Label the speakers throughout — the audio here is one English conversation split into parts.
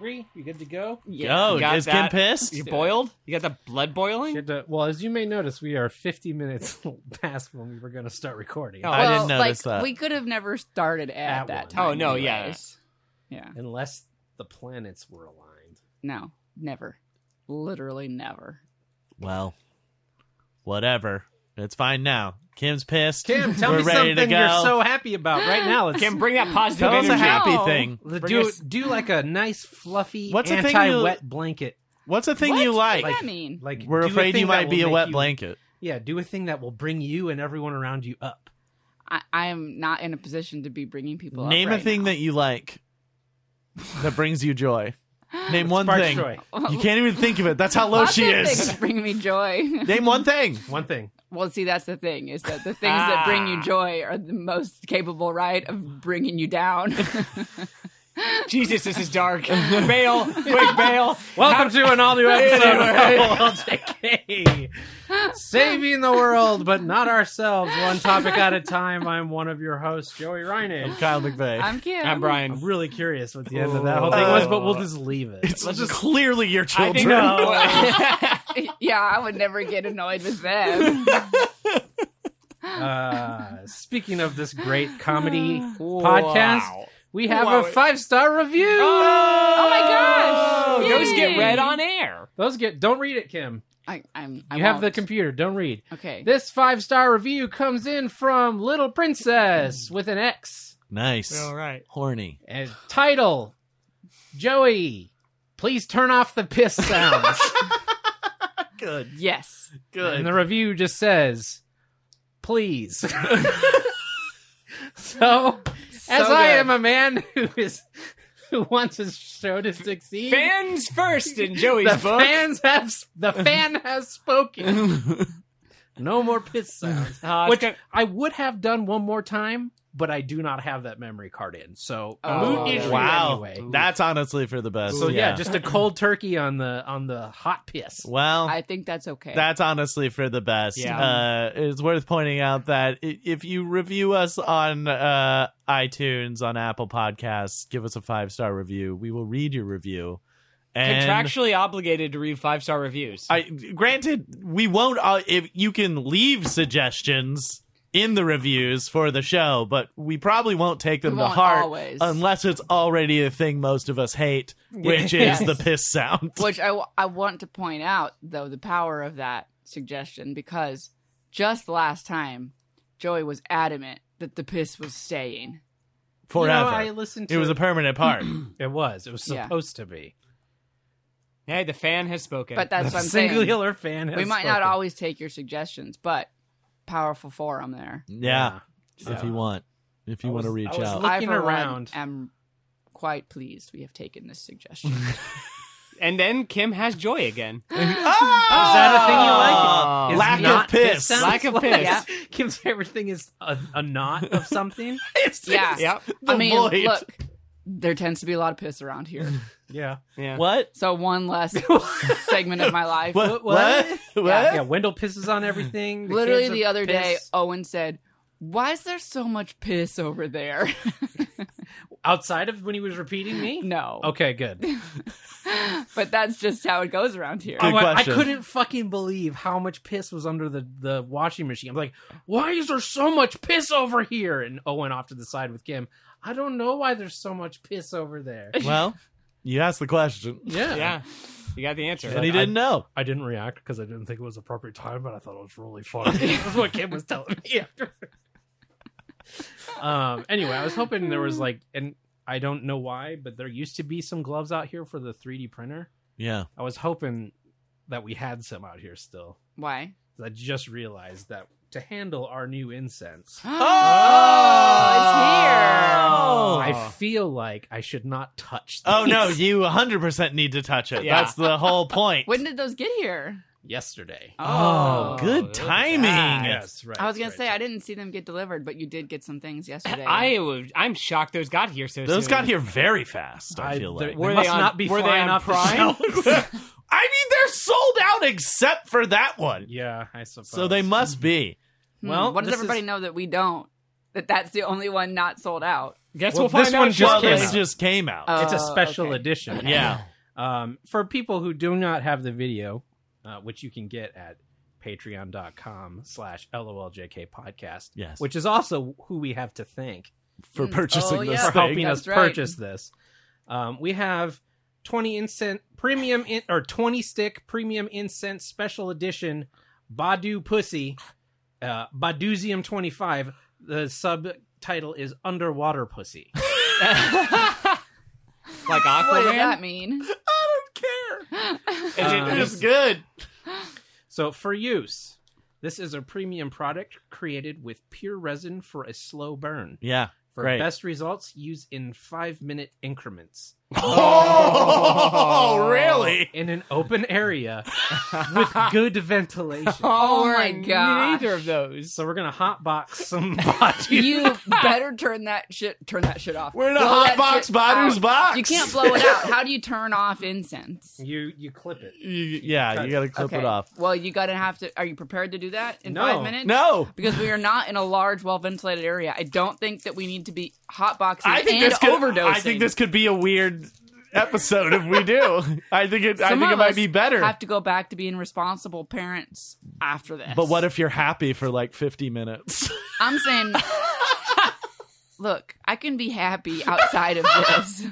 Speaker 1: to go.
Speaker 2: Yo,
Speaker 3: got
Speaker 2: is Kim
Speaker 3: that-
Speaker 2: pissed?
Speaker 3: You boiled? You got the blood boiling?
Speaker 1: She had to- well, as you may notice, we are 50 minutes past when we were going to start recording.
Speaker 3: Oh.
Speaker 2: I didn't
Speaker 4: Well,
Speaker 2: notice
Speaker 4: like,
Speaker 2: that.
Speaker 4: We could have never started at,
Speaker 1: At
Speaker 4: that
Speaker 1: one.
Speaker 4: time.
Speaker 3: Oh no, yeah.
Speaker 4: anyways. Yeah.
Speaker 1: Unless the planets were aligned.
Speaker 4: No, never. Literally never.
Speaker 2: Well, whatever. It's fine now. Kim's pissed.
Speaker 1: Kim, tell
Speaker 2: We're
Speaker 1: me
Speaker 2: ready to
Speaker 1: something you're
Speaker 2: go.
Speaker 1: so happy about right now. Let's
Speaker 3: Kim, bring that positive
Speaker 2: Tell us a
Speaker 3: energy.
Speaker 2: happy
Speaker 4: No.
Speaker 2: thing.
Speaker 1: Let's
Speaker 3: bring
Speaker 1: do
Speaker 3: us-
Speaker 1: do like a nice fluffy
Speaker 2: What's the thing you-
Speaker 1: anti-wet blanket.
Speaker 2: What's a thing
Speaker 4: What?
Speaker 2: you
Speaker 4: What does
Speaker 2: like?
Speaker 4: that mean?
Speaker 1: Like
Speaker 2: We're
Speaker 1: do a
Speaker 2: afraid
Speaker 1: thing
Speaker 2: you
Speaker 1: that
Speaker 2: might
Speaker 1: will
Speaker 2: be a
Speaker 1: make
Speaker 2: wet
Speaker 1: you-
Speaker 2: blanket.
Speaker 1: Yeah, do a thing that will bring you and everyone around you up.
Speaker 4: I, I am not in a position to be bringing people.
Speaker 2: Name
Speaker 4: up
Speaker 2: a thing that you like that brings you joy. Name one
Speaker 1: Spark
Speaker 2: thing.
Speaker 1: Troy.
Speaker 2: You can't even think of it. That's how low
Speaker 4: Lots
Speaker 2: she
Speaker 4: of
Speaker 2: is.
Speaker 4: Things bring me joy.
Speaker 2: Name one thing.
Speaker 1: One thing.
Speaker 4: well, see, that's the thing is that the things that bring you joy are the most capable, right, of bringing you down.
Speaker 3: Jesus, this is dark. bail, quick bail.
Speaker 1: Welcome to an all new episode of World JK. Saving the world, but not ourselves, one topic at a time. I'm one of your hosts, Joey Reinage.
Speaker 2: Kyle McVeigh.
Speaker 4: I'm Kim.
Speaker 3: I'm
Speaker 1: I'm
Speaker 3: Brian.
Speaker 1: really curious what the end of that whole thing was, but we'll just leave it.
Speaker 2: it's just clearly your
Speaker 3: I think
Speaker 2: children.
Speaker 4: yeah, I would never get annoyed with them.
Speaker 1: Uh, speaking of this great comedy podcast,
Speaker 3: Wow.
Speaker 1: we have
Speaker 3: Wow. Ah!
Speaker 1: a five star review.
Speaker 4: Oh my gosh!
Speaker 3: Those get
Speaker 4: Yay.
Speaker 3: read on air.
Speaker 1: Those get don't read it, Kim.
Speaker 4: I, I'm. I
Speaker 1: You have the
Speaker 4: won't.
Speaker 1: computer. Don't read.
Speaker 4: okay.
Speaker 1: This five star review comes in from Little Princess with an X.
Speaker 2: nice.
Speaker 3: right.
Speaker 2: Horny.
Speaker 1: And title Joey, please turn off the piss sounds.
Speaker 2: Good.
Speaker 4: yes.
Speaker 1: and the review just says, please. so, as
Speaker 3: So
Speaker 1: I
Speaker 3: good.
Speaker 1: am a man who is who wants his show to succeed,
Speaker 3: Fans first in
Speaker 1: the
Speaker 3: Joey's book.
Speaker 1: fans have the fan has spoken. no more piss sounds.
Speaker 3: Uh,
Speaker 1: Which
Speaker 3: it's
Speaker 1: I would have done one more time, but I do not have that memory card in. So
Speaker 4: Oh.
Speaker 1: moot issue
Speaker 2: Wow.
Speaker 1: anyway.
Speaker 2: That's honestly for the best.
Speaker 1: So yeah. just a cold turkey on the on the hot piss.
Speaker 2: well,
Speaker 4: I think that's okay.
Speaker 2: That's honestly for the best.
Speaker 3: Yeah.
Speaker 2: Uh, it's worth pointing out that i- if you review us on uh, iTunes, on Apple Podcasts, give us a five star review. We will read your review. And
Speaker 3: contractually obligated to read five star reviews.
Speaker 2: I, granted, we won't. Uh, if you can leave suggestions in the reviews for the show, but we probably won't take them
Speaker 4: We
Speaker 2: to
Speaker 4: won't
Speaker 2: heart
Speaker 4: always.
Speaker 2: unless it's already a thing most of us hate, which
Speaker 4: Yes.
Speaker 2: is the piss sound.
Speaker 4: Which I, w- I want to point out, though, the power of that suggestion because just last time, Joey was adamant that the piss was staying.
Speaker 2: Forever.
Speaker 1: You know, I listened to
Speaker 2: it was a permanent part.
Speaker 1: it was. It was
Speaker 4: Yeah.
Speaker 1: supposed to be.
Speaker 3: hey, the fan has spoken.
Speaker 4: But that's
Speaker 1: The
Speaker 4: what I'm saying.
Speaker 1: singular fan has
Speaker 4: We might not
Speaker 1: spoken.
Speaker 4: always take your suggestions, but powerful forum there.
Speaker 2: yeah. if
Speaker 1: So-
Speaker 2: you want if you
Speaker 1: I
Speaker 2: want to
Speaker 1: was-
Speaker 2: reach
Speaker 1: I was
Speaker 2: out
Speaker 1: li-
Speaker 4: I,
Speaker 1: Looking
Speaker 4: for one,
Speaker 1: around.
Speaker 4: am quite pleased we have taken this suggestion.
Speaker 3: and then Kim has joy again.
Speaker 1: Is that a thing you like?
Speaker 3: Oh.
Speaker 1: Is
Speaker 2: Lack of
Speaker 1: not
Speaker 2: piss.
Speaker 1: sounds?
Speaker 3: Lack of
Speaker 4: Yeah.
Speaker 1: Kim's favorite thing is a, a knot of something.
Speaker 4: yeah.
Speaker 3: Yep.
Speaker 4: I mean,
Speaker 2: void.
Speaker 4: look, there tends to be a lot of piss around here.
Speaker 1: yeah.
Speaker 3: Yeah.
Speaker 2: what
Speaker 4: So one less segment of my life.
Speaker 2: what
Speaker 1: what?
Speaker 2: what,
Speaker 1: Yeah, Wendell pisses on everything. The
Speaker 4: Literally
Speaker 1: kids
Speaker 4: the
Speaker 1: are
Speaker 4: other day,
Speaker 1: pissed.
Speaker 4: Owen said, "Why is there so much piss over there?"
Speaker 1: outside of when he was repeating me.
Speaker 4: no,
Speaker 1: Okay, good.
Speaker 4: but that's just how it goes around here.
Speaker 2: Good
Speaker 1: I went-
Speaker 2: question.
Speaker 1: I couldn't fucking believe how much piss was under the, the washing machine. I'm like, why is there so much piss over here? And Owen off to the side with Kim. I don't know why there's so much piss over there.
Speaker 2: well you asked the question
Speaker 1: Yeah.
Speaker 3: Yeah. You got the answer.
Speaker 2: and he didn't know
Speaker 1: I didn't react because I didn't think it was appropriate time, but I thought it was really funny. That's what Kim was telling me after. um. Anyway, I was hoping there was like, and I don't know why, but there used to be some gloves out here for the 3D printer.
Speaker 2: yeah
Speaker 1: I was hoping that we had some out here still.
Speaker 4: Why?
Speaker 1: 'Cause I just realized that to handle our new incense,
Speaker 4: Oh,
Speaker 2: Oh.
Speaker 1: I feel like I should not touch.
Speaker 2: oh no
Speaker 1: these
Speaker 2: you 100% need to touch it
Speaker 3: Yeah.
Speaker 2: that's the whole point
Speaker 4: When did those get here?
Speaker 1: Yesterday.
Speaker 2: oh,
Speaker 3: look
Speaker 2: good
Speaker 3: at
Speaker 2: timing
Speaker 3: that.
Speaker 1: yes, right.
Speaker 4: I was gonna
Speaker 1: right.
Speaker 4: say I didn't see them get delivered, but you did get some things yesterday.
Speaker 3: I would, I'm shocked those got here so
Speaker 2: those
Speaker 3: soon.
Speaker 2: got here very fast i,
Speaker 1: I-
Speaker 2: feel
Speaker 1: they-
Speaker 2: like
Speaker 1: Were
Speaker 3: Were
Speaker 1: must
Speaker 3: they on,
Speaker 1: not be
Speaker 3: were they
Speaker 1: flying
Speaker 3: on
Speaker 1: off the
Speaker 3: Prime?
Speaker 2: i mean they're sold out except for that one
Speaker 1: Yeah, I suppose.
Speaker 2: so they must be
Speaker 4: Hmm,
Speaker 1: well,
Speaker 4: what does
Speaker 1: this
Speaker 4: everybody
Speaker 1: is-
Speaker 4: know that we don't? That that's the only one not sold out.
Speaker 3: Guess
Speaker 1: Well,
Speaker 3: we'll find
Speaker 1: this
Speaker 3: out.
Speaker 1: one just
Speaker 2: well
Speaker 3: shortly.
Speaker 1: came
Speaker 2: this
Speaker 1: out.
Speaker 2: just came out
Speaker 4: Oh.
Speaker 1: It's a special
Speaker 4: okay.
Speaker 1: edition.
Speaker 2: yeah
Speaker 1: Um, for people who do not have the video, uh, which you can get at patreon.com slash loljk podcast,
Speaker 2: Yes.
Speaker 1: which is also who we have to thank
Speaker 2: for
Speaker 4: Mm.
Speaker 2: purchasing
Speaker 4: Oh,
Speaker 2: this
Speaker 4: yeah.
Speaker 1: for
Speaker 2: thing.
Speaker 1: helping us
Speaker 4: That's right.
Speaker 1: purchase this. Um, we have 20 incense premium in, or 20 stick premium incense special edition Badu Pussy uh, Baduzium 25. The subtitle is Underwater Pussy.
Speaker 3: like
Speaker 4: What does
Speaker 3: Aquaman.
Speaker 4: that mean?
Speaker 3: Is it
Speaker 1: Um,
Speaker 3: it's good?
Speaker 1: So for use, this is a premium product created with pure resin for a slow burn.
Speaker 2: Yeah.
Speaker 1: For
Speaker 2: Great.
Speaker 1: best results, use in five minute increments.
Speaker 2: Oh, really?
Speaker 1: in an open area with good ventilation.
Speaker 4: Oh
Speaker 3: we're
Speaker 4: my
Speaker 3: in
Speaker 4: gosh.
Speaker 3: Neither of those.
Speaker 1: So we're gonna hotbox some body.
Speaker 4: You better turn that shit. Turn that shit off.
Speaker 2: We're in a
Speaker 4: Blow
Speaker 2: hot
Speaker 4: that
Speaker 2: box,
Speaker 4: shit
Speaker 2: Badu's
Speaker 4: out.
Speaker 2: box.
Speaker 4: You can't blow it out. How do you turn off incense?
Speaker 1: you you clip it.
Speaker 2: You- yeah, you got to clip
Speaker 4: okay.
Speaker 2: it off.
Speaker 4: Well, you gotta have to. Are you prepared to do that in
Speaker 1: No.
Speaker 4: five minutes?
Speaker 2: No.
Speaker 4: Because we are not in a large, well ventilated area. I don't think that we need to be hot boxing
Speaker 2: I think
Speaker 4: and
Speaker 2: this could,
Speaker 4: overdosing.
Speaker 2: I think this could be a weird episode if we do. I think it. I
Speaker 4: Some
Speaker 2: think it
Speaker 4: of
Speaker 2: might
Speaker 4: us
Speaker 2: be better.
Speaker 4: Have to go back to being responsible parents after this.
Speaker 2: but what if you're happy for like 50 minutes?
Speaker 4: I'm saying? look, I can be happy outside of this.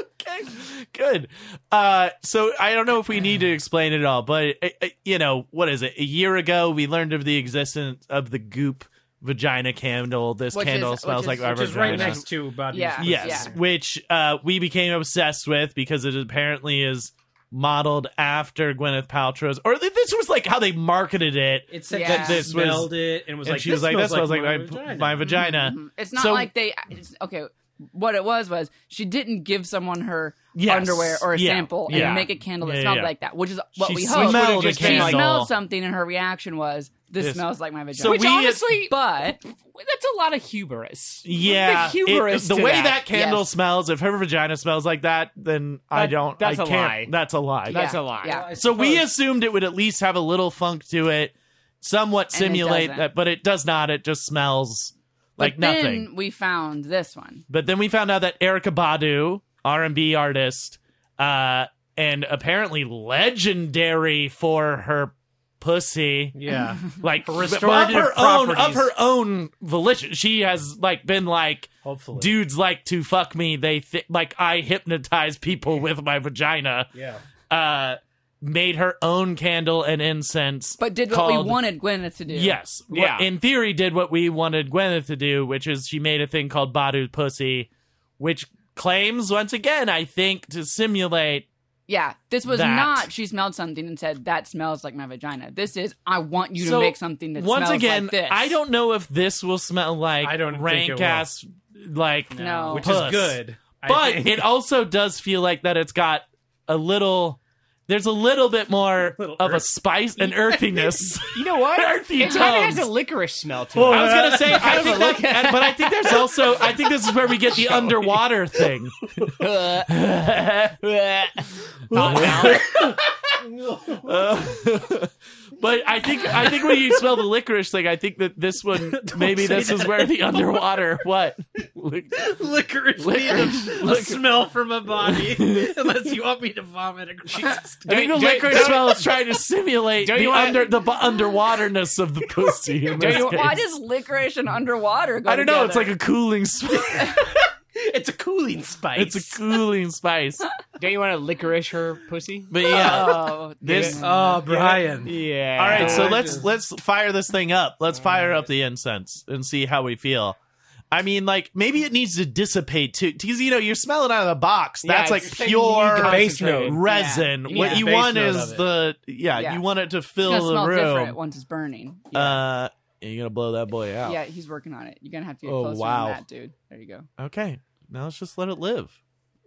Speaker 2: okay, good. Uh, so I don't know if we need to explain it all, but uh, uh, you know what is it? A year ago, we learned of the existence of the goop vagina candle. This
Speaker 4: Which is-
Speaker 2: candle
Speaker 4: which
Speaker 2: smells
Speaker 4: is-
Speaker 2: like our
Speaker 4: which
Speaker 1: Which is right
Speaker 2: vagina.
Speaker 1: next to body.
Speaker 4: Yeah.
Speaker 2: Yes, which uh, we became obsessed with because it apparently is modeled after Gwyneth Paltrow's, or th- this was like how they marketed it.
Speaker 1: It said
Speaker 4: That
Speaker 1: that
Speaker 2: this
Speaker 1: this
Speaker 2: was-
Speaker 1: smelled it and was
Speaker 2: and
Speaker 1: like
Speaker 2: she was like, "That smells like, my,
Speaker 1: vagina."
Speaker 2: my vagina." Mm-hmm.
Speaker 4: Mhm. It's not
Speaker 2: So-
Speaker 4: like they. it's- okay, what it was was she didn't give someone her
Speaker 2: Yes.
Speaker 4: underwear or a
Speaker 2: Yeah.
Speaker 4: sample
Speaker 2: Yeah.
Speaker 4: and make a candle that
Speaker 2: Yeah,
Speaker 4: smelled
Speaker 2: yeah.
Speaker 4: like that, which is what
Speaker 2: she
Speaker 4: we
Speaker 2: smelled
Speaker 4: hoped.
Speaker 2: a
Speaker 3: She
Speaker 4: She
Speaker 2: candle.
Speaker 4: smelled something, and her reaction was, "This
Speaker 2: This-
Speaker 4: smells like my vagina."
Speaker 2: So
Speaker 3: Which
Speaker 2: we-
Speaker 3: honestly,
Speaker 4: but
Speaker 3: that's a lot of hubris.
Speaker 2: Yeah,
Speaker 3: What's the hubris
Speaker 2: the
Speaker 3: to
Speaker 2: way that,
Speaker 3: that?
Speaker 2: candle
Speaker 4: Yes.
Speaker 2: smells. If her vagina smells like that, then I
Speaker 3: That-
Speaker 2: don't.
Speaker 3: that's
Speaker 2: I
Speaker 3: a
Speaker 2: can't,
Speaker 3: lie.
Speaker 2: That's a lie.
Speaker 3: That's
Speaker 4: Yeah,
Speaker 3: a lie.
Speaker 4: yeah.
Speaker 1: I
Speaker 2: So we
Speaker 1: suppose-
Speaker 2: assumed it would at least have a little funk to it, somewhat
Speaker 4: And it
Speaker 2: simulate
Speaker 4: doesn't.
Speaker 2: that, but it does not. It just smells like
Speaker 4: but then
Speaker 2: nothing.
Speaker 4: we found this one.
Speaker 2: But then we found out that Erica Badu, R and B artist, uh, and apparently legendary for her pussy,
Speaker 1: yeah.
Speaker 2: like of
Speaker 1: restorative
Speaker 2: her own of
Speaker 1: properties.
Speaker 2: her own volition. She has like been like,
Speaker 1: Hopefully,
Speaker 2: dudes like to fuck me. They th- like I hypnotize people with my vagina.
Speaker 1: Yeah.
Speaker 2: Uh, made her own candle and incense.
Speaker 4: But did what
Speaker 2: Called-
Speaker 4: we wanted Gwyneth to do.
Speaker 2: Yes. What-
Speaker 3: Yeah.
Speaker 2: in theory, did what we wanted Gwyneth to do, which is she made a thing called Badu Pussy, which claims, once again, I think, to simulate.
Speaker 4: Yeah. This was
Speaker 2: That.
Speaker 4: not she smelled something and said, That smells like my vagina. This is I want you to
Speaker 2: So,
Speaker 4: make something that
Speaker 2: once
Speaker 4: smells
Speaker 2: again,
Speaker 4: like this.
Speaker 2: I don't know if this will smell like
Speaker 1: I don't think it
Speaker 2: rank
Speaker 1: will.
Speaker 2: ass, like,
Speaker 4: No.
Speaker 1: which
Speaker 2: puss.
Speaker 1: is good. I
Speaker 2: But
Speaker 1: think.
Speaker 2: it also does feel like that it's got a little. There's a little bit more
Speaker 1: Little
Speaker 2: of a
Speaker 1: earth.
Speaker 2: spice and earthiness.
Speaker 3: You know what?
Speaker 2: Earthy
Speaker 3: it kind of has
Speaker 2: tones.
Speaker 3: a licorice smell to it.
Speaker 2: I was gonna say,
Speaker 3: Kind
Speaker 2: I
Speaker 3: of
Speaker 2: think
Speaker 3: a
Speaker 2: that, but I think there's also, I think this is where we get the underwater thing.
Speaker 3: Not now.
Speaker 2: Uh, but I think, I think when you smell the licorice thing, I think that this one, maybe
Speaker 1: say
Speaker 2: this is where the underwater what.
Speaker 1: licorice,
Speaker 2: Licorice.
Speaker 1: licorice, a smell from a body. unless you want me to vomit across.
Speaker 2: I think the
Speaker 3: Don't-
Speaker 2: licorice
Speaker 3: don't-
Speaker 2: smell is trying to simulate
Speaker 3: Don't
Speaker 2: the
Speaker 3: you wanna-
Speaker 2: under the bu- underwaterness of the pussy. in
Speaker 3: Don't
Speaker 2: this
Speaker 3: you-
Speaker 2: case.
Speaker 4: Why does licorice and underwater go
Speaker 2: I don't know. It's like
Speaker 4: together?
Speaker 2: a cooling. Sp-
Speaker 1: it's a cooling spice.
Speaker 2: it's a cooling spice.
Speaker 3: Don't you want to licorice her pussy?
Speaker 2: But yeah.
Speaker 4: Oh,
Speaker 2: This-
Speaker 4: damn.
Speaker 1: oh, Brian.
Speaker 3: Yeah.
Speaker 2: All right, so
Speaker 1: Gorgeous.
Speaker 2: let's let's fire this thing up. Let's fire up the incense and see how we feel. I mean, like maybe it needs to dissipate too, because you know you're smelling out of the box.
Speaker 3: Yeah,
Speaker 2: That's like
Speaker 3: it's-
Speaker 2: pure
Speaker 3: you need the base note.
Speaker 2: resin.
Speaker 3: Yeah. You
Speaker 2: What
Speaker 3: need
Speaker 2: you
Speaker 1: the base
Speaker 2: want
Speaker 1: note
Speaker 2: is
Speaker 1: of it.
Speaker 2: the yeah,
Speaker 4: Yeah.
Speaker 2: You want it to
Speaker 4: it's gonna
Speaker 2: fill the
Speaker 4: smell
Speaker 2: room.
Speaker 4: different once it's burning. Yeah.
Speaker 2: Uh, and you're gonna blow that boy out.
Speaker 4: Yeah, he's working on it. You're gonna have to get
Speaker 2: Oh,
Speaker 4: closer
Speaker 2: wow.
Speaker 4: than that, dude. There you go.
Speaker 2: Okay, now let's just let it live.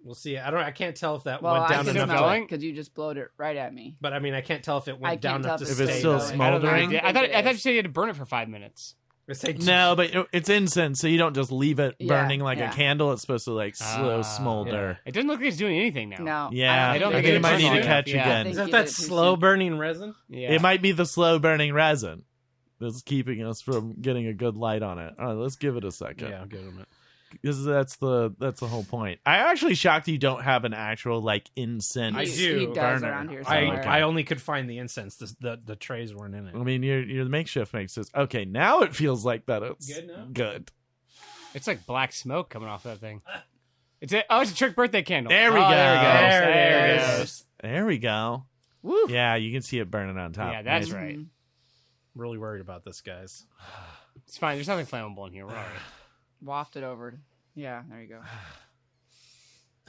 Speaker 1: We'll see. I don't. I can't tell if that
Speaker 4: Well,
Speaker 1: went
Speaker 4: I
Speaker 1: down
Speaker 4: can
Speaker 3: another
Speaker 1: enough.
Speaker 4: smell
Speaker 3: going?
Speaker 4: it because you just blowed it right at me.
Speaker 1: But I mean, I can't tell if it
Speaker 4: I
Speaker 1: went
Speaker 4: can't
Speaker 1: down enough to
Speaker 4: tell
Speaker 2: if
Speaker 1: stay.
Speaker 2: it's still
Speaker 1: going.
Speaker 2: small.
Speaker 3: I, don't know.
Speaker 4: Smoldering?
Speaker 3: I, thought, I thought you said you had to burn it for five minutes.
Speaker 1: I say-
Speaker 2: No, but it- it's incense, so you don't just leave it
Speaker 4: Yeah,
Speaker 2: burning like
Speaker 4: yeah.
Speaker 2: a candle. It's supposed to like slow
Speaker 3: Ah.
Speaker 2: smolder.
Speaker 3: It doesn't look like it's doing anything now.
Speaker 4: No.
Speaker 2: Yeah,
Speaker 3: Oh, I don't
Speaker 2: I
Speaker 3: think
Speaker 2: think it
Speaker 3: it's
Speaker 2: might need to
Speaker 3: enough.
Speaker 2: catch
Speaker 3: Yeah.
Speaker 2: again.
Speaker 4: I think
Speaker 1: Is
Speaker 4: you
Speaker 1: that
Speaker 4: did
Speaker 1: that
Speaker 4: it too
Speaker 1: slow
Speaker 4: soon.
Speaker 1: burning resin?
Speaker 3: Yeah.
Speaker 2: It might be the slow burning resin that's keeping us from getting a good light on it. All right, let's give it a second.
Speaker 1: I'll give him it.
Speaker 2: because that's the that's the whole point. I actually shocked you don't have an actual like incense.
Speaker 1: I
Speaker 4: He-
Speaker 1: do,
Speaker 4: He does
Speaker 2: burner.
Speaker 4: around here
Speaker 1: I
Speaker 4: somewhere.
Speaker 1: I only could find the incense. The, the the trays weren't in it.
Speaker 2: I mean, your your makeshift makes this okay. Now it feels like that. It's
Speaker 1: Good now?
Speaker 2: Good.
Speaker 3: It's like black smoke coming off that thing. It's a, oh, it's a trick birthday candle.
Speaker 2: There we
Speaker 3: Oh,
Speaker 2: go.
Speaker 3: There, it goes.
Speaker 1: There it
Speaker 3: there
Speaker 1: is.
Speaker 3: it goes.
Speaker 2: There we go.
Speaker 4: Woo.
Speaker 2: Yeah, you can see it burning on top.
Speaker 3: Yeah, that's
Speaker 2: Nice.
Speaker 3: right.
Speaker 4: Mhm.
Speaker 1: really worried about this, guys.
Speaker 3: It's fine. There's nothing flammable in here. We're all right.
Speaker 4: Wafted over. Yeah, there you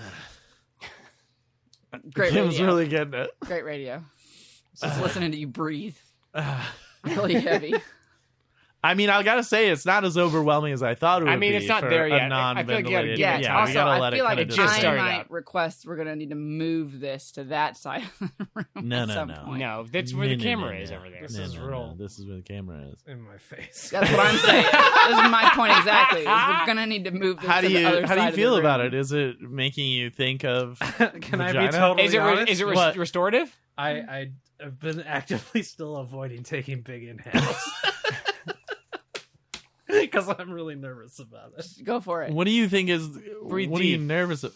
Speaker 4: go. Great
Speaker 2: Kim's
Speaker 4: radio.
Speaker 2: really getting it.
Speaker 4: Great radio. It's Just listening to you breathe.
Speaker 2: Ah.
Speaker 4: Really heavy.
Speaker 2: I mean, I gotta say, it's not as overwhelming as I thought it would
Speaker 3: I mean,
Speaker 2: be
Speaker 3: it's not
Speaker 2: for
Speaker 3: there
Speaker 2: a
Speaker 3: yet. I- I
Speaker 2: non-ventilated-
Speaker 3: feel like you gotta
Speaker 2: yeah,
Speaker 3: get it.
Speaker 2: we
Speaker 4: also,
Speaker 2: gotta
Speaker 4: I
Speaker 2: let it
Speaker 4: feel like
Speaker 3: it
Speaker 2: kinda just
Speaker 3: just
Speaker 4: I
Speaker 3: started
Speaker 4: might
Speaker 3: up.
Speaker 4: request we're gonna need to move this to that side of the room.
Speaker 2: No,
Speaker 4: at
Speaker 2: no,
Speaker 4: some
Speaker 2: no.
Speaker 4: point.
Speaker 3: No, that's where
Speaker 2: No,
Speaker 3: the
Speaker 2: no,
Speaker 3: camera
Speaker 2: no,
Speaker 3: is
Speaker 2: no.
Speaker 3: over there.
Speaker 1: This
Speaker 2: No,
Speaker 1: is
Speaker 2: no, no.
Speaker 1: real.
Speaker 2: This is where the camera is.
Speaker 1: In my face.
Speaker 4: That's what I'm saying. this is my point exactly. is we're gonna need to move this
Speaker 2: How
Speaker 4: to
Speaker 2: do
Speaker 4: the
Speaker 2: you
Speaker 4: other
Speaker 2: how do you
Speaker 4: side of the
Speaker 2: feel about
Speaker 4: room.
Speaker 2: it? Is it making you think of?
Speaker 1: Can I
Speaker 2: Vagina?
Speaker 1: be totally
Speaker 3: Is it re-
Speaker 1: honest?
Speaker 3: is it res-
Speaker 2: What?
Speaker 3: restorative?
Speaker 1: I I have been actively still avoiding taking big inhales because I'm really nervous about it.
Speaker 4: Go for it.
Speaker 2: What do you think is?
Speaker 3: Breathe
Speaker 2: what are you
Speaker 3: deep.
Speaker 2: nervous? Of?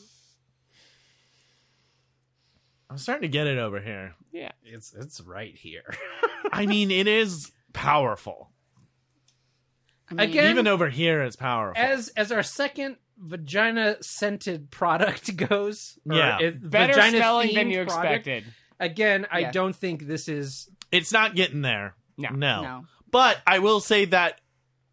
Speaker 2: I'm starting to get it over here.
Speaker 1: It's it's right here.
Speaker 2: I mean, it is powerful.
Speaker 4: I mean,
Speaker 1: Again-
Speaker 2: Even over here, it's powerful.
Speaker 1: As as our second vagina scented product goes, or
Speaker 2: Yeah.
Speaker 1: it-
Speaker 3: Better
Speaker 1: vagina
Speaker 3: smelling than
Speaker 1: themed
Speaker 3: you
Speaker 1: product,
Speaker 3: expected.
Speaker 1: Again, I
Speaker 4: Yeah.
Speaker 1: don't think this is
Speaker 2: it's not getting there.
Speaker 3: No.
Speaker 2: no.
Speaker 4: no.
Speaker 2: But I will say that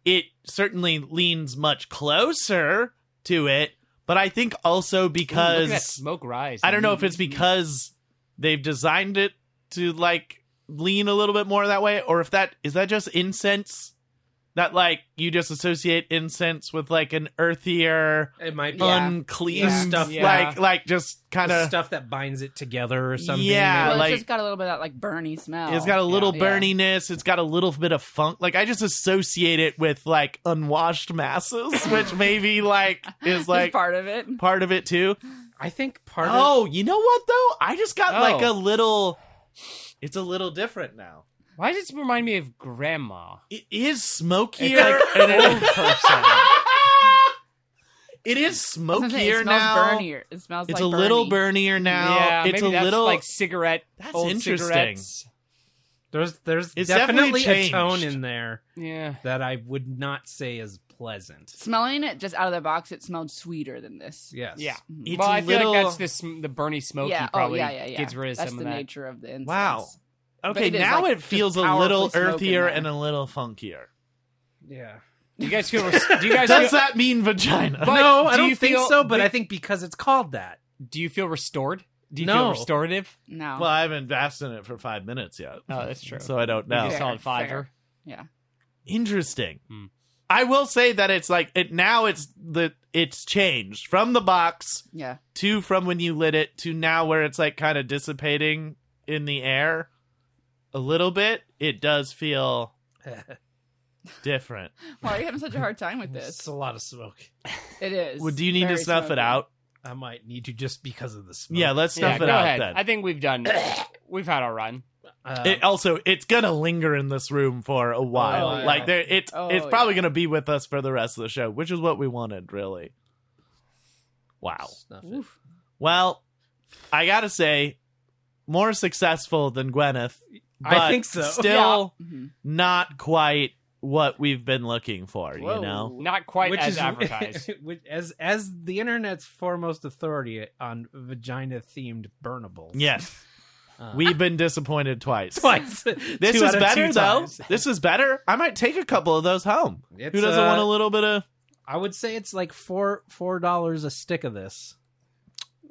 Speaker 2: it certainly leans much closer to it. But I think also
Speaker 3: Ooh, look at Mm-hmm. that
Speaker 2: because
Speaker 3: smoke rise.
Speaker 2: I don't know if it's because they've designed it to like lean a little bit more that way, or if that is that just incense that like you just associate incense with like an earthier,
Speaker 1: it might be
Speaker 4: Yeah.
Speaker 2: unclean
Speaker 1: The stuff-
Speaker 3: yeah.
Speaker 2: like like just kind
Speaker 1: the
Speaker 2: of
Speaker 1: stuff that binds it together or something.
Speaker 2: Yeah,
Speaker 4: Well,
Speaker 2: like-
Speaker 4: it's just got a little bit of that like burny smell.
Speaker 2: It's got a little
Speaker 4: Oh, Yeah.
Speaker 2: burniness. It's got a little bit of funk. Like I just associate it with like unwashed masses, which maybe like is like part,
Speaker 4: part of it.
Speaker 2: of it too.
Speaker 1: I think part of
Speaker 2: oh, you know what though? I just got like a
Speaker 3: Oh.
Speaker 2: little. It's a little different now.
Speaker 3: Why does it remind me of grandma?
Speaker 2: It is smokier.
Speaker 3: It's like
Speaker 2: and
Speaker 3: an old
Speaker 2: it,
Speaker 3: person.
Speaker 2: it is
Speaker 4: Something-
Speaker 2: smokier
Speaker 4: it smells
Speaker 2: now.
Speaker 4: burnier. It smells
Speaker 2: It's
Speaker 4: like
Speaker 2: a little
Speaker 4: burny.
Speaker 2: burnier now.
Speaker 3: Yeah,
Speaker 2: it's
Speaker 3: maybe
Speaker 2: a
Speaker 3: that's
Speaker 2: little.
Speaker 3: like cigarette.
Speaker 2: That's
Speaker 3: old
Speaker 2: interesting.
Speaker 3: Cigarettes.
Speaker 1: there's there's
Speaker 2: It's
Speaker 1: definitely,
Speaker 2: definitely
Speaker 1: a tone
Speaker 2: changed.
Speaker 1: in there
Speaker 3: Yeah.
Speaker 1: that I would not say is pleasant.
Speaker 4: Smelling it just out of the box, it smelled sweeter than this. Mm-hmm.
Speaker 1: Yes.
Speaker 3: Yeah.
Speaker 2: It's
Speaker 3: well, I feel
Speaker 2: little-
Speaker 3: like that's the sm- the Bernie Smoky
Speaker 4: yeah. Oh,
Speaker 3: probably
Speaker 4: yeah, yeah, yeah.
Speaker 3: gets rid of
Speaker 4: That's
Speaker 3: some
Speaker 4: the
Speaker 3: of that.
Speaker 4: nature of the incense.
Speaker 2: Wow. okay,
Speaker 4: it is,
Speaker 2: now
Speaker 4: like,
Speaker 2: it
Speaker 4: just
Speaker 2: feels a
Speaker 4: powerfully
Speaker 2: little
Speaker 4: smoking
Speaker 2: earthier
Speaker 4: now.
Speaker 2: and a little funkier.
Speaker 1: Yeah.
Speaker 3: Do you guys feel? Res- do you guys
Speaker 2: Does
Speaker 3: feel,
Speaker 2: that mean vagina?
Speaker 3: But
Speaker 1: no, I
Speaker 3: do
Speaker 1: don't
Speaker 3: you
Speaker 1: think
Speaker 3: feel-
Speaker 1: so, but
Speaker 3: but-
Speaker 1: I think because it's called that.
Speaker 3: do you feel restored? Do you
Speaker 1: No.
Speaker 3: feel restorative?
Speaker 4: No.
Speaker 2: Well, I haven't asked in it for five minutes yet.
Speaker 3: Oh, that's true.
Speaker 2: So I don't know.
Speaker 4: Fair,
Speaker 3: You just saw it fiver.
Speaker 4: fair. yeah.
Speaker 2: Interesting.
Speaker 3: Hmm.
Speaker 2: I will say that it's like it now. It's the it's changed from the box
Speaker 4: Yeah.
Speaker 2: to from when you lit it to now where it's like kind of dissipating in the air a little bit. It does feel different.
Speaker 4: Well, you're having such a hard time with
Speaker 1: It's
Speaker 4: this.
Speaker 1: a lot of smoke.
Speaker 4: It is.
Speaker 2: Well, do you need
Speaker 4: Very
Speaker 2: to snuff
Speaker 4: smoky.
Speaker 2: it out?
Speaker 1: I might need to just because of the smoke.
Speaker 2: Yeah, let's
Speaker 3: Yeah,
Speaker 2: snuff
Speaker 3: go
Speaker 2: it out
Speaker 3: ahead.
Speaker 2: then.
Speaker 3: I think we've done. we've had our run.
Speaker 1: Um,
Speaker 2: it oh, also it's gonna linger in this room for a while.
Speaker 4: Oh, yeah.
Speaker 2: Like there, it's
Speaker 4: Oh,
Speaker 2: it's probably
Speaker 4: yeah.
Speaker 2: gonna be with us for the rest of the show, which is what we wanted, really. Wow.
Speaker 1: snuff it.
Speaker 4: Oof.
Speaker 2: Well, I gotta say, more successful than Gwyneth.
Speaker 1: I
Speaker 2: but
Speaker 1: think so.
Speaker 2: Still
Speaker 4: Mhm.
Speaker 2: not quite what we've been looking for.
Speaker 4: Whoa.
Speaker 2: You know,
Speaker 3: Not quite as advertised.
Speaker 1: which, as as the internet's foremost authority on vagina themed burnables.
Speaker 2: yes,
Speaker 1: Uh,
Speaker 2: we've been disappointed twice.
Speaker 1: twice.
Speaker 2: This is better though. This is better. I might take a couple of those home. Who doesn't
Speaker 4: uh,
Speaker 2: want a little bit of?
Speaker 1: uh, I would say it's like four four dollars a stick of this.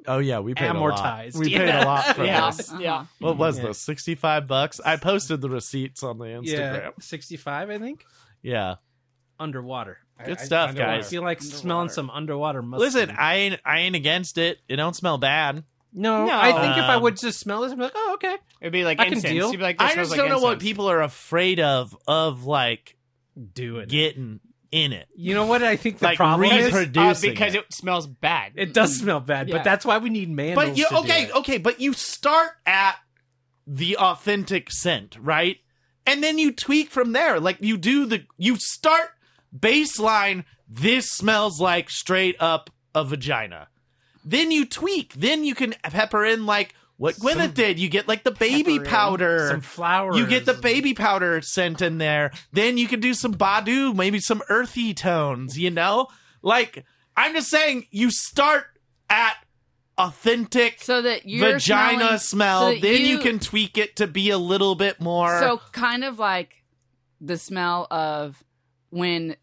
Speaker 2: Oh yeah, we paid
Speaker 1: Amortized.
Speaker 2: A lot. We
Speaker 1: Yeah.
Speaker 2: paid a lot for
Speaker 3: yeah.
Speaker 2: this.
Speaker 4: Uh-huh.
Speaker 3: Yeah.
Speaker 2: What was
Speaker 1: Yeah.
Speaker 2: this? Sixty-five bucks. I posted the receipts on the
Speaker 1: Yeah,
Speaker 2: Instagram.
Speaker 1: sixty five, I think.
Speaker 2: Yeah,
Speaker 1: Underwater.
Speaker 2: good stuff,
Speaker 3: underwater.
Speaker 1: I
Speaker 2: guys.
Speaker 1: feel like smelling
Speaker 4: Underwater.
Speaker 1: some underwater mustard.
Speaker 2: Listen, I ain't I ain't against it. It don't smell bad.
Speaker 1: no,
Speaker 3: No.
Speaker 1: I think if I
Speaker 2: Um,
Speaker 1: would just smell this, I'd be like, oh, okay.
Speaker 3: It'd be like
Speaker 1: I can
Speaker 3: incense.
Speaker 1: deal.
Speaker 3: You'd be like, this
Speaker 2: I
Speaker 3: smells
Speaker 2: just
Speaker 3: like
Speaker 2: don't know what
Speaker 3: incense.
Speaker 2: people are afraid of of like
Speaker 1: Do it.
Speaker 2: getting in it.
Speaker 1: You know what I think the
Speaker 2: Like,
Speaker 1: problem
Speaker 2: reproduce-
Speaker 1: is?
Speaker 3: Uh,
Speaker 2: Producing
Speaker 3: because
Speaker 2: it.
Speaker 3: it smells bad.
Speaker 1: It does smell bad,
Speaker 4: Yeah.
Speaker 1: but that's why we need mandals.
Speaker 2: But you
Speaker 1: to do
Speaker 2: okay,
Speaker 1: it.
Speaker 2: okay, but you start at the authentic scent, right? And then you tweak from there. Like you do the you start baseline, this smells like straight up a vagina. Then you tweak. Then you can pepper in like what Gwyneth did. You get like the baby
Speaker 3: pepper in
Speaker 2: powder.
Speaker 1: Some flowers.
Speaker 2: You get the baby powder scent in there. Then you can do some Badu, maybe some earthy tones, you know? Like, I'm just saying, you start at authentic
Speaker 4: so that you're smelling-
Speaker 2: vagina smell.
Speaker 4: so that
Speaker 2: then you, can tweak it to be a little bit more.
Speaker 4: So kind of like the smell of when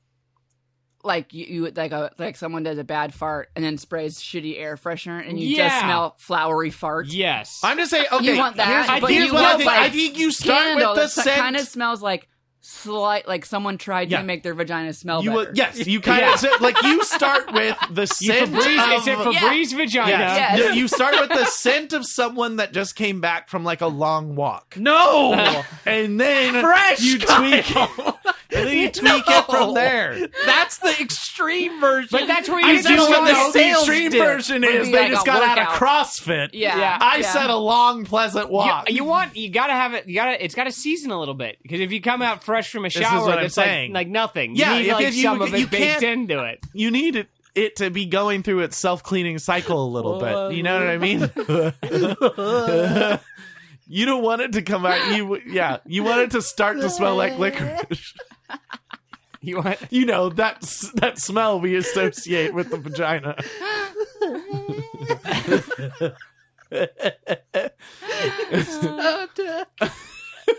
Speaker 4: like you, you like a like someone does a bad fart and then sprays shitty air freshener and you just
Speaker 3: Yeah.
Speaker 4: smell flowery fart.
Speaker 3: Yes.
Speaker 2: I'm just saying, okay.
Speaker 4: want that,
Speaker 2: here's,
Speaker 4: but
Speaker 2: here's
Speaker 4: you
Speaker 2: what I
Speaker 4: want,
Speaker 2: think.
Speaker 4: like,
Speaker 2: I think you start
Speaker 4: Candle
Speaker 2: with the
Speaker 4: that s-
Speaker 2: scent.
Speaker 4: kind of smells like slight like someone tried
Speaker 2: Yeah.
Speaker 4: to make their vagina smell
Speaker 2: you,
Speaker 4: better.
Speaker 2: yes, you kind
Speaker 3: Yeah.
Speaker 2: of so, like you start with the
Speaker 3: you
Speaker 2: scent.
Speaker 3: Febreze, it's
Speaker 2: of,
Speaker 3: a Febreze vagina.
Speaker 2: Yeah.
Speaker 4: Yes.
Speaker 2: You- You start with the scent of someone that just came back from like a long walk.
Speaker 1: no.
Speaker 2: And then
Speaker 1: Fresh,
Speaker 2: you tweak it. And then you tweak it
Speaker 1: No.
Speaker 4: Oh.
Speaker 2: from there.
Speaker 1: That's the extreme version.
Speaker 3: But that's where
Speaker 1: I
Speaker 3: you
Speaker 1: just
Speaker 3: do
Speaker 1: know what
Speaker 3: what
Speaker 1: the
Speaker 3: the
Speaker 1: same- sales
Speaker 2: extreme
Speaker 1: did.
Speaker 2: version
Speaker 4: Would
Speaker 2: is
Speaker 4: be
Speaker 2: they
Speaker 4: like
Speaker 2: just
Speaker 4: a
Speaker 2: got out of
Speaker 4: workout.
Speaker 2: CrossFit.
Speaker 4: Yeah.
Speaker 3: Yeah.
Speaker 2: I
Speaker 4: yeah.
Speaker 2: said a long, pleasant walk.
Speaker 3: You, you want you gotta have it. You gotta. It's gotta season a little bit because if you come out fresh from a
Speaker 2: is
Speaker 3: shower,
Speaker 2: what I'm
Speaker 3: it's like,
Speaker 2: saying.
Speaker 3: like nothing.
Speaker 2: Yeah,
Speaker 3: you need
Speaker 2: if-
Speaker 3: like
Speaker 2: if you-
Speaker 3: some of it
Speaker 2: you
Speaker 3: baked
Speaker 2: can't-
Speaker 3: into it.
Speaker 2: You need it, it to be going through its self cleaning cycle a little bit. You know what I mean? you don't want it to come out. You yeah. You want it to start to smell like licorice.
Speaker 3: You want
Speaker 2: You know that s- that smell we associate with the vagina.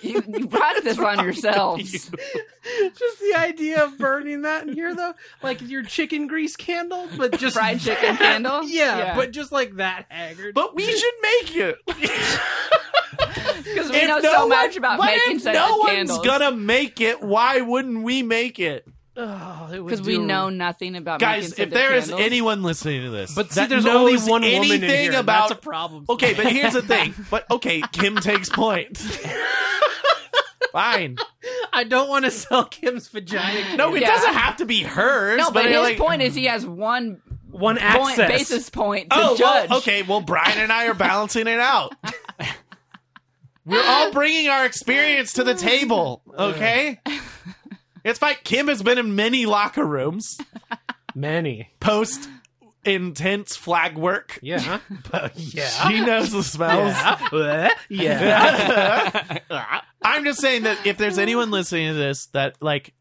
Speaker 4: You, you brought this on yourselves.
Speaker 1: Just the idea of burning that in here, though, like your chicken grease candle, but just
Speaker 4: Fried chicken candle?
Speaker 1: Yeah,
Speaker 4: Yeah.
Speaker 1: but just like that haggard.
Speaker 2: But we should make it.
Speaker 4: Because we
Speaker 2: If
Speaker 4: know
Speaker 2: no
Speaker 4: so
Speaker 2: one-
Speaker 4: much about
Speaker 2: what
Speaker 4: making
Speaker 2: if
Speaker 4: scented
Speaker 2: no
Speaker 4: candles.
Speaker 2: one's gonna make it. Why wouldn't we make it,
Speaker 1: oh,
Speaker 4: because we know nothing about
Speaker 2: guys?
Speaker 4: making
Speaker 2: If
Speaker 4: scented
Speaker 2: there is
Speaker 4: candles.
Speaker 2: anyone listening to this,
Speaker 1: But see,
Speaker 2: that
Speaker 1: there's only
Speaker 2: knows
Speaker 1: one woman in
Speaker 2: anything
Speaker 1: here.
Speaker 2: about.
Speaker 1: That's a problem.
Speaker 2: okay, but here's the thing. But okay, Kim takes point. Fine.
Speaker 1: I don't want to sell Kim's vagina.
Speaker 2: No, it
Speaker 4: Yeah.
Speaker 2: doesn't have to be hers.
Speaker 4: no, but, his
Speaker 2: like,
Speaker 4: point is he has one
Speaker 1: one
Speaker 4: point,
Speaker 1: access.
Speaker 4: basis point to
Speaker 2: oh,
Speaker 4: judge.
Speaker 2: Well, okay. Well, Brian and I are balancing it out. We're all bringing our experience to the table. Okay. It's fine. Kim has been in many locker rooms
Speaker 1: Many.
Speaker 2: post intense flag work.
Speaker 1: Yeah. But- yeah.
Speaker 2: She knows the smells.
Speaker 1: Yeah. yeah.
Speaker 2: I'm just saying that if there's anyone listening to this that like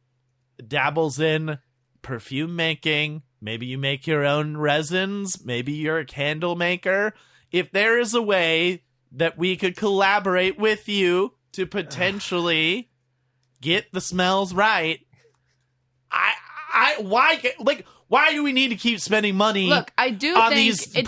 Speaker 2: dabbles in perfume making, maybe you make your own resins, maybe you're a candle maker, if there is a way that we could collaborate with you to potentially get the smells right, I I why ca- like why do we need to keep spending money?
Speaker 4: Look, I do
Speaker 2: on
Speaker 4: think
Speaker 2: these
Speaker 4: it's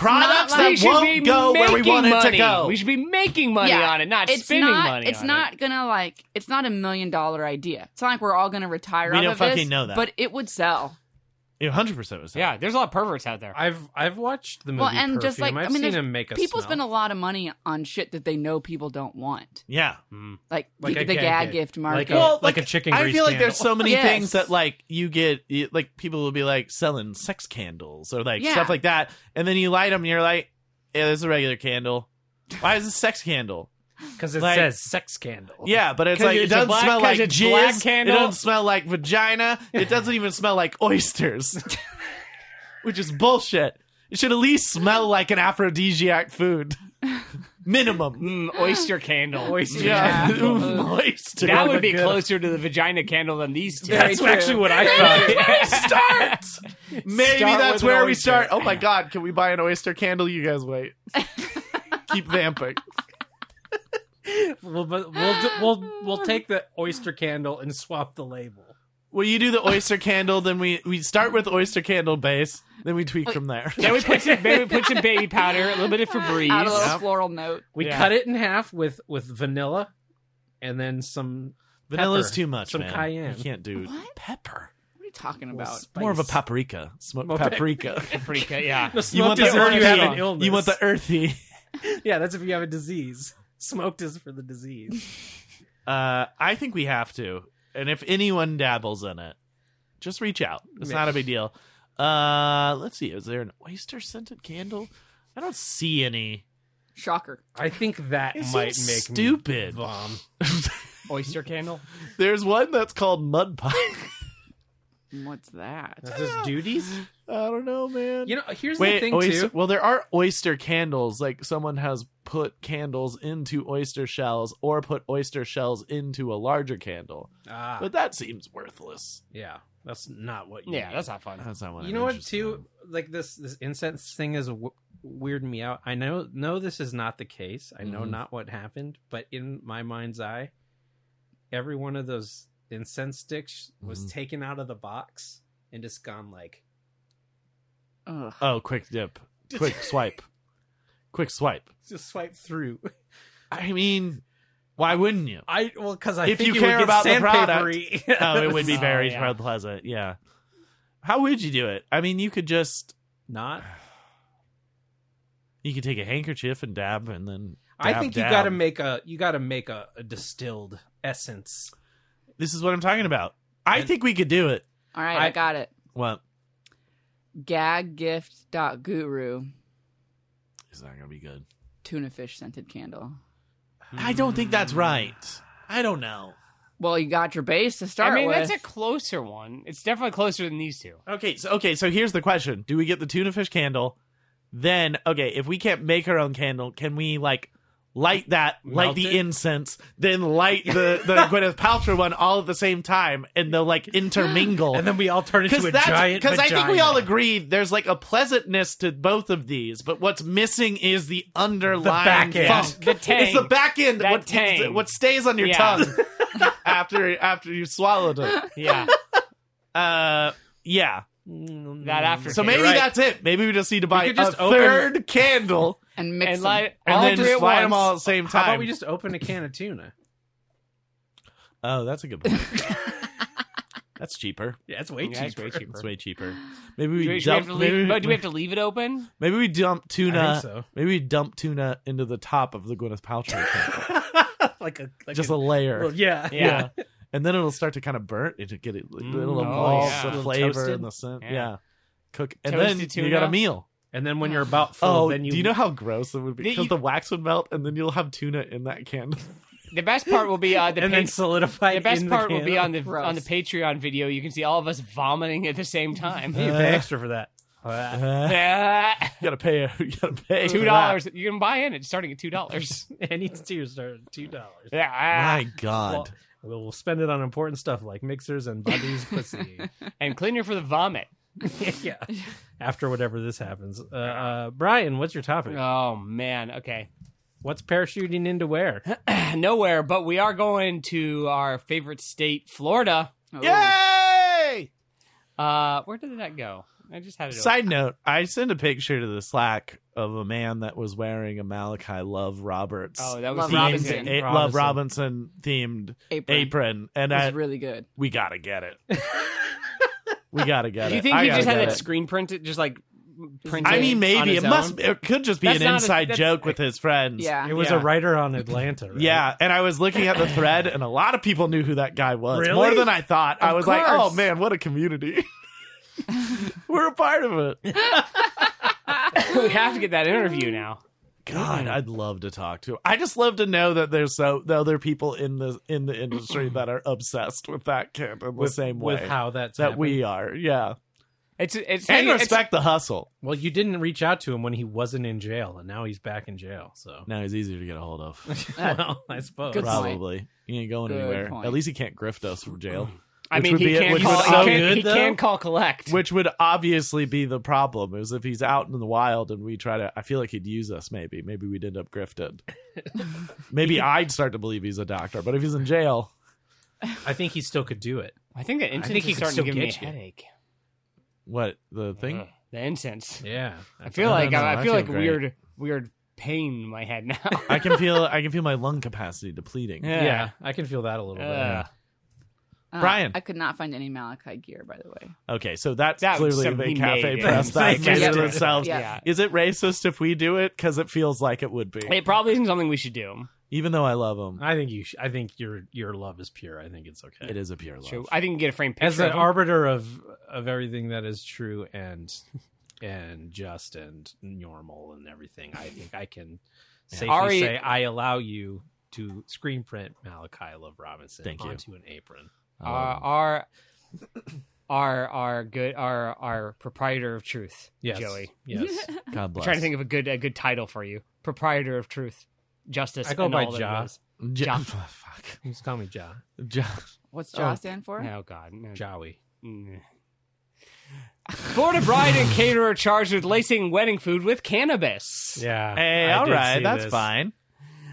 Speaker 4: not
Speaker 2: products that
Speaker 4: like
Speaker 3: we should
Speaker 2: won't
Speaker 3: be
Speaker 2: go where we
Speaker 3: making
Speaker 2: want it to
Speaker 3: money.
Speaker 2: go.
Speaker 3: We should be making money
Speaker 4: Yeah.
Speaker 3: on it, not
Speaker 4: it's
Speaker 3: spending
Speaker 4: not,
Speaker 3: money.
Speaker 4: It's
Speaker 3: on
Speaker 4: not
Speaker 3: It.
Speaker 4: gonna like it's not a million dollar idea. It's not like we're all gonna retire.
Speaker 2: We
Speaker 4: off
Speaker 2: don't
Speaker 4: of this,
Speaker 2: fucking know that.
Speaker 4: but it would sell.
Speaker 2: 100% was that.
Speaker 3: Yeah, there's a lot of perverts out there.
Speaker 1: I've I've watched the movie
Speaker 4: Well, and just
Speaker 1: Perfume.
Speaker 4: like- I
Speaker 1: I've
Speaker 4: mean,
Speaker 1: seen
Speaker 4: there's-
Speaker 1: him make a
Speaker 4: People
Speaker 1: smell.
Speaker 4: spend a lot of money on shit that they know people don't want,
Speaker 2: Yeah.
Speaker 1: Hmm.
Speaker 4: like,
Speaker 1: Like
Speaker 4: the,
Speaker 1: a
Speaker 4: the
Speaker 1: gag
Speaker 4: gag
Speaker 1: gift.
Speaker 4: gift
Speaker 1: Like
Speaker 4: market.
Speaker 1: a- like a chicken
Speaker 2: I
Speaker 1: grease
Speaker 2: feel like
Speaker 1: candle.
Speaker 2: there's so many
Speaker 4: Yes.
Speaker 2: things that like you get you- like people will be like selling sex candles or like
Speaker 4: Yeah.
Speaker 2: stuff like that, and then you light them and you're like, yeah, this is a regular candle. Why is this a sex candle?
Speaker 1: because it
Speaker 2: like-
Speaker 1: says sex candle.
Speaker 2: Yeah, but it's
Speaker 3: 'Cause
Speaker 2: like it
Speaker 3: it's a
Speaker 2: doesn't
Speaker 3: black-
Speaker 2: smell
Speaker 3: 'cause
Speaker 2: like
Speaker 3: it's black
Speaker 2: jizz. It
Speaker 3: candle.
Speaker 2: doesn't smell like vagina. It doesn't even smell like oysters, which is bullshit. It should at least smell like an aphrodisiac food, minimum.
Speaker 3: Mm, oyster candle.
Speaker 1: Oyster
Speaker 2: Yeah,
Speaker 1: candle.
Speaker 2: Ooh, oyster.
Speaker 3: That would be
Speaker 1: good.
Speaker 3: closer to the vagina candle than these two.
Speaker 1: That's actually what I thought.
Speaker 2: start. Maybe
Speaker 3: Start with
Speaker 2: that's
Speaker 3: an
Speaker 2: where we
Speaker 3: oyster.
Speaker 2: start. Oh my god, can we buy an oyster candle? You guys wait. Keep vamping.
Speaker 1: we'll, but we'll, do- we'll we'll take the oyster candle and swap the label.
Speaker 2: Well, you do the oyster candle, then we we start with oyster candle base, then we tweak from there.
Speaker 3: Then we put some, then we put some baby powder, a little bit of
Speaker 4: Add a little
Speaker 3: Febreze.
Speaker 4: floral note.
Speaker 1: We
Speaker 3: Yeah.
Speaker 1: cut it in half with with vanilla, and then some
Speaker 2: Vanilla's
Speaker 1: pepper,
Speaker 2: too much,
Speaker 1: Some
Speaker 2: man.
Speaker 1: cayenne.
Speaker 2: You can't do
Speaker 4: What?
Speaker 2: pepper.
Speaker 4: What are you talking about?
Speaker 1: Spice.
Speaker 2: More of a paprika. Smoke
Speaker 1: More pep-
Speaker 2: paprika.
Speaker 3: Pretty good, yeah.
Speaker 1: No,
Speaker 2: you
Speaker 1: smoked
Speaker 2: want the
Speaker 1: is if you
Speaker 2: earthy.
Speaker 1: have an illness.
Speaker 2: you want the earthy.
Speaker 1: yeah, that's if you have a disease. Smoked is for the disease.
Speaker 2: Uh, I think we have to. And if anyone dabbles in it, just reach out. It's
Speaker 1: Yeah.
Speaker 2: not a big deal. Uh, let's see. Is there an oyster scented candle? I don't see any.
Speaker 4: Shocker.
Speaker 1: I think that
Speaker 2: It
Speaker 1: might make
Speaker 2: seems
Speaker 1: me
Speaker 2: stupid.
Speaker 1: vom.
Speaker 3: Oyster candle.
Speaker 2: There's one that's called mud pie.
Speaker 4: What's that?
Speaker 1: That's his duties.
Speaker 2: I don't know, man.
Speaker 1: You know, here's the
Speaker 2: Wait,
Speaker 1: thing
Speaker 2: oyster,
Speaker 1: too.
Speaker 2: well, there are oyster candles. Like someone has put candles into oyster shells, or put oyster shells into a larger candle.
Speaker 1: Ah,
Speaker 2: But that seems worthless.
Speaker 1: yeah, that's not what. You
Speaker 3: Yeah,
Speaker 1: need.
Speaker 3: that's not fun.
Speaker 2: That's not what
Speaker 1: you
Speaker 2: I'm
Speaker 1: know what
Speaker 2: interested
Speaker 1: too like this this incense thing is w- weirding me out i know no this is not the case i know
Speaker 2: Mhm.
Speaker 1: not what happened but in my mind's eye every one of those incense sticks was
Speaker 2: Mhm.
Speaker 1: taken out of the box and just gone like
Speaker 4: Ugh.
Speaker 2: in. Oh, quick dip, quick swipe, quick swipe.
Speaker 1: just swipe through
Speaker 2: I mean, why wouldn't you?
Speaker 1: i well because i
Speaker 2: If
Speaker 1: think
Speaker 2: you
Speaker 1: it would
Speaker 2: care
Speaker 1: get
Speaker 2: about the product,
Speaker 1: sandpapery.
Speaker 2: Oh, it would be
Speaker 3: Oh,
Speaker 2: very
Speaker 3: yeah.
Speaker 2: pleasant. Yeah. How would you do it? I mean, you could just
Speaker 1: not
Speaker 2: you could take a handkerchief and dab, and then
Speaker 1: i
Speaker 2: dab
Speaker 1: think you
Speaker 2: down.
Speaker 1: gotta make a you gotta make a, a distilled essence
Speaker 2: This is what I'm talking about. I
Speaker 1: And-
Speaker 2: think we could do it.
Speaker 4: All right,
Speaker 1: I-
Speaker 4: I, got it.
Speaker 2: What?
Speaker 4: Gaggift.guru
Speaker 2: It's not gonna be good.
Speaker 4: tuna fish scented candle.
Speaker 1: Hmm.
Speaker 2: I don't think that's right. I don't know.
Speaker 4: Well, you got your base to start
Speaker 3: I mean,
Speaker 4: with.
Speaker 3: that's a closer one. It's definitely closer than these two.
Speaker 2: Okay, so okay, so here's the question: Do we get the tuna fish candle? Then, okay, if we can't make our own candle, can we like light that, light
Speaker 1: Melt
Speaker 2: the
Speaker 1: it?
Speaker 2: incense, then light the the Gwyneth Paltrow one all at the same time, and they'll like intermingle?
Speaker 1: and then we all turn into
Speaker 2: because
Speaker 1: a
Speaker 2: that's
Speaker 1: giant
Speaker 2: because I think we
Speaker 1: vagina.
Speaker 2: all agree there's like a pleasantness to both of these, but what's missing is the underlying
Speaker 1: back end.
Speaker 2: funk.
Speaker 3: The tang.
Speaker 2: Oh, It's the back end.
Speaker 3: That
Speaker 2: what,
Speaker 3: tang.
Speaker 2: what stays on your
Speaker 3: Yeah.
Speaker 2: tongue after after you swallowed it.
Speaker 3: Yeah,
Speaker 2: Uh, yeah.
Speaker 3: that after.
Speaker 2: So maybe
Speaker 1: right.
Speaker 2: that's it. Maybe we just need to buy
Speaker 1: could just
Speaker 2: a
Speaker 1: open-
Speaker 2: third candle
Speaker 4: and mix
Speaker 3: and
Speaker 4: them.
Speaker 3: light
Speaker 2: and
Speaker 3: all
Speaker 2: then
Speaker 3: three
Speaker 2: just
Speaker 3: at
Speaker 2: light
Speaker 3: once.
Speaker 2: them all at the same time.
Speaker 1: how about we just open a can of tuna
Speaker 2: Oh, that's a good point. that's cheaper.
Speaker 1: yeah it's way
Speaker 3: Yeah, it's
Speaker 1: cheaper
Speaker 3: way cheaper.
Speaker 2: That's way cheaper. Maybe we
Speaker 3: Do we, do we have
Speaker 2: dump.
Speaker 3: to
Speaker 2: maybe,
Speaker 3: leave, but do we have to leave it open?
Speaker 2: maybe we dump tuna.
Speaker 1: I think so.
Speaker 2: Maybe we dump tuna into the top of the Gwyneth Paltrow candle,
Speaker 1: like a like
Speaker 2: just
Speaker 1: a,
Speaker 2: a layer.
Speaker 1: well, yeah.
Speaker 3: Yeah.
Speaker 2: and then it'll start to kind of burn. It'll get it, it'll
Speaker 1: oh,
Speaker 2: evolve
Speaker 3: yeah.
Speaker 2: the
Speaker 1: Little
Speaker 2: flavor
Speaker 1: toasted?
Speaker 2: and the scent. Yeah,
Speaker 3: Yeah.
Speaker 2: cook, and
Speaker 3: Toasted
Speaker 2: then you
Speaker 3: tuna?
Speaker 2: got a meal.
Speaker 1: And then when you're about full,
Speaker 2: oh,
Speaker 1: then you
Speaker 2: do you know how gross it would be?
Speaker 3: Yeah,
Speaker 2: Because
Speaker 3: you-
Speaker 2: the wax would melt, and then you'll have tuna in that candle.
Speaker 3: The best part will be uh, the
Speaker 1: and then
Speaker 3: pa-
Speaker 1: solidify.
Speaker 3: the
Speaker 1: it in
Speaker 3: best
Speaker 1: the
Speaker 3: part will be
Speaker 1: can.
Speaker 3: on the
Speaker 4: Gross.
Speaker 3: on the Patreon video. You can see all of us vomiting at the same time.
Speaker 1: Hey, you pay extra for that. Uh,
Speaker 2: you gotta pay. You gotta pay for
Speaker 3: two
Speaker 2: that.
Speaker 3: dollars. You can buy in it starting at two dollars.
Speaker 1: Any two start two dollars.
Speaker 3: yeah,
Speaker 2: My God,
Speaker 1: We'll, we'll spend it on important stuff like mixers and Buddy's pussy.
Speaker 3: and cleaner for the vomit.
Speaker 1: yeah. After whatever this happens, uh, uh, Brian, what's your topic?
Speaker 3: Oh man. Okay.
Speaker 1: what's parachuting into where?
Speaker 3: Nowhere, but we are going to our favorite state, Florida.
Speaker 4: Oh.
Speaker 2: yay!
Speaker 3: Uh, where did that go? I just had it. open.
Speaker 2: Side note: I sent a picture to the Slack of a man that was wearing a Malachi Love Roberts.
Speaker 3: Oh, that
Speaker 4: Love
Speaker 3: was
Speaker 2: themed-
Speaker 3: the
Speaker 4: Robinson.
Speaker 3: amazing-
Speaker 2: eh, Love Robinson themed
Speaker 4: Apron.
Speaker 2: apron, and
Speaker 4: It was
Speaker 2: I,
Speaker 4: really good.
Speaker 2: we gotta get it. we gotta get it.
Speaker 3: Do you think
Speaker 2: I
Speaker 3: he
Speaker 2: gotta
Speaker 3: just had
Speaker 2: get
Speaker 3: that
Speaker 2: it.
Speaker 3: screen printed? Just like printed.
Speaker 2: I mean,
Speaker 3: on
Speaker 2: maybe
Speaker 3: his
Speaker 2: it must.
Speaker 3: own?
Speaker 2: Be, it could just be
Speaker 3: That's
Speaker 2: an
Speaker 3: not a-
Speaker 2: inside
Speaker 3: that's-
Speaker 2: joke with his friends.
Speaker 4: Yeah.
Speaker 1: It was a
Speaker 3: Yeah.
Speaker 1: writer on Atlanta. Right?
Speaker 2: Yeah, and I was looking at the thread, and a lot of people knew who that guy was.
Speaker 1: Really?
Speaker 2: More than I thought. I
Speaker 4: Of
Speaker 2: was like, "Oh
Speaker 4: course.
Speaker 2: man, what a community! We're a part of it."
Speaker 3: we have to get that interview now.
Speaker 2: God, I'd love to talk to. Him. I just love to know that there's so the other people in the in the industry that are obsessed with that camp in
Speaker 1: with,
Speaker 2: the same way
Speaker 1: with how that's
Speaker 2: that
Speaker 1: happened.
Speaker 2: we are. Yeah,
Speaker 3: It's it's
Speaker 2: and
Speaker 3: it's-
Speaker 2: respect the hustle.
Speaker 1: Well, you didn't reach out to him when he wasn't in jail, and now he's back in jail. So,
Speaker 2: Now he's easier to get a hold of.
Speaker 1: well, I suppose.
Speaker 4: Good point.
Speaker 2: Probably he ain't going
Speaker 4: Good
Speaker 2: anywhere.
Speaker 4: point.
Speaker 2: At least he can't grift us from jail.
Speaker 3: I
Speaker 2: Which
Speaker 3: mean,
Speaker 2: would
Speaker 3: he
Speaker 2: be-
Speaker 3: can
Speaker 2: which
Speaker 3: call.
Speaker 2: would
Speaker 3: he
Speaker 2: so
Speaker 3: can,
Speaker 1: good,
Speaker 3: he
Speaker 1: though.
Speaker 3: can call collect.
Speaker 2: which would obviously be the problem is if he's out in the wild and we try to i feel like he'd use us maybe maybe we'd end up grifted maybe i'd start to believe he's a doctor but if he's in jail
Speaker 1: I think he still could do it.
Speaker 3: I think the incense
Speaker 1: think he
Speaker 3: is
Speaker 1: could
Speaker 3: starting to
Speaker 1: still
Speaker 3: give me a
Speaker 1: get you.
Speaker 3: headache.
Speaker 2: what the thing
Speaker 3: Ugh, the incense.
Speaker 1: Yeah,
Speaker 3: I feel
Speaker 2: I
Speaker 3: like
Speaker 2: don't know,
Speaker 3: I,
Speaker 2: I
Speaker 3: I
Speaker 2: feel
Speaker 3: feel like
Speaker 2: great.
Speaker 3: weird weird pain in my head now.
Speaker 2: i can feel i can feel my lung capacity depleting
Speaker 1: Yeah, I can feel that a little
Speaker 3: Ugh.
Speaker 4: Uh,
Speaker 2: Brian.
Speaker 4: I could not find any Malachi gear, by the way.
Speaker 2: okay so that's
Speaker 3: That was
Speaker 2: clearly
Speaker 3: some-
Speaker 2: the
Speaker 3: he
Speaker 2: cafe
Speaker 3: made it.
Speaker 2: press that
Speaker 1: They
Speaker 2: made it
Speaker 4: guessed it.
Speaker 2: themselves
Speaker 4: Yeah.
Speaker 2: is it racist if we do it because it feels like it would be
Speaker 3: It probably isn't something we should do.
Speaker 2: even though i love
Speaker 1: bit.
Speaker 2: him
Speaker 1: I think you. Sh- I think your your love is pure. I think it's okay.
Speaker 2: it is a pure love
Speaker 3: Should- I think you can get a framed picture.
Speaker 1: As an
Speaker 3: of him.
Speaker 1: arbiter of of everything that is true and and just and normal and everything, I think I can safely
Speaker 3: Ari-
Speaker 1: say I allow you to screen print Malachi Love Robinson
Speaker 2: Thank you.
Speaker 1: onto an apron.
Speaker 2: I
Speaker 3: uh,
Speaker 2: love him.
Speaker 3: our our our good our our proprietor of truth,
Speaker 1: Yes.
Speaker 3: Joey.
Speaker 1: Yes.
Speaker 2: God
Speaker 3: I'm
Speaker 2: bless.
Speaker 3: trying to think of a good a good title for you. Proprietor of truth, justice.
Speaker 1: I go
Speaker 3: and
Speaker 1: by
Speaker 3: all that
Speaker 1: Ja.
Speaker 3: it is.
Speaker 2: Ja-
Speaker 3: Jump.
Speaker 2: fuck.
Speaker 1: Just call me Ja.
Speaker 2: Ja-
Speaker 4: What's Jaw
Speaker 3: Oh.
Speaker 4: stand for?
Speaker 3: Oh God, no,
Speaker 1: Jowie.
Speaker 3: Mm. Florida bride and caterer charged with lacing wedding food with cannabis.
Speaker 1: Yeah.
Speaker 2: Hey,
Speaker 1: I
Speaker 2: all
Speaker 1: did
Speaker 2: right,
Speaker 1: see
Speaker 2: that's
Speaker 1: this.
Speaker 2: fine.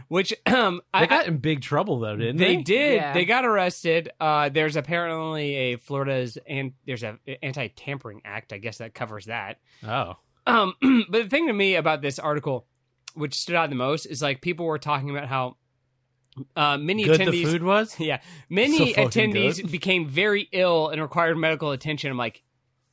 Speaker 3: Which um, I,
Speaker 1: They got in big trouble though, didn't
Speaker 3: they
Speaker 1: they?
Speaker 3: did.
Speaker 4: Yeah.
Speaker 3: They got arrested. Uh, there's apparently a Florida's and there's a anti tampering act. I guess that covers that.
Speaker 1: Oh.
Speaker 3: Um, but the thing to me about this article, which stood out the most, is like people were talking about how uh, many
Speaker 1: Good
Speaker 3: attendees.
Speaker 1: the food was?
Speaker 3: Yeah, many
Speaker 2: So fucking
Speaker 3: attendees
Speaker 2: good.
Speaker 3: became very ill and required medical attention. I'm like,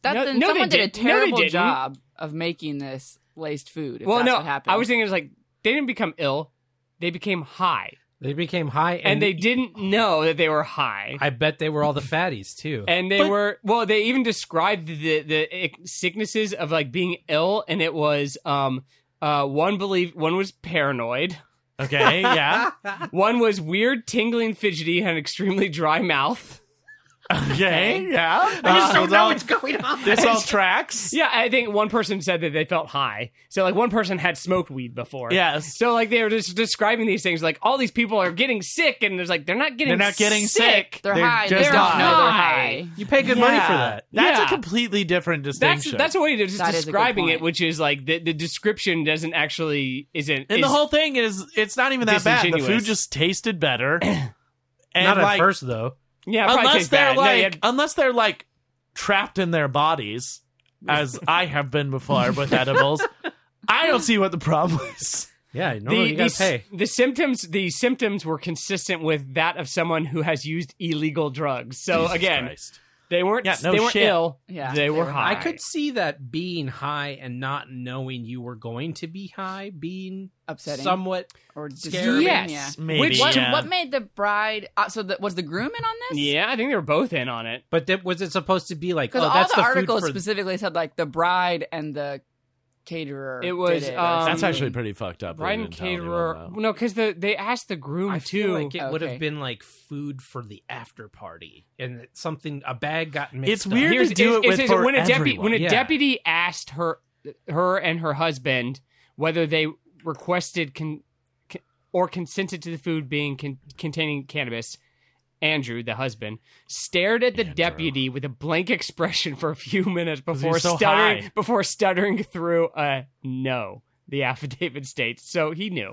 Speaker 4: That,
Speaker 3: No-
Speaker 4: then
Speaker 3: no, they
Speaker 4: someone did a
Speaker 3: didn't. No, they
Speaker 4: terrible
Speaker 3: didn't.
Speaker 4: job of making this laced food. If
Speaker 3: well,
Speaker 4: that's
Speaker 3: no,
Speaker 4: what happened.
Speaker 3: I was thinking it was like they didn't become ill; they became high,
Speaker 1: They became high
Speaker 3: and, they didn't know that they were high.
Speaker 1: I bet they were all the fatties too.
Speaker 3: and they
Speaker 2: But-
Speaker 3: were well they even described the the sicknesses of like being ill and it was um uh one believed one was paranoid
Speaker 2: Okay, yeah.
Speaker 3: one was weird tingling fidgety and had an extremely dry mouth
Speaker 2: Okay, yeah. I
Speaker 1: just don't know
Speaker 2: all,
Speaker 1: what's going on.
Speaker 2: This all tracks.
Speaker 3: yeah i think one person said that they felt high so like one person had smoked weed before
Speaker 2: Yes.
Speaker 3: so like they were just describing these things like all these people are getting sick and there's like they're not getting
Speaker 2: They're not getting sick.
Speaker 4: They're, high.
Speaker 2: Just
Speaker 4: they don't
Speaker 2: high.
Speaker 4: know they're
Speaker 3: high.
Speaker 4: high.
Speaker 1: You pay good money for
Speaker 2: Yeah.
Speaker 1: that.
Speaker 2: That's
Speaker 3: Yeah.
Speaker 2: a completely different
Speaker 3: that's
Speaker 2: distinction.
Speaker 3: that's a way to just
Speaker 4: That is a good
Speaker 3: describing it
Speaker 4: point.
Speaker 3: which is like the, the description doesn't actually isn't
Speaker 2: and
Speaker 3: is,
Speaker 2: the whole thing is it's not even that bad. The food
Speaker 3: Disingenuous.
Speaker 2: just tasted better. and
Speaker 1: Not at
Speaker 2: like,
Speaker 1: first though.
Speaker 3: yeah probably
Speaker 2: unless
Speaker 3: tastes
Speaker 2: they're
Speaker 3: bad. No,
Speaker 2: like
Speaker 3: yeah,
Speaker 2: unless they're like trapped in their bodies, as I have been before with edibles. I don't see what the problem is.
Speaker 1: Yeah, normally you gotta
Speaker 3: s-
Speaker 1: pay.
Speaker 3: the symptoms the symptoms were consistent with that of someone who has used illegal drugs. So
Speaker 2: Jesus
Speaker 3: again,
Speaker 2: Christ.
Speaker 3: they weren't
Speaker 2: Yeah, no
Speaker 3: they weren't
Speaker 2: shit.
Speaker 3: ill.
Speaker 4: Yeah,
Speaker 3: they, were high.
Speaker 1: I could see that being high and not knowing you were going to be high being
Speaker 4: Upsetting
Speaker 1: somewhat
Speaker 4: or
Speaker 1: Scary.
Speaker 4: disturbing. Yeah.
Speaker 3: Yes.
Speaker 2: Maybe,
Speaker 3: Which
Speaker 4: What,
Speaker 2: yeah.
Speaker 4: what made the bride? Uh, so the, was the groom in on this?
Speaker 3: Yeah, I think they were both in on it.
Speaker 1: but that was it supposed to be like oh
Speaker 4: because all
Speaker 1: that's
Speaker 4: the,
Speaker 1: the,
Speaker 4: articles
Speaker 1: food for
Speaker 4: specifically said like the bride and the caterer.
Speaker 3: It was,
Speaker 4: did it or
Speaker 3: um,
Speaker 2: That's
Speaker 4: something.
Speaker 2: actually pretty fucked up. that they
Speaker 3: Brian
Speaker 2: didn't tell anyone,
Speaker 3: Caterer.
Speaker 2: though.
Speaker 3: No, because the they asked the groom
Speaker 1: I
Speaker 3: too.
Speaker 1: feel like it would have
Speaker 4: Okay.
Speaker 1: been like food for the after party, and that something a bag got mixed.
Speaker 2: It's
Speaker 1: up.
Speaker 2: weird
Speaker 3: Here's
Speaker 2: to do
Speaker 3: is-
Speaker 2: it with
Speaker 3: is- is
Speaker 2: for
Speaker 3: when a deputy
Speaker 2: everyone.
Speaker 3: when a
Speaker 1: Yeah.
Speaker 3: deputy asked her her and her husband whether they requested con, con- or consented to the food being con, containing cannabis. Andrew, the husband, stared at the
Speaker 2: Andrew.
Speaker 3: deputy with a blank expression for a few minutes
Speaker 2: he
Speaker 3: before
Speaker 2: was so
Speaker 3: stuttering
Speaker 2: high.
Speaker 3: before stuttering through a no. The affidavit states so he knew.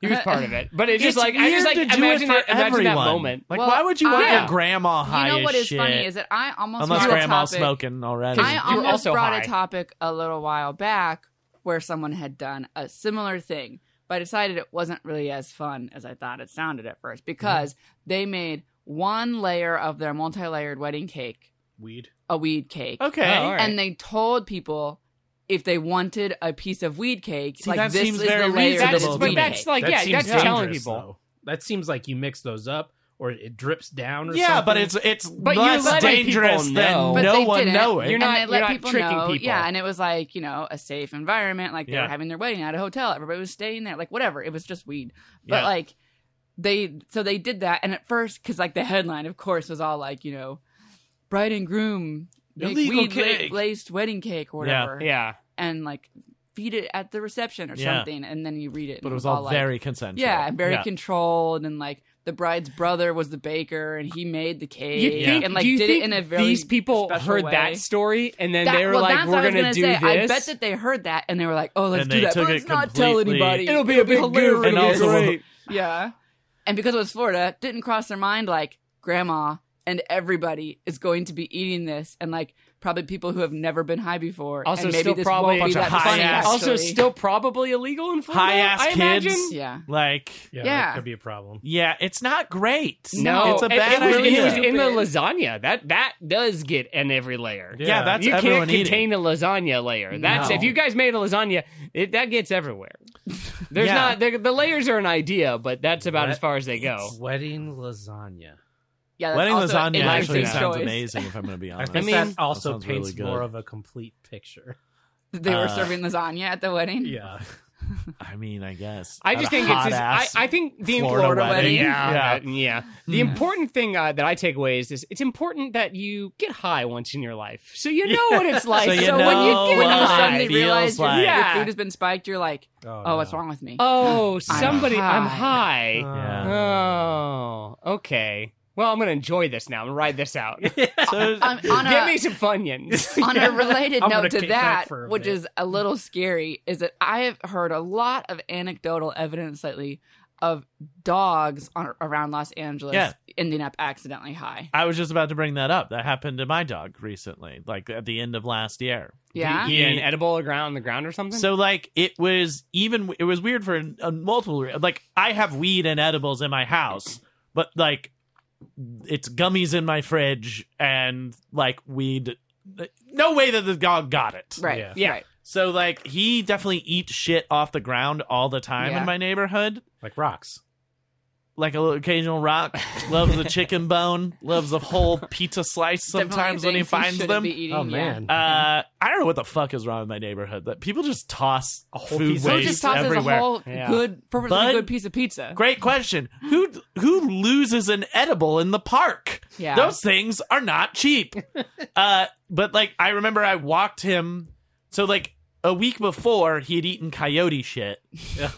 Speaker 3: He was part of it, but it's just
Speaker 2: It's
Speaker 3: like I just like
Speaker 2: weird to do
Speaker 3: imagine
Speaker 2: it for
Speaker 3: that, imagine that
Speaker 2: everyone.
Speaker 3: moment.
Speaker 2: Like,
Speaker 4: Well,
Speaker 2: why would you want
Speaker 4: I-
Speaker 2: your grandma high
Speaker 4: You know
Speaker 2: as
Speaker 4: what is
Speaker 2: shit?
Speaker 4: funny is that I almost
Speaker 2: Unless
Speaker 4: brought a
Speaker 2: grandma's
Speaker 4: topic-
Speaker 2: smoking already.
Speaker 4: I
Speaker 3: you were
Speaker 4: almost
Speaker 3: also
Speaker 4: brought
Speaker 3: high.
Speaker 4: a topic a little while back where someone had done a similar thing, but I decided it wasn't really as fun as I thought it sounded at first because they made one layer of their multi-layered wedding cake
Speaker 1: Weed.
Speaker 4: a weed cake,
Speaker 2: okay.
Speaker 3: Oh, all right.
Speaker 4: and they told people. If they wanted a piece of weed cake,
Speaker 2: See,
Speaker 4: like
Speaker 2: that
Speaker 4: this
Speaker 2: seems
Speaker 4: is the
Speaker 2: very
Speaker 4: layer
Speaker 2: reasonable
Speaker 4: of
Speaker 2: to
Speaker 4: weed
Speaker 3: but
Speaker 2: me.
Speaker 4: cake.
Speaker 3: that's like
Speaker 1: That
Speaker 3: yeah,
Speaker 1: seems
Speaker 3: that's telling
Speaker 1: dangerous,
Speaker 3: people.
Speaker 1: though. That seems like you mix those up, or it drips down, or
Speaker 2: yeah,
Speaker 1: something.
Speaker 2: but it's it's
Speaker 3: But you
Speaker 2: less
Speaker 3: let people
Speaker 2: dangerous
Speaker 3: know.
Speaker 2: than
Speaker 3: But
Speaker 2: no
Speaker 4: they
Speaker 2: one
Speaker 4: didn't.
Speaker 2: knowing.
Speaker 3: You're
Speaker 4: and
Speaker 3: not-
Speaker 4: they let
Speaker 3: not
Speaker 4: people
Speaker 3: tricking
Speaker 4: know.
Speaker 3: people.
Speaker 4: Yeah, and it was like you know a safe environment. Like they
Speaker 2: Yeah.
Speaker 4: were having their wedding at a hotel. Everybody was staying there. Like whatever. It was just weed. But
Speaker 2: Yeah.
Speaker 4: like they so they did that. And at first, because like the headline, of course, was all like you know, bride and groom make
Speaker 2: Illegal
Speaker 4: weed la-
Speaker 2: cake.
Speaker 4: laced wedding cake or
Speaker 2: Yeah.
Speaker 4: whatever.
Speaker 3: Yeah.
Speaker 4: and like feed it at the reception or
Speaker 2: Yeah.
Speaker 4: something. And then you read it. and
Speaker 2: but it was all
Speaker 4: like,
Speaker 2: very consensual.
Speaker 4: yeah, and very controlled and like. The bride's brother was the baker, and he made the cake,
Speaker 3: You
Speaker 4: and like
Speaker 3: do you
Speaker 4: did
Speaker 3: think
Speaker 4: it in a very
Speaker 3: these people
Speaker 4: special
Speaker 3: heard
Speaker 4: way.
Speaker 3: that story and then
Speaker 4: That-
Speaker 3: they were
Speaker 4: well,
Speaker 3: like,
Speaker 4: that's
Speaker 3: "We're
Speaker 4: what I was
Speaker 3: gonna do
Speaker 4: say.
Speaker 3: this."
Speaker 4: I bet that they heard that and they were like, "Oh, let's
Speaker 2: And
Speaker 4: do
Speaker 2: they
Speaker 4: that,
Speaker 2: took
Speaker 4: but
Speaker 2: it
Speaker 4: let's not tell
Speaker 2: completely-
Speaker 4: anybody.
Speaker 3: It'll be a big goof.
Speaker 4: hilarious."
Speaker 2: And also-
Speaker 3: great.
Speaker 4: yeah." And because it was Florida, didn't cross their mind like grandma and everybody is going to be eating this, and like probably people who have never been high before.
Speaker 3: Also,
Speaker 4: and maybe
Speaker 3: still
Speaker 4: this
Speaker 3: probably
Speaker 4: won't be
Speaker 2: Bunch of
Speaker 4: that
Speaker 2: high
Speaker 4: funny.
Speaker 2: ass-
Speaker 3: also
Speaker 4: actually.
Speaker 3: still probably illegal in Florida.
Speaker 2: High ass
Speaker 3: I imagine.
Speaker 2: kids.
Speaker 4: yeah.
Speaker 2: Like
Speaker 1: yeah,
Speaker 4: Yeah.
Speaker 1: that could be a problem.
Speaker 2: yeah, it's not great.
Speaker 4: No.
Speaker 2: it's a
Speaker 3: And
Speaker 2: bad
Speaker 3: it was, and
Speaker 2: idea.
Speaker 3: It was in the
Speaker 4: Stupid.
Speaker 3: lasagna. That that does get in every layer.
Speaker 2: yeah,
Speaker 1: Yeah.
Speaker 2: that's
Speaker 3: you
Speaker 2: everyone
Speaker 3: can't contain
Speaker 2: eating.
Speaker 3: a lasagna layer. That's
Speaker 4: No.
Speaker 3: if you guys made a lasagna, it, that gets everywhere. There's
Speaker 2: Yeah.
Speaker 3: not the, the layers are an idea, but that's about
Speaker 1: What?
Speaker 3: as far as they go.
Speaker 1: Wedding lasagna.
Speaker 4: Yeah, that's
Speaker 2: Wedding
Speaker 4: also
Speaker 2: lasagna
Speaker 4: an
Speaker 2: actually
Speaker 4: interesting
Speaker 2: sounds
Speaker 4: choice.
Speaker 2: amazing. If I'm going to be
Speaker 1: I
Speaker 2: honest,
Speaker 1: think
Speaker 3: mean-
Speaker 1: that also
Speaker 2: That sounds
Speaker 1: paints
Speaker 2: really good.
Speaker 1: more of a complete picture.
Speaker 4: They were
Speaker 2: Uh,
Speaker 4: serving lasagna at the wedding.
Speaker 1: Yeah,
Speaker 2: I mean, I guess.
Speaker 3: I
Speaker 2: At
Speaker 3: just
Speaker 2: a
Speaker 3: think it's.
Speaker 2: hot
Speaker 3: Just, I,
Speaker 2: ass
Speaker 3: I think the
Speaker 2: Florida
Speaker 3: important
Speaker 2: wedding.
Speaker 3: Yeah,
Speaker 2: Yeah.
Speaker 3: that- yeah. The important thing uh, that I take away is this: it's important that you get high once in your life, so you know what it's like.
Speaker 2: So you
Speaker 4: so when
Speaker 2: know
Speaker 4: you get
Speaker 2: what
Speaker 4: when you
Speaker 2: it
Speaker 4: suddenly
Speaker 2: feels
Speaker 4: realize your,
Speaker 2: like.
Speaker 4: your
Speaker 3: Yeah.
Speaker 4: food has been spiked, you're like, oh,
Speaker 1: no.
Speaker 4: what's wrong with me?
Speaker 3: oh, somebody, I'm
Speaker 1: Uh,
Speaker 3: high.
Speaker 2: Yeah.
Speaker 3: Oh, okay. Well, I'm gonna enjoy this now. I'm gonna ride this out.
Speaker 2: So,
Speaker 4: Um, on
Speaker 3: Give
Speaker 4: a-
Speaker 3: me some funyuns.
Speaker 4: on a related
Speaker 1: I'm gonna
Speaker 4: note to
Speaker 1: kick back
Speaker 4: that,
Speaker 1: for a
Speaker 4: which
Speaker 1: bit.
Speaker 4: is a little scary, is that I have heard a lot of anecdotal evidence lately of dogs on, around Los Angeles
Speaker 2: Yeah.
Speaker 4: ending up accidentally high.
Speaker 2: I was just about to bring that up. That happened to my dog recently, like at the end of last year. e-
Speaker 4: Yeah.
Speaker 3: yeah, an edible ground on the ground or something.
Speaker 2: So like it was even it was weird for a multiple re- like I have weed and edibles in my house, but like it's gummies in my fridge and like weed. No way that the dog got it.
Speaker 4: Right.
Speaker 1: Yeah.
Speaker 3: Yeah.
Speaker 4: Right.
Speaker 2: So like he definitely eats shit off the ground all the time
Speaker 4: Yeah.
Speaker 2: in my neighborhood.
Speaker 1: like rocks.
Speaker 2: Like a little occasional rock, loves the chicken bone, loves a whole pizza slice sometimes
Speaker 4: Definitely
Speaker 2: when he
Speaker 4: things you
Speaker 2: finds
Speaker 4: shouldn't
Speaker 2: them.
Speaker 4: Be eating,
Speaker 1: Oh
Speaker 4: yeah.
Speaker 1: man.
Speaker 2: Uh, I don't know what the fuck is wrong with my neighborhood. That people just toss a
Speaker 1: whole
Speaker 2: food
Speaker 1: piece of
Speaker 4: Who
Speaker 2: waste
Speaker 1: pizza.
Speaker 4: just tosses
Speaker 2: everywhere.
Speaker 4: a whole
Speaker 3: Yeah.
Speaker 4: good, purposely
Speaker 2: Bud-
Speaker 4: good piece of pizza?
Speaker 2: Great question. Who who loses an edible in the park?
Speaker 4: Yeah.
Speaker 2: Those things are not cheap. uh, but like I remember I walked him so like a week before he had eaten coyote shit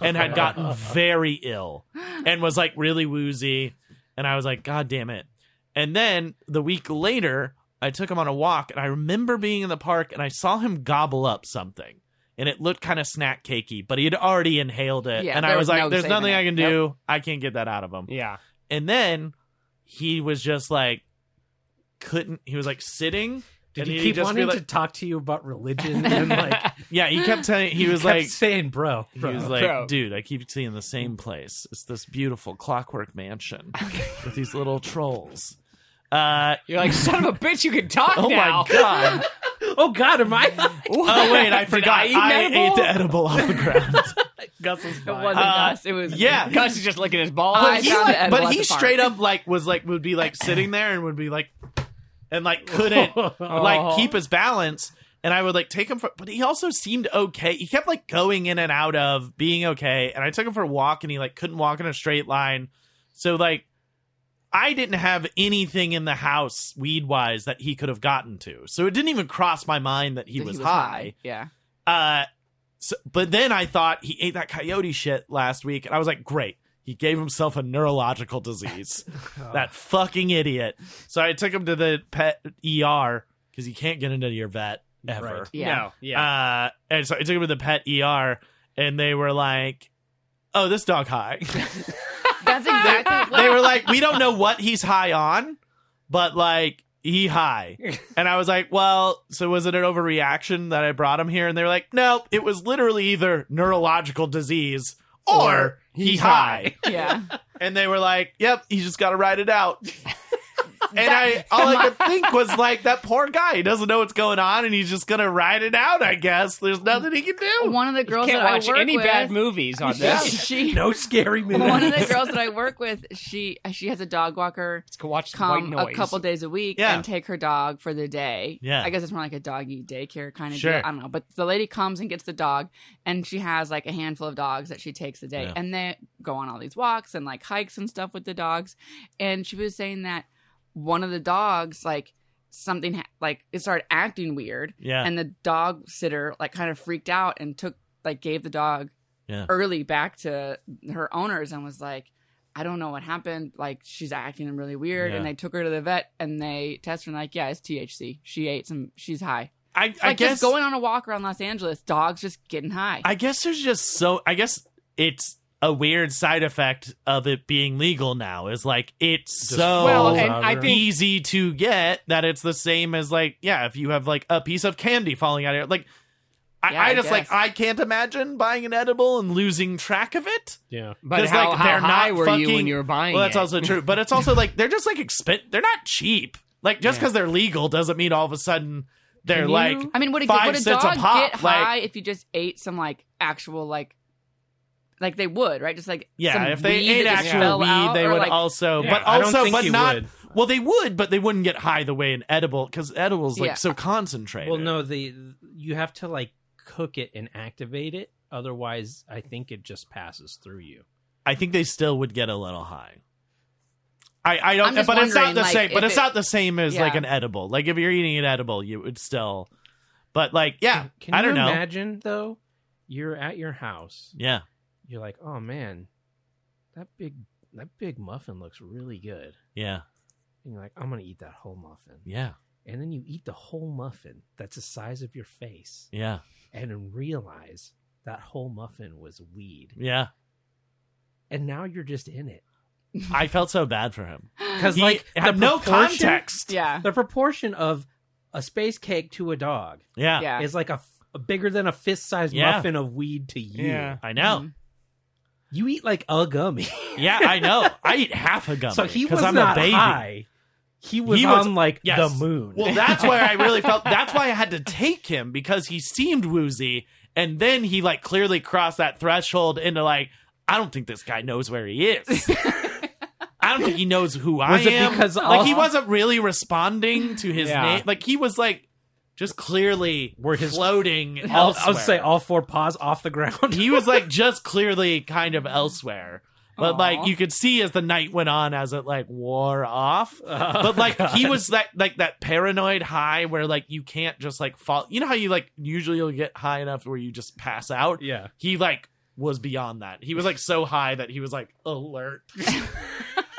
Speaker 2: and had gotten very ill and was like really woozy and I was like god damn it. And then the week later I took him on a walk and I remember being in the park and I saw him gobble up something and it looked kind of snack cakey but he had already inhaled it
Speaker 4: Yeah,
Speaker 2: and I
Speaker 4: there
Speaker 2: was
Speaker 4: was
Speaker 2: like
Speaker 4: no
Speaker 2: there's
Speaker 4: saving
Speaker 2: nothing
Speaker 4: it.
Speaker 2: I can
Speaker 4: Nope.
Speaker 2: do. I can't get that out of him.
Speaker 3: yeah,
Speaker 2: And then he was just like couldn't he was like sitting
Speaker 1: Did
Speaker 2: and
Speaker 1: he
Speaker 2: he'd
Speaker 1: keep
Speaker 2: just be
Speaker 1: wanting to
Speaker 2: like,
Speaker 1: talk to you about religion and like
Speaker 2: Yeah, he kept telling he was
Speaker 1: kept
Speaker 2: like
Speaker 1: saying bro, bro.
Speaker 2: he was like,
Speaker 3: Bro.
Speaker 2: dude, I keep seeing the same place. It's this beautiful clockwork mansion with these little trolls. Uh
Speaker 3: you're like son of a bitch. You can talk
Speaker 2: oh
Speaker 3: now.
Speaker 2: my god.
Speaker 1: oh god, am I
Speaker 2: Oh wait, I forgot.
Speaker 3: Did I
Speaker 2: I,
Speaker 3: eat an
Speaker 2: ate
Speaker 3: edible?
Speaker 2: the edible off the ground.
Speaker 1: Gus was
Speaker 4: It
Speaker 1: fine.
Speaker 4: wasn't
Speaker 2: Uh,
Speaker 4: us. It was
Speaker 2: yeah.
Speaker 3: Gus is just licking his balls.
Speaker 4: I
Speaker 2: But he,
Speaker 4: found
Speaker 2: like-
Speaker 4: the edible
Speaker 2: but
Speaker 4: at
Speaker 2: he
Speaker 4: the park.
Speaker 2: straight up like was like would be like sitting there and would be like and like couldn't like keep his balance and I would like take him for but he also seemed okay. He kept like going in and out of being okay and I took him for a walk and he like couldn't walk in a straight line. So like I didn't have anything in the house weed wise that he could have gotten to. So it didn't even cross my mind that he,
Speaker 4: that
Speaker 2: was, high.
Speaker 4: Yeah.
Speaker 2: Uh, so, but then I thought he ate that coyote shit last week, and I was like, great. He gave himself a neurological disease. that fucking idiot. So I took him to the pet ER because you can't get into your vet ever.
Speaker 1: Right.
Speaker 4: Yeah.
Speaker 3: No, yeah.
Speaker 2: Uh, and so I took him to the pet ER, and they were like, oh, this dog high.
Speaker 4: That's exactly what
Speaker 2: they were like, we don't know what he's high on, but like he high. And I was like, well, so was it an overreaction that I brought him here? And they were like, no, it was literally either neurological disease or,
Speaker 3: Or
Speaker 2: he
Speaker 3: he's
Speaker 2: high.
Speaker 4: Yeah.
Speaker 2: And they were like, yep, he just got to ride it out. And I, all I could think was like that poor guy. He doesn't know what's going on, and he's just gonna ride it out. I guess there's nothing he can do.
Speaker 4: One of the girls
Speaker 3: Can't
Speaker 4: that
Speaker 3: watch
Speaker 4: I work
Speaker 3: any
Speaker 4: with,
Speaker 3: bad movies on
Speaker 4: Yeah,
Speaker 3: this.
Speaker 4: she
Speaker 1: no scary movie.
Speaker 4: one of the girls that I work with, she she has a dog walker
Speaker 3: Let's go watch
Speaker 4: come
Speaker 3: White
Speaker 4: a
Speaker 3: Noise.
Speaker 4: couple days a week
Speaker 2: Yeah.
Speaker 4: and take her dog for the day.
Speaker 2: Yeah.
Speaker 4: I guess it's more like a doggy daycare kind of
Speaker 2: Sure.
Speaker 4: deal. I don't know. But the lady comes and gets the dog and she has like a handful of dogs that she takes a day.
Speaker 2: Yeah.
Speaker 4: And they go on all these walks and like hikes and stuff with the dogs. And she was saying that one of the dogs, like something ha- like it started acting weird
Speaker 2: yeah,
Speaker 4: and the dog sitter like kind of freaked out and took like gave the dog
Speaker 2: Yeah.
Speaker 4: early back to her owners and was like i don't know what happened like she's acting really weird and
Speaker 2: Yeah.
Speaker 4: they took her to the vet and they tested her and like yeah it's thc she ate some she's high
Speaker 2: I,
Speaker 4: like
Speaker 2: I guess
Speaker 4: just going on a walk around los angeles dogs just getting high
Speaker 2: I guess there's just so. I guess it's a weird side effect of it being legal now. Is like it's
Speaker 1: Just
Speaker 2: so
Speaker 3: Well,
Speaker 1: falls
Speaker 3: and
Speaker 1: out
Speaker 3: I
Speaker 1: of it.
Speaker 3: think-
Speaker 2: easy to get that it's the same as like yeah, if you have like a piece of candy falling out of your like. I,
Speaker 4: Yeah,
Speaker 2: I
Speaker 4: I
Speaker 2: just like
Speaker 4: guess.
Speaker 2: I can't imagine buying an edible and losing track of it.
Speaker 1: yeah.
Speaker 3: But
Speaker 2: Just
Speaker 3: how,
Speaker 2: like,
Speaker 3: how
Speaker 2: they're
Speaker 3: high
Speaker 2: not
Speaker 3: were you
Speaker 2: fucking-
Speaker 3: when you were buying
Speaker 2: Well, that's
Speaker 3: it?
Speaker 2: also true, but it's also like they're just like expen. They're not cheap. Like just
Speaker 3: Yeah.
Speaker 2: because they're legal doesn't mean all of a sudden they're
Speaker 3: Can
Speaker 2: like
Speaker 3: you-
Speaker 4: I mean, would a,
Speaker 2: five
Speaker 4: would a
Speaker 2: cents
Speaker 4: dog
Speaker 2: a pop,
Speaker 4: get
Speaker 2: like-
Speaker 4: high if you just ate some like actual like like they would right? Just like some
Speaker 2: yeah. If they
Speaker 4: weed
Speaker 2: ate
Speaker 4: that just
Speaker 2: actual
Speaker 4: fell
Speaker 2: weed,
Speaker 4: out,
Speaker 2: they
Speaker 4: or,
Speaker 2: would
Speaker 4: like,
Speaker 2: also,
Speaker 1: Yeah,
Speaker 2: but
Speaker 1: I don't
Speaker 2: also,
Speaker 1: think
Speaker 2: but
Speaker 1: you
Speaker 2: not
Speaker 1: would.
Speaker 2: Well, they would, but they wouldn't get high the way an edible because edibles like
Speaker 4: Yeah.
Speaker 2: so concentrated.
Speaker 1: Well, no, the you have to like cook it and activate it. Otherwise, I think it just passes through you.
Speaker 2: I think they still would get a little high. I, I don't,
Speaker 4: I'm just
Speaker 2: but it's not
Speaker 4: wondering,
Speaker 2: the
Speaker 4: like,
Speaker 2: same. But
Speaker 4: if
Speaker 2: it's
Speaker 4: it-
Speaker 2: not the same as like
Speaker 4: Yeah.
Speaker 2: an edible. Like if you're eating an edible, you would still. But like, yeah,
Speaker 1: Can- Can
Speaker 2: I don't
Speaker 1: you
Speaker 2: know.
Speaker 1: imagine though? You're at your house.
Speaker 2: yeah,
Speaker 1: You're like, oh man, that big that big muffin looks really good.
Speaker 2: yeah,
Speaker 1: And you're like, I'm gonna eat that whole muffin.
Speaker 2: yeah,
Speaker 1: And then you eat the whole muffin that's the size of your face,
Speaker 2: yeah,
Speaker 1: and then realize that whole muffin was weed.
Speaker 2: yeah.
Speaker 1: And now you're just in it
Speaker 2: I felt so bad for him
Speaker 1: because
Speaker 2: He
Speaker 1: like the
Speaker 2: had no
Speaker 1: proportion-
Speaker 2: context.
Speaker 4: Yeah.
Speaker 1: The proportion of a space cake to a dog
Speaker 2: Yeah,
Speaker 4: Yeah.
Speaker 1: is like a, f- a bigger than a fist-sized
Speaker 2: Yeah.
Speaker 1: muffin of weed to you.
Speaker 2: Yeah. I know.
Speaker 4: Mhm.
Speaker 1: You eat like a gummy.
Speaker 2: Yeah, I know. I eat half a gummy.
Speaker 1: Mm-hmm. So he
Speaker 2: 'cause
Speaker 1: was
Speaker 2: I'm
Speaker 1: not
Speaker 2: a baby.
Speaker 1: high. He was,
Speaker 2: He was-
Speaker 1: on like
Speaker 2: yes.
Speaker 1: the moon.
Speaker 2: Well, that's where I really felt. That's why I had to take him because he seemed woozy, and then he like clearly crossed that threshold into like, I don't think this guy knows where he is. I don't think he knows who I
Speaker 1: Was it
Speaker 2: am.
Speaker 1: because all-
Speaker 2: like he wasn't really responding to his
Speaker 3: Yeah.
Speaker 2: name. Like he was like just clearly
Speaker 1: Were his-
Speaker 2: floating.
Speaker 1: all, I would
Speaker 2: elsewhere.
Speaker 1: say all four paws off the ground.
Speaker 2: he was like just clearly kind of elsewhere. But
Speaker 4: Aw.
Speaker 2: like you could see as the night went on, as it like wore off.
Speaker 1: Uh,
Speaker 2: but like he was that like that paranoid high where like you can't just like fall. You know how you like usually you'll get high enough where you just pass out.
Speaker 1: yeah.
Speaker 2: He like was beyond that. He was like so high that he was like alert.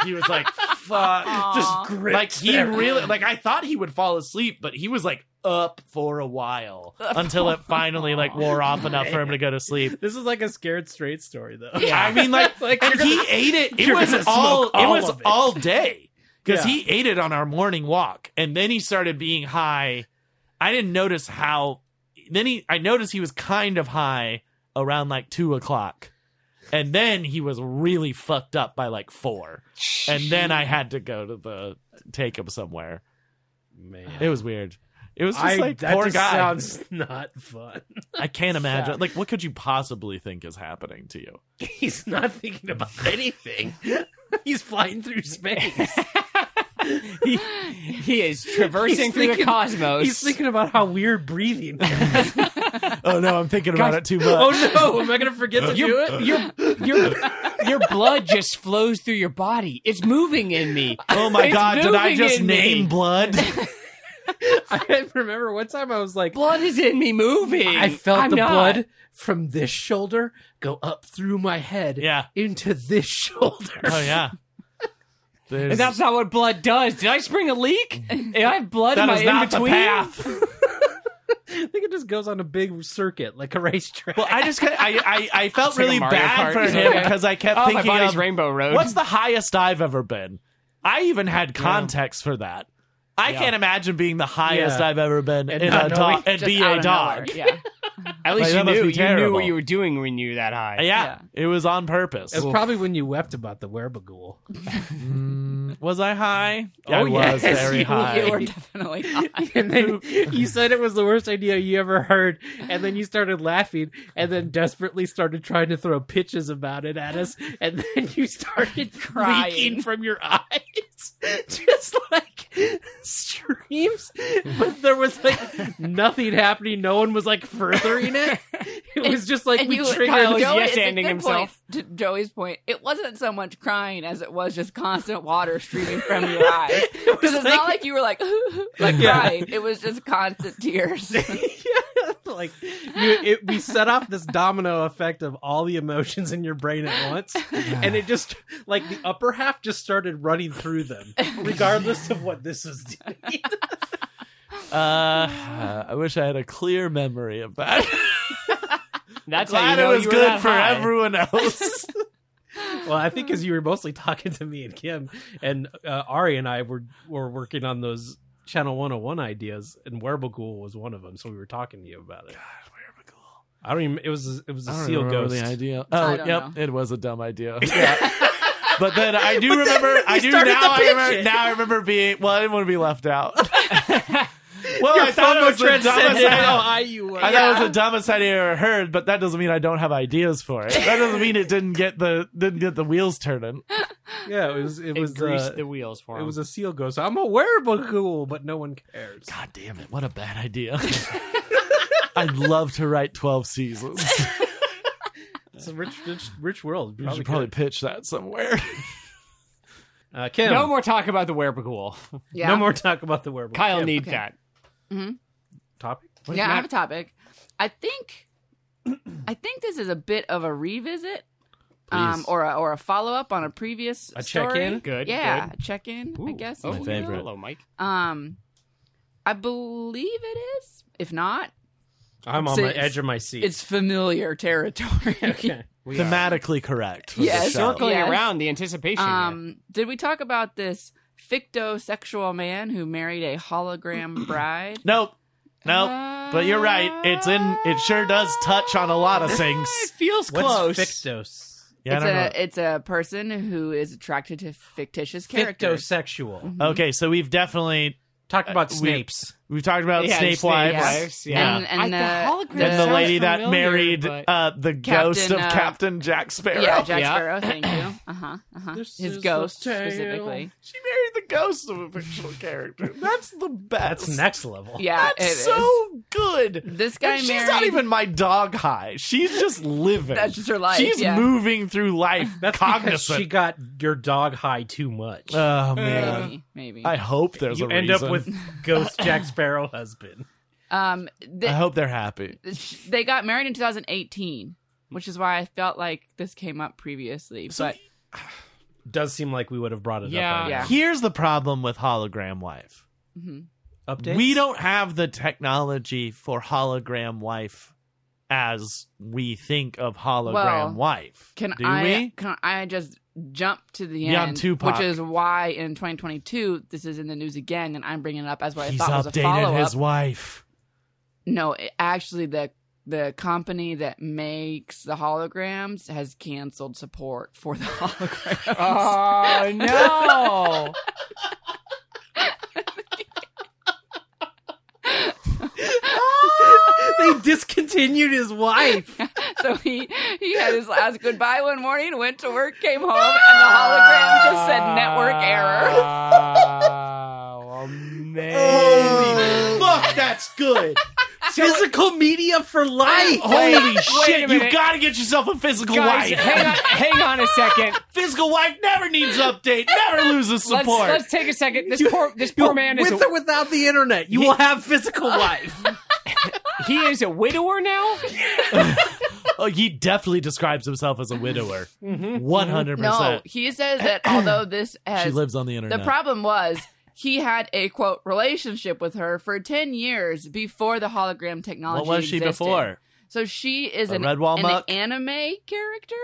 Speaker 2: he was like fuck.
Speaker 4: Aw.
Speaker 1: Just gripped.
Speaker 2: Like he
Speaker 1: there.
Speaker 2: really like I thought he would fall asleep, but he was like up for a while until it finally like wore off enough for him to go to sleep.
Speaker 1: This is like a scared straight story though.
Speaker 2: I mean, like,
Speaker 1: Like,
Speaker 2: and
Speaker 1: you're
Speaker 2: he
Speaker 1: gonna-
Speaker 2: ate it. It
Speaker 1: you're
Speaker 2: was
Speaker 1: gonna smoke
Speaker 2: all, It
Speaker 1: all
Speaker 2: was
Speaker 1: of it.
Speaker 2: all day because
Speaker 1: Yeah.
Speaker 2: he ate it on our morning walk, and then he started being high. I didn't notice how. Then he, I noticed he was kind of high around like two o'clock, and then he was really fucked up by like four, and then I had to go to the take him somewhere.
Speaker 1: Man.
Speaker 2: It was weird. It was just
Speaker 1: I,
Speaker 2: like
Speaker 1: that
Speaker 2: poor
Speaker 1: just
Speaker 2: guy.
Speaker 1: sounds not fun.
Speaker 2: I can't imagine. Like, what could you possibly think is happening to you?
Speaker 1: He's not thinking about anything. He's flying through space.
Speaker 3: he, he is traversing
Speaker 1: He's
Speaker 3: through the
Speaker 1: thinking-
Speaker 3: cosmos.
Speaker 1: He's thinking about how weird breathing. Is.
Speaker 2: Oh no, I'm thinking about it too much.
Speaker 1: oh no! Am I gonna forget to do it?
Speaker 3: your your your blood just flows through your body. It's moving in me.
Speaker 2: Oh my
Speaker 3: It's
Speaker 2: god, did I
Speaker 3: moving
Speaker 2: just
Speaker 3: in me.
Speaker 2: name blood?
Speaker 1: I remember one time I was like,
Speaker 3: Blood is in me moving.
Speaker 1: I felt
Speaker 3: I'm
Speaker 1: the
Speaker 3: not.
Speaker 1: blood from this shoulder go up through my head
Speaker 2: Yeah.
Speaker 1: into this shoulder.
Speaker 2: Oh yeah. There's,
Speaker 3: And that's not what blood does. Did I spring a leak? And I have blood
Speaker 2: that
Speaker 3: in my
Speaker 2: is not
Speaker 3: in between.
Speaker 2: the path.
Speaker 1: I think it just goes on a big circuit like a racetrack.
Speaker 2: Well, I just kinda- I I, I felt
Speaker 3: like a
Speaker 2: really
Speaker 3: Mario Kart.
Speaker 2: bad for him because I kept
Speaker 3: Oh, my
Speaker 2: thinking
Speaker 3: body's
Speaker 2: of,
Speaker 3: Rainbow Road.
Speaker 2: what's the highest I've ever been. I even had context for that. I
Speaker 3: Yeah.
Speaker 2: can't imagine being the highest
Speaker 1: Yeah.
Speaker 2: I've ever been
Speaker 1: And
Speaker 2: in
Speaker 1: not
Speaker 2: a
Speaker 1: knowing-
Speaker 2: dog and
Speaker 4: Just
Speaker 2: be
Speaker 4: out
Speaker 2: a
Speaker 4: of
Speaker 2: dog.
Speaker 4: nowhere, Yeah.
Speaker 3: At
Speaker 2: Like,
Speaker 3: least
Speaker 2: that
Speaker 3: you
Speaker 2: must
Speaker 3: knew
Speaker 2: be
Speaker 3: you knew
Speaker 2: terrible.
Speaker 3: what you were doing when you were that high.
Speaker 2: Yeah,
Speaker 4: Yeah.
Speaker 2: it was on purpose.
Speaker 1: It's probably when you wept about the werbagool.
Speaker 2: Mm, was I high? I
Speaker 1: Oh,
Speaker 2: was
Speaker 1: yes,
Speaker 2: very
Speaker 1: you-
Speaker 2: high.
Speaker 4: You were definitely high.
Speaker 1: And then you said it was the worst idea you ever heard, and then you started laughing, and then desperately started trying to throw pitches about it at us, and then you started
Speaker 4: Crying.
Speaker 1: leaking from your eyes, just like streams. But there was like nothing happening. No one was like furthering it. It was just like
Speaker 4: And
Speaker 1: we
Speaker 4: you,
Speaker 1: triggered.
Speaker 3: was
Speaker 4: Joey,
Speaker 3: yes
Speaker 4: it's a
Speaker 3: anding
Speaker 4: good
Speaker 3: himself.
Speaker 4: Point, to Joey's point, it wasn't so much crying as it was just constant water streaming from your eyes. Because it's not like you were like like
Speaker 1: Yeah.
Speaker 4: crying. It was just constant tears.
Speaker 1: yeah, like you, it, we set off this domino effect of all the emotions in your brain at once, and it just like the upper half just started running through them, regardless of what this is. Doing.
Speaker 2: Uh, I wish I had a clear memory of that.
Speaker 3: That's how you
Speaker 2: Glad it
Speaker 3: know
Speaker 2: was
Speaker 3: you were
Speaker 2: good
Speaker 3: that
Speaker 2: for
Speaker 3: high.
Speaker 2: everyone else.
Speaker 1: Well, I think because you were mostly talking to me and Kim, and uh, Ari and I were were working on those Channel One Hundred One ideas, and Wearable Ghoul was one of them. So we were talking to you about it. I don't even. It was it was a seal ghost.
Speaker 2: the idea. Oh,
Speaker 4: I don't
Speaker 2: yep,
Speaker 4: know.
Speaker 2: it was a dumb idea. Yeah. but then I do remember. I
Speaker 1: you
Speaker 2: do now.
Speaker 1: started to
Speaker 2: I
Speaker 1: pitch
Speaker 2: remember,
Speaker 1: it.
Speaker 2: now I remember being. Well, I didn't want to be left out. well,
Speaker 1: Your
Speaker 2: I thought it was the dumbest.
Speaker 1: transcended how
Speaker 2: idea.
Speaker 1: high you were.
Speaker 2: I thought it was the dumbest idea I ever heard, but that doesn't mean I don't have ideas for it. That doesn't mean it didn't get the didn't get the wheels turning.
Speaker 1: yeah, it was. It,
Speaker 3: It
Speaker 1: was
Speaker 3: greased
Speaker 1: uh,
Speaker 3: the wheels for him.
Speaker 1: It was a
Speaker 2: Um,
Speaker 1: seal ghost. I'm a wearable ghoul, but no one cares.
Speaker 2: God damn it! What a bad idea. I'd love to write twelve seasons.
Speaker 1: It's a rich, rich, rich world.
Speaker 2: You
Speaker 1: Probably
Speaker 2: should probably
Speaker 1: could.
Speaker 2: pitch that somewhere.
Speaker 1: Uh, Kim,
Speaker 3: No more talk about the werebequel.
Speaker 4: Yeah.
Speaker 1: no more talk about the werewolf.
Speaker 3: Kyle
Speaker 1: Kim,
Speaker 3: needs
Speaker 4: Okay.
Speaker 3: that.
Speaker 1: topic.
Speaker 3: What is
Speaker 4: yeah, I
Speaker 3: Matt-
Speaker 4: have a topic. I think I think this is a bit of a revisit, um,
Speaker 2: Please.
Speaker 4: or a, or a follow up on a previous
Speaker 1: A
Speaker 4: story.
Speaker 1: check-in?
Speaker 3: Good,
Speaker 4: yeah,
Speaker 3: good.
Speaker 4: check in. I
Speaker 3: Ooh.
Speaker 4: guess.
Speaker 3: Oh,
Speaker 4: if you will.
Speaker 2: favorite.
Speaker 3: Hello, Mike.
Speaker 4: Um, I believe it is. If not,
Speaker 1: I'm on
Speaker 4: So
Speaker 1: the
Speaker 4: it's-
Speaker 1: edge of my seat.
Speaker 4: it's familiar territory.
Speaker 1: okay.
Speaker 3: We are
Speaker 2: Thematically correct. For
Speaker 4: Yes.
Speaker 2: yes.
Speaker 3: circling
Speaker 4: Yes.
Speaker 3: around the anticipation. here.
Speaker 4: Um, did we talk about this fictosexual man who married a hologram bride?
Speaker 2: Nope. Nope. but you're right. It's in. It sure does touch on a lot of things.
Speaker 3: it feels
Speaker 1: What's
Speaker 3: close.
Speaker 1: fictos?
Speaker 2: Yeah, I
Speaker 4: it's
Speaker 2: don't know.
Speaker 4: a it's a person who is attracted to fictitious characters.
Speaker 1: Fictosexual.
Speaker 2: Okay, so we've definitely
Speaker 1: Talk about
Speaker 2: Mm-hmm. Uh, we-
Speaker 1: Snapes.
Speaker 2: we've talked about
Speaker 3: Yeah,
Speaker 2: Snape
Speaker 3: Snape
Speaker 2: wives.
Speaker 3: wives,
Speaker 2: Yeah.
Speaker 3: yeah.
Speaker 4: And, and
Speaker 3: I- the
Speaker 4: the,
Speaker 3: hologram
Speaker 2: And the
Speaker 3: Sounds
Speaker 2: lady that
Speaker 3: familiar,
Speaker 2: married
Speaker 3: but-
Speaker 2: uh, the ghost of
Speaker 4: Captain, uh,
Speaker 2: Captain Jack Sparrow.
Speaker 4: Yeah, Jack
Speaker 3: Yeah.
Speaker 4: Sparrow. Thank you. Uh huh. Uh huh.
Speaker 1: This is
Speaker 4: His
Speaker 1: the
Speaker 4: ghost
Speaker 1: tale.
Speaker 4: specifically.
Speaker 2: She married the ghost of a fictional character. That's the best.
Speaker 1: That's next level.
Speaker 4: Yeah,
Speaker 2: That's
Speaker 4: it is.
Speaker 2: so good.
Speaker 4: This guy
Speaker 2: And she's
Speaker 4: married.
Speaker 2: not even my dog high. She's just living.
Speaker 4: That's just her life,
Speaker 2: She's
Speaker 4: yeah.
Speaker 2: moving through life
Speaker 1: That's because
Speaker 2: cognizant.
Speaker 1: she got your dog high too much.
Speaker 2: Oh man.
Speaker 4: maybe maybe.
Speaker 2: I hope there's
Speaker 1: you
Speaker 2: a
Speaker 1: end
Speaker 2: reason.
Speaker 1: up with Ghost Jack Sparrow husband.
Speaker 4: um,
Speaker 2: I
Speaker 4: th-
Speaker 2: hope they're happy.
Speaker 4: they got married in 2018, which is why I felt like this came up previously.
Speaker 2: So-
Speaker 4: but
Speaker 1: Does seem like we would have brought it
Speaker 3: Yeah.
Speaker 1: up. on
Speaker 4: Yeah.
Speaker 2: Here's the problem with hologram wife.
Speaker 4: mhm.
Speaker 1: Updates?
Speaker 2: We don't have the technology for hologram wife as we think of hologram
Speaker 4: Well,
Speaker 2: wife.
Speaker 4: can
Speaker 2: do
Speaker 4: I
Speaker 2: we?
Speaker 4: can I just jump to the
Speaker 2: Young
Speaker 4: end,
Speaker 2: Tupac.
Speaker 4: which is why in 2022 this is in the news again, and I'm bringing it up as what
Speaker 2: He's
Speaker 4: I thought was a
Speaker 2: updated
Speaker 4: follow up.
Speaker 2: his wife.
Speaker 4: No, it- actually, the the company that makes the holograms has canceled support for the holograms.
Speaker 3: Oh no!
Speaker 1: they discontinued his wife.
Speaker 4: so he he had his last goodbye one morning, went to work, came home, and the hologram just said network error.
Speaker 3: Oh man!
Speaker 2: fuck, that's good.
Speaker 1: Oh. Physical media for life.
Speaker 2: Holy shit, you
Speaker 3: minute.
Speaker 2: gotta get yourself a physical
Speaker 3: Guys,
Speaker 2: wife.
Speaker 3: hang on, hang on a second.
Speaker 2: physical wife never needs update, never loses
Speaker 3: Let's,
Speaker 2: support.
Speaker 3: let's take a second. This poor this poor man is
Speaker 1: With
Speaker 3: a,
Speaker 1: or without the internet, you will have physical life.
Speaker 3: he is a widower now.
Speaker 2: oh, he definitely describes himself as a widower. 100%.
Speaker 4: No, he says that although this
Speaker 2: She
Speaker 4: has
Speaker 2: lives on the internet.
Speaker 4: the problem was he had a quote relationship with her for ten years before the hologram technology.
Speaker 2: what was she
Speaker 4: existed.
Speaker 2: before?
Speaker 4: So she is
Speaker 2: A
Speaker 4: an,
Speaker 2: red wall
Speaker 4: an
Speaker 2: muck?
Speaker 4: anime character.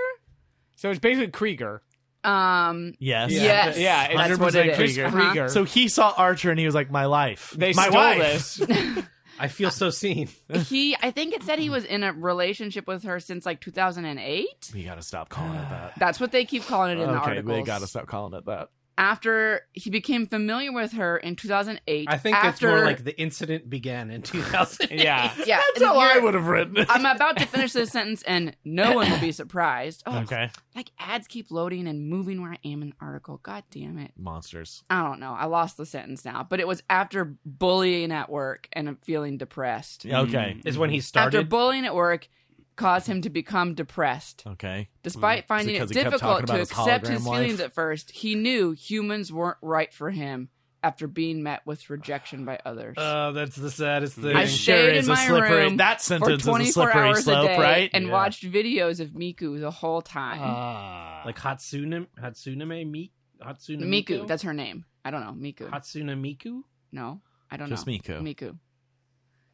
Speaker 3: So it's basically Krieger.
Speaker 4: Um,
Speaker 2: Yes.
Speaker 4: Yes.
Speaker 3: Yeah, it's
Speaker 4: That's what it
Speaker 2: 100%
Speaker 4: is.
Speaker 3: Krieger.
Speaker 4: Uh-huh.
Speaker 3: Krieger.
Speaker 2: So he saw Archer and he was like, "My life,
Speaker 3: they
Speaker 2: my
Speaker 3: stole
Speaker 2: wife."
Speaker 3: this.
Speaker 1: I feel so seen.
Speaker 4: he, I think it said he was in a relationship with her since like 2008.
Speaker 2: We gotta stop calling it that.
Speaker 4: That's what they keep calling it in the
Speaker 2: okay,
Speaker 4: articles.
Speaker 2: they gotta stop calling it that.
Speaker 4: After he became familiar with her in 2008.
Speaker 1: I think
Speaker 4: after,
Speaker 1: it's more like the incident began in 2000.
Speaker 3: Yeah.
Speaker 4: yeah.
Speaker 2: That's how I
Speaker 4: you're-
Speaker 2: would have written it.
Speaker 4: I'm about to finish this sentence, and no one will be surprised. Oh,
Speaker 2: okay,
Speaker 4: like ads keep loading and moving where I am in the article. God damn it!
Speaker 2: monsters.
Speaker 4: I don't know. I lost the sentence now, but it was after bullying at work and feeling depressed.
Speaker 3: Mm.
Speaker 2: Okay,
Speaker 1: Is when he
Speaker 4: After
Speaker 1: started.
Speaker 4: bullying at work caused him to become depressed.
Speaker 2: okay.
Speaker 4: Despite finding it
Speaker 2: because he kept
Speaker 4: difficult
Speaker 2: talking about
Speaker 4: to
Speaker 2: his
Speaker 4: accept his
Speaker 2: hologram life?
Speaker 4: feelings at first, he knew humans weren't right for him after being met with rejection by others.
Speaker 1: Oh, that's the saddest thing.
Speaker 4: I
Speaker 2: Uh, It
Speaker 4: stayed in my
Speaker 2: slippery.
Speaker 4: room
Speaker 2: that
Speaker 4: for
Speaker 2: sentence is a
Speaker 4: 24
Speaker 2: slippery
Speaker 4: hours
Speaker 2: slope,
Speaker 4: a day
Speaker 2: right?
Speaker 4: and
Speaker 2: Yeah. Uh,
Speaker 4: watched videos of Miku the whole time.
Speaker 2: Ah.
Speaker 1: like Hatsune Hatsuneme Mi, Hatsune
Speaker 4: Miku,
Speaker 1: Miku?
Speaker 4: that's her name. I don't know. Miku.
Speaker 1: Hatsune Miku.
Speaker 4: No, I don't
Speaker 2: Just
Speaker 4: know.
Speaker 2: Miko.
Speaker 4: Miku.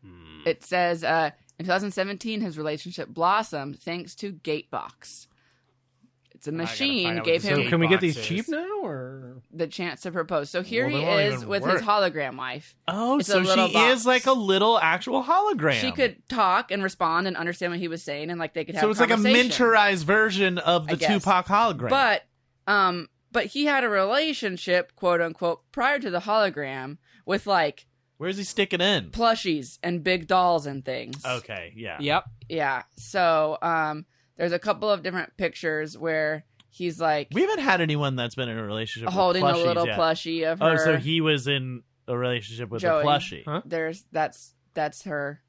Speaker 1: Hmm.
Speaker 4: It says uh, in 2017, his relationship blossomed thanks to Gatebox. It's a
Speaker 3: gotta find
Speaker 4: machine
Speaker 3: out what
Speaker 4: gave
Speaker 3: this
Speaker 1: So
Speaker 4: him
Speaker 3: is.
Speaker 1: can we get
Speaker 3: boxes.
Speaker 1: these cheap now, or
Speaker 4: the chance to propose. So here
Speaker 2: Well, they
Speaker 4: he
Speaker 2: won't
Speaker 4: is
Speaker 2: even
Speaker 4: with
Speaker 2: work.
Speaker 4: his hologram wife.
Speaker 2: Oh,
Speaker 4: It's a
Speaker 2: so she
Speaker 4: little box.
Speaker 2: is like a little actual hologram.
Speaker 4: She could talk and respond and understand what he was saying, and like they could have.
Speaker 2: So it's like a
Speaker 4: conversation.
Speaker 2: miniaturized version of
Speaker 4: I
Speaker 2: the
Speaker 4: guess.
Speaker 2: Tupac hologram.
Speaker 4: But um, but he had a relationship, quote unquote, prior to the hologram with like
Speaker 2: where's he sticking in?
Speaker 4: plushies and big dolls and things.
Speaker 2: Okay, yeah.
Speaker 3: Yep.
Speaker 4: Yeah. So um, there's a couple of different pictures where he's like
Speaker 2: We haven't had anyone that's been in a relationship
Speaker 4: holding
Speaker 2: with
Speaker 4: a
Speaker 2: plushies
Speaker 4: little
Speaker 2: yet.
Speaker 4: plushie of her.
Speaker 2: Oh, so he was in a relationship with
Speaker 4: Joey.
Speaker 2: a plushie.
Speaker 1: Huh?
Speaker 4: There's that's that's her.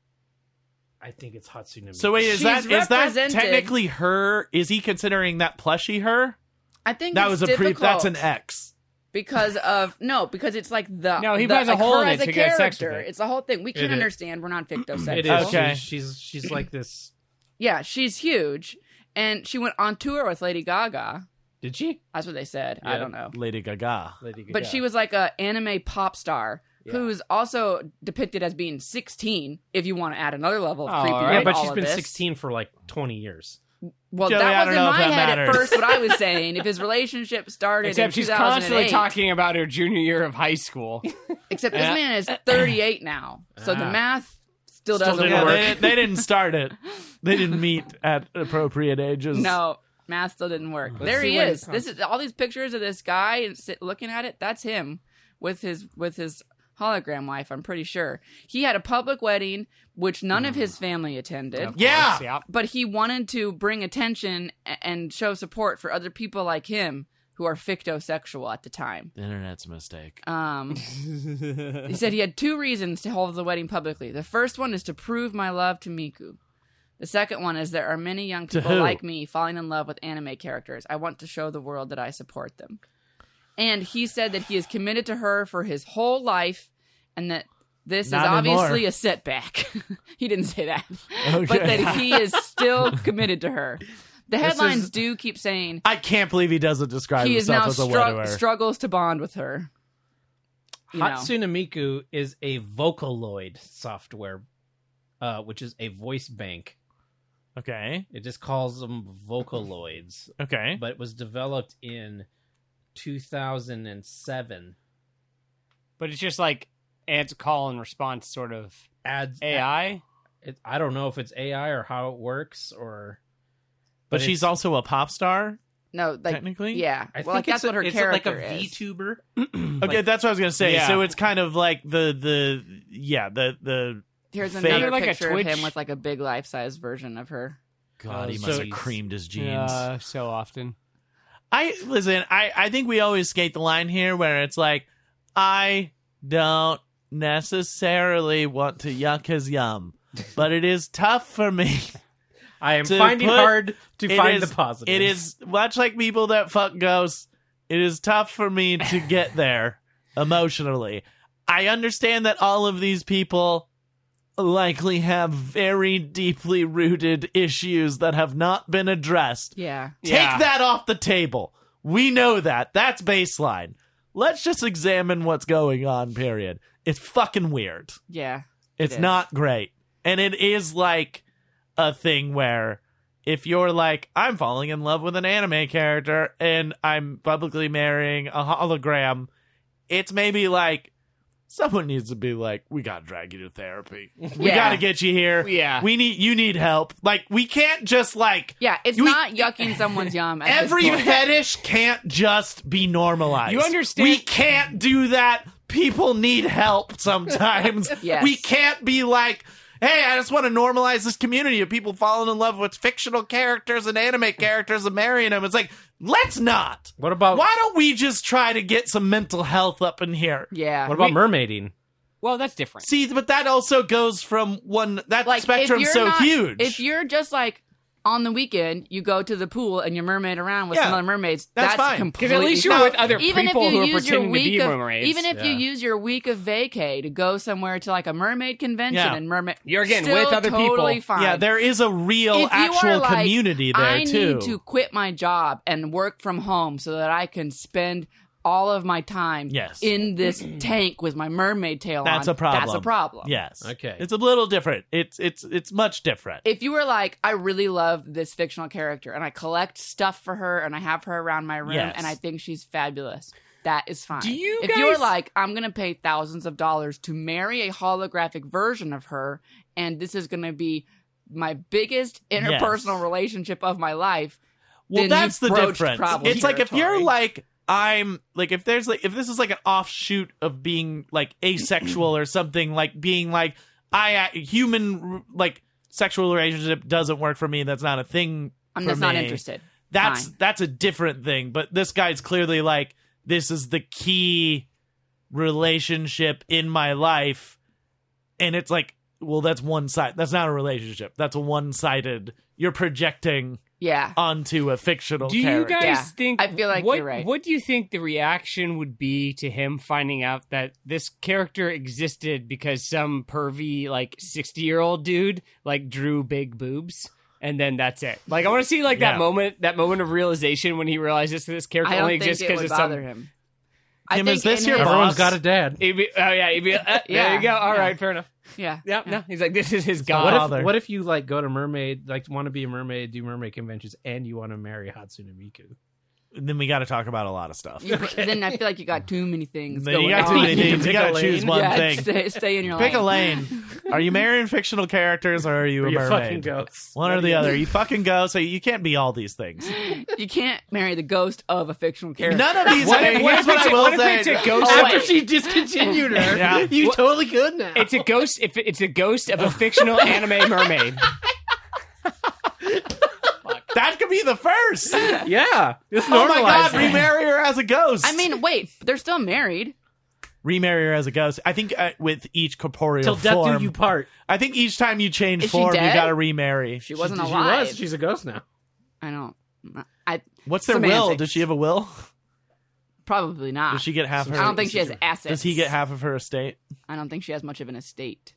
Speaker 1: I think it's Hatsune Miku.
Speaker 2: So wait, is
Speaker 4: She's
Speaker 2: that is that
Speaker 4: represented-
Speaker 2: technically her? Is he considering that plushie her?
Speaker 4: I think
Speaker 2: That
Speaker 4: it's
Speaker 2: was a pre.
Speaker 4: difficult
Speaker 2: That's an X.
Speaker 4: because of no, because it's like the
Speaker 3: No, he
Speaker 4: the,
Speaker 3: has a
Speaker 4: like
Speaker 3: hole
Speaker 4: her
Speaker 3: in it
Speaker 4: as a
Speaker 3: to get sex with
Speaker 4: character.
Speaker 3: it.
Speaker 4: It's the whole thing. We can
Speaker 2: is.
Speaker 4: understand. We're not victosexual.
Speaker 1: it is.
Speaker 2: Okay.
Speaker 1: Oh, She's, she's she's like this.
Speaker 4: Yeah, she's huge, and she went on tour with Lady Gaga.
Speaker 1: Did she?
Speaker 4: That's what they said. I
Speaker 1: Yeah.
Speaker 4: don't know,
Speaker 2: Lady Gaga.
Speaker 1: Lady
Speaker 4: but she was like a anime pop star
Speaker 1: Yeah.
Speaker 4: who's also depicted as being 16. If you want to add another level of
Speaker 3: Oh,
Speaker 4: creepy,
Speaker 3: all
Speaker 1: Yeah,
Speaker 3: right.
Speaker 4: to
Speaker 1: but
Speaker 4: all
Speaker 1: she's
Speaker 4: of
Speaker 1: been
Speaker 4: this.
Speaker 1: 16 for like 20 years.
Speaker 4: Well,
Speaker 2: Joey, I
Speaker 4: that
Speaker 2: don't
Speaker 4: was in
Speaker 2: know if
Speaker 4: my
Speaker 2: that
Speaker 4: head at
Speaker 2: matters.
Speaker 4: first. What I was saying, if his relationship started,
Speaker 3: Except
Speaker 4: in
Speaker 3: she's constantly
Speaker 4: 2008
Speaker 3: talking about her junior year of high school.
Speaker 4: Except
Speaker 3: Yeah.
Speaker 4: this man is 38 now, so the
Speaker 1: Ah.
Speaker 4: math still
Speaker 1: Still
Speaker 4: doesn't
Speaker 1: didn't
Speaker 2: Yeah,
Speaker 4: work.
Speaker 1: work.
Speaker 2: they, they didn't start it. They didn't meet at appropriate ages.
Speaker 4: No, math still didn't work.
Speaker 1: Let's
Speaker 4: there
Speaker 1: see
Speaker 4: he
Speaker 1: when he
Speaker 4: is. This is all these pictures of this guy and sit, looking at it. That's him with his with his hologram wife. I'm pretty sure he had a public wedding which none of his family attended.
Speaker 3: Of
Speaker 2: Yeah.
Speaker 3: course, yep.
Speaker 4: But he wanted to bring attention a- and show support for other people like him who are fictosexual at the time.
Speaker 2: The internet's a mistake.
Speaker 4: Um, he said he had two reasons to hold the wedding publicly. The first one is to prove my love to Miku. The second one is there are many young
Speaker 2: To
Speaker 4: people
Speaker 2: who?
Speaker 4: like me falling in love with anime characters. I want to show the world that I support them. And he said that he is committed to her for his whole life and that this
Speaker 2: Not
Speaker 4: is
Speaker 2: anymore.
Speaker 4: obviously a setback. he didn't say that. But
Speaker 2: Okay.
Speaker 4: that he is still committed to her. The
Speaker 2: This
Speaker 4: headlines
Speaker 2: is-
Speaker 4: do keep saying
Speaker 2: I can't believe he doesn't describe
Speaker 4: he is
Speaker 2: himself
Speaker 4: now
Speaker 2: as a
Speaker 4: strug-
Speaker 2: widower.
Speaker 4: struggles to bond with her. You know.
Speaker 1: Hatsune Miku is a Vocaloid software, uh, which is a voice bank.
Speaker 2: okay.
Speaker 1: It just calls them Vocaloids,
Speaker 2: Okay.
Speaker 1: but it was developed in 2007.
Speaker 3: But it's just like it's call and response sort of
Speaker 1: Adds
Speaker 3: AI.
Speaker 1: It, I don't know if it's AI or how it works, or
Speaker 2: But, she's
Speaker 1: it's-
Speaker 2: also a pop star,
Speaker 4: No, like
Speaker 2: technically.
Speaker 4: Yeah,
Speaker 1: I
Speaker 4: well,
Speaker 1: think
Speaker 4: like, that's
Speaker 1: it's a-
Speaker 4: what her
Speaker 1: it's a- like
Speaker 4: character
Speaker 1: a
Speaker 4: is.
Speaker 1: VTuber.
Speaker 2: Okay,
Speaker 1: Like-
Speaker 2: that's what I was gonna say.
Speaker 3: Yeah.
Speaker 2: So it's kind of like the the yeah the the
Speaker 4: Here's
Speaker 2: Fake.
Speaker 4: another
Speaker 3: You're like a
Speaker 4: picture of
Speaker 3: Twitch-
Speaker 4: him with like a big life size version of her.
Speaker 2: God,
Speaker 1: Oh,
Speaker 2: he
Speaker 1: so
Speaker 2: must have
Speaker 1: he's-
Speaker 2: creamed his jeans.
Speaker 3: Uh, so often.
Speaker 2: I listen. I I think we always skate the line here where it's like I don't necessarily want to yuck his yum, but it is tough for me.
Speaker 1: I am
Speaker 2: To
Speaker 1: finding
Speaker 2: put-
Speaker 1: hard to
Speaker 2: it
Speaker 1: find
Speaker 2: is-
Speaker 1: the positive.
Speaker 2: It is much like people that fuck ghosts. It is tough for me to get there emotionally. I understand that all of these people likely have very deeply rooted issues that have not been addressed.
Speaker 4: Yeah,
Speaker 3: Yeah.
Speaker 2: Take that off the table. We know that. That's baseline. Let's just examine what's going on, period. It's fucking weird.
Speaker 4: yeah,
Speaker 2: It's
Speaker 4: is.
Speaker 2: not great. And it is like a thing where if you're like, I'm falling in love with an anime character and I'm publicly marrying a hologram, it's maybe like someone needs to be like, we gotta drag you to therapy. We
Speaker 4: Yeah.
Speaker 2: gotta get you here.
Speaker 3: Yeah.
Speaker 2: We need you need help. Like we can't just like
Speaker 4: yeah. It's
Speaker 2: You-
Speaker 4: not yucking someone's yum. At this
Speaker 2: Every
Speaker 4: point.
Speaker 2: fetish can't just be normalized.
Speaker 3: You understand-
Speaker 2: We can't do that. People need help sometimes.
Speaker 4: Yes.
Speaker 2: We can't be like, hey, I just want to normalize this community of people falling in love with fictional characters and anime characters and marrying them. It's like, let's not.
Speaker 1: What about
Speaker 2: Why don't we just try to get some mental health up in here?
Speaker 4: yeah,
Speaker 1: what about
Speaker 2: we-
Speaker 1: mermaiding?
Speaker 3: Well, that's different.
Speaker 2: See, but that also goes from one that
Speaker 4: like if
Speaker 2: spectrum's
Speaker 4: you're
Speaker 2: so
Speaker 4: not-
Speaker 2: huge.
Speaker 4: If you're just like on the weekend, you go to the pool and you mermaid around with some
Speaker 2: Yeah.
Speaker 4: other mermaids. That's,
Speaker 2: That's fine. 'Cause at
Speaker 4: completely
Speaker 3: Because at least you're
Speaker 2: Now,
Speaker 3: with other
Speaker 4: even if
Speaker 3: people
Speaker 4: you
Speaker 3: who are
Speaker 4: use your
Speaker 3: pretending to be
Speaker 4: week of,
Speaker 3: mermaids.
Speaker 4: even if you
Speaker 1: Yeah.
Speaker 4: use your week of vacay to go somewhere to like a mermaid convention
Speaker 2: Yeah.
Speaker 4: and mermaid,
Speaker 3: You're again
Speaker 4: still
Speaker 3: with other people.
Speaker 4: totally Fine.
Speaker 2: yeah, there is a real
Speaker 4: If you are
Speaker 2: actual
Speaker 4: like,
Speaker 2: community there
Speaker 4: I
Speaker 2: too.
Speaker 4: need to quit my job and work from home so that I can spend all of my time
Speaker 2: Yes.
Speaker 4: in this tank with my mermaid tail
Speaker 2: That's
Speaker 4: on.
Speaker 2: a problem.
Speaker 4: That's a problem.
Speaker 2: Yes.
Speaker 1: Okay.
Speaker 2: It's a little different. It's it's it's much different.
Speaker 4: If you were like, I really love this fictional character and I collect stuff for her and I have her around my room
Speaker 2: Yes.
Speaker 4: and I think she's fabulous. That is fine.
Speaker 3: Do you
Speaker 4: if you were
Speaker 3: guys-
Speaker 4: like, I'm gonna pay thousands of dollars to marry a holographic version of her, and this is gonna be my biggest interpersonal
Speaker 2: Yes.
Speaker 4: relationship of my life,
Speaker 2: well,
Speaker 4: then
Speaker 2: that's the
Speaker 4: you've broached
Speaker 2: difference.
Speaker 4: problem
Speaker 2: It's like if you're
Speaker 4: territory.
Speaker 2: like I'm like if there's like if this is like an offshoot of being like asexual or something like being like I uh, human like sexual relationship doesn't work for me. That's not a thing.
Speaker 4: I'm
Speaker 2: for
Speaker 4: just not
Speaker 2: me.
Speaker 4: interested.
Speaker 2: That's
Speaker 4: Fine.
Speaker 2: that's a different thing. But this guy's clearly like this is the key relationship in my life, and it's like well, that's one side. That's not a relationship. That's a one sided. You're projecting
Speaker 4: Yeah.
Speaker 2: onto a fictional
Speaker 3: Do you
Speaker 2: character.
Speaker 3: guys
Speaker 4: Yeah,
Speaker 3: think?
Speaker 4: I feel like
Speaker 3: what,
Speaker 4: you're right.
Speaker 3: What do you think the reaction would be to him finding out that this character existed because some pervy like sixty year old dude like drew big boobs? And then that's it. Like I want to see like
Speaker 2: Yeah.
Speaker 3: that moment, that moment of realization when he realizes that this character
Speaker 4: I don't
Speaker 3: only
Speaker 4: think
Speaker 3: exists
Speaker 4: it
Speaker 3: because
Speaker 4: would
Speaker 3: of some.
Speaker 4: bother him. I
Speaker 2: Him
Speaker 4: think
Speaker 2: is this
Speaker 4: in
Speaker 2: your
Speaker 4: his-
Speaker 2: boss?
Speaker 1: Everyone's got a dad.
Speaker 3: He'd be, oh yeah, he'd be, uh, there
Speaker 4: Yeah,
Speaker 3: you go. All right,
Speaker 4: yeah.
Speaker 3: fair enough.
Speaker 4: Yeah.
Speaker 3: Yeah, no, he's like this is his god.
Speaker 2: What if-
Speaker 1: What
Speaker 2: Father.
Speaker 1: if, what if you like go to mermaid, like want to be a mermaid, do mermaid conventions, and you want to marry Hatsune Miku?
Speaker 2: then we got to talk about a lot of stuff.
Speaker 4: You- Then I feel like you got too many things.
Speaker 2: Then you
Speaker 4: going
Speaker 2: got
Speaker 4: on.
Speaker 2: too many
Speaker 1: You
Speaker 2: things.
Speaker 1: pick
Speaker 2: You got
Speaker 1: a
Speaker 2: to choose
Speaker 1: lane.
Speaker 2: one
Speaker 4: yeah,
Speaker 2: thing.
Speaker 4: Stay, stay in your
Speaker 2: Pick a
Speaker 4: lane.
Speaker 2: lane. Are you marrying fictional characters or are you
Speaker 1: Or
Speaker 2: a
Speaker 1: you
Speaker 2: mermaid?
Speaker 1: fucking ghosts.
Speaker 2: One or the other. You fucking go. So you can't be all these things.
Speaker 4: You can't marry the ghost of a fictional character.
Speaker 2: None of these.
Speaker 3: What
Speaker 2: I mean,
Speaker 3: if- what
Speaker 2: here's
Speaker 3: if
Speaker 2: what
Speaker 3: it's
Speaker 2: I
Speaker 3: a-
Speaker 2: will
Speaker 3: what if
Speaker 2: say.
Speaker 3: it's a ghost?
Speaker 4: Oh,
Speaker 1: After
Speaker 4: wait.
Speaker 1: she discontinued her,
Speaker 2: Yeah.
Speaker 1: you totally could now.
Speaker 3: It's a ghost. If it- it's a ghost of a fictional anime mermaid.
Speaker 2: That could be the first. oh
Speaker 1: yeah, it's
Speaker 2: my god!
Speaker 1: normalized.
Speaker 2: Remarry her as a ghost.
Speaker 4: I mean, wait, they're still married.
Speaker 2: remarry her as a ghost. I think uh, with each corporeal
Speaker 1: Till death
Speaker 2: form,
Speaker 1: do you part.
Speaker 2: I think each time you change
Speaker 4: Is she
Speaker 2: form, you
Speaker 4: dead?
Speaker 2: gotta remarry.
Speaker 4: She wasn't
Speaker 1: she, she
Speaker 4: alive.
Speaker 1: was. She's a ghost now.
Speaker 4: I don't. I
Speaker 2: What's their will?
Speaker 4: Semantics.
Speaker 2: Does she have a will?
Speaker 4: probably not.
Speaker 2: Does she get half?
Speaker 4: I
Speaker 2: Her,
Speaker 4: don't think she has assets.
Speaker 2: Does he get half of her estate?
Speaker 4: I don't think she has much of an estate.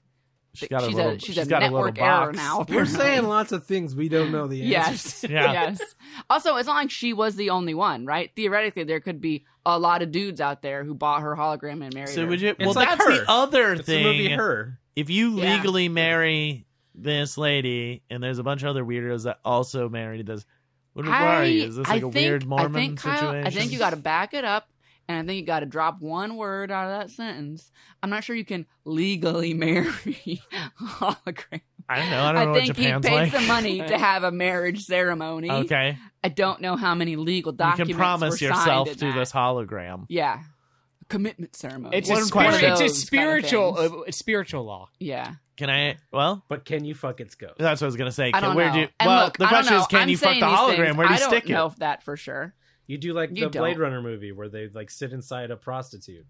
Speaker 2: She's got
Speaker 4: she's
Speaker 2: a little.
Speaker 4: a she's,
Speaker 2: she's
Speaker 4: a
Speaker 2: got a
Speaker 4: network
Speaker 2: little
Speaker 4: error
Speaker 2: box.
Speaker 4: now.
Speaker 1: We're
Speaker 4: apparently.
Speaker 1: saying lots of things we don't know the answer.
Speaker 4: yes,
Speaker 2: Yeah.
Speaker 4: yes. Also, it's not like she was the only one, right? Theoretically, there could be a lot of dudes out there who bought her hologram and married
Speaker 2: So
Speaker 4: her.
Speaker 2: would you? Well,
Speaker 1: like
Speaker 2: that's
Speaker 1: her.
Speaker 2: the other
Speaker 1: It's the
Speaker 2: thing.
Speaker 1: movie Her.
Speaker 2: If you
Speaker 4: Yeah.
Speaker 2: legally marry this lady, and there's a bunch of other weirdos that also married this, what, what are you? Is this like
Speaker 4: I
Speaker 2: a
Speaker 4: think-
Speaker 2: weird Mormon
Speaker 4: I think, Kyle,
Speaker 2: situation?
Speaker 4: I think you got to back it up, and I think you got to drop one word out of that sentence. I'm not sure you can legally marry hologram.
Speaker 2: I don't know. I don't know
Speaker 4: think
Speaker 2: what Japan's
Speaker 4: he paid
Speaker 2: like.
Speaker 4: the money to have a marriage ceremony.
Speaker 2: okay,
Speaker 4: I don't know how many legal
Speaker 2: you
Speaker 4: documents
Speaker 2: can
Speaker 4: were
Speaker 2: promise
Speaker 4: signed
Speaker 2: yourself
Speaker 4: in
Speaker 2: to
Speaker 4: that.
Speaker 2: this hologram.
Speaker 4: Yeah, commitment ceremony.
Speaker 3: It's a,
Speaker 2: One
Speaker 3: spirit,
Speaker 2: question.
Speaker 3: it's a
Speaker 4: Those
Speaker 3: spiritual,
Speaker 4: kind of
Speaker 3: uh, it's spiritual law.
Speaker 4: yeah.
Speaker 2: Can I? Well,
Speaker 1: But can you fuck its ghost?
Speaker 2: That's what I was gonna say.
Speaker 4: I
Speaker 2: Can,
Speaker 4: don't
Speaker 2: where
Speaker 4: know.
Speaker 2: do you,
Speaker 4: and
Speaker 2: well,
Speaker 4: look,
Speaker 2: the
Speaker 4: I don't
Speaker 2: question
Speaker 4: know.
Speaker 2: is, can
Speaker 4: I'm
Speaker 2: you fuck
Speaker 4: saying
Speaker 2: the
Speaker 4: these
Speaker 2: hologram?
Speaker 4: Things,
Speaker 2: where do you
Speaker 4: I
Speaker 2: stick
Speaker 4: don't know
Speaker 2: it?
Speaker 4: if that for sure.
Speaker 1: You do like
Speaker 4: You
Speaker 1: the Blade
Speaker 4: don't.
Speaker 1: Runner movie where they like sit inside a prostitute.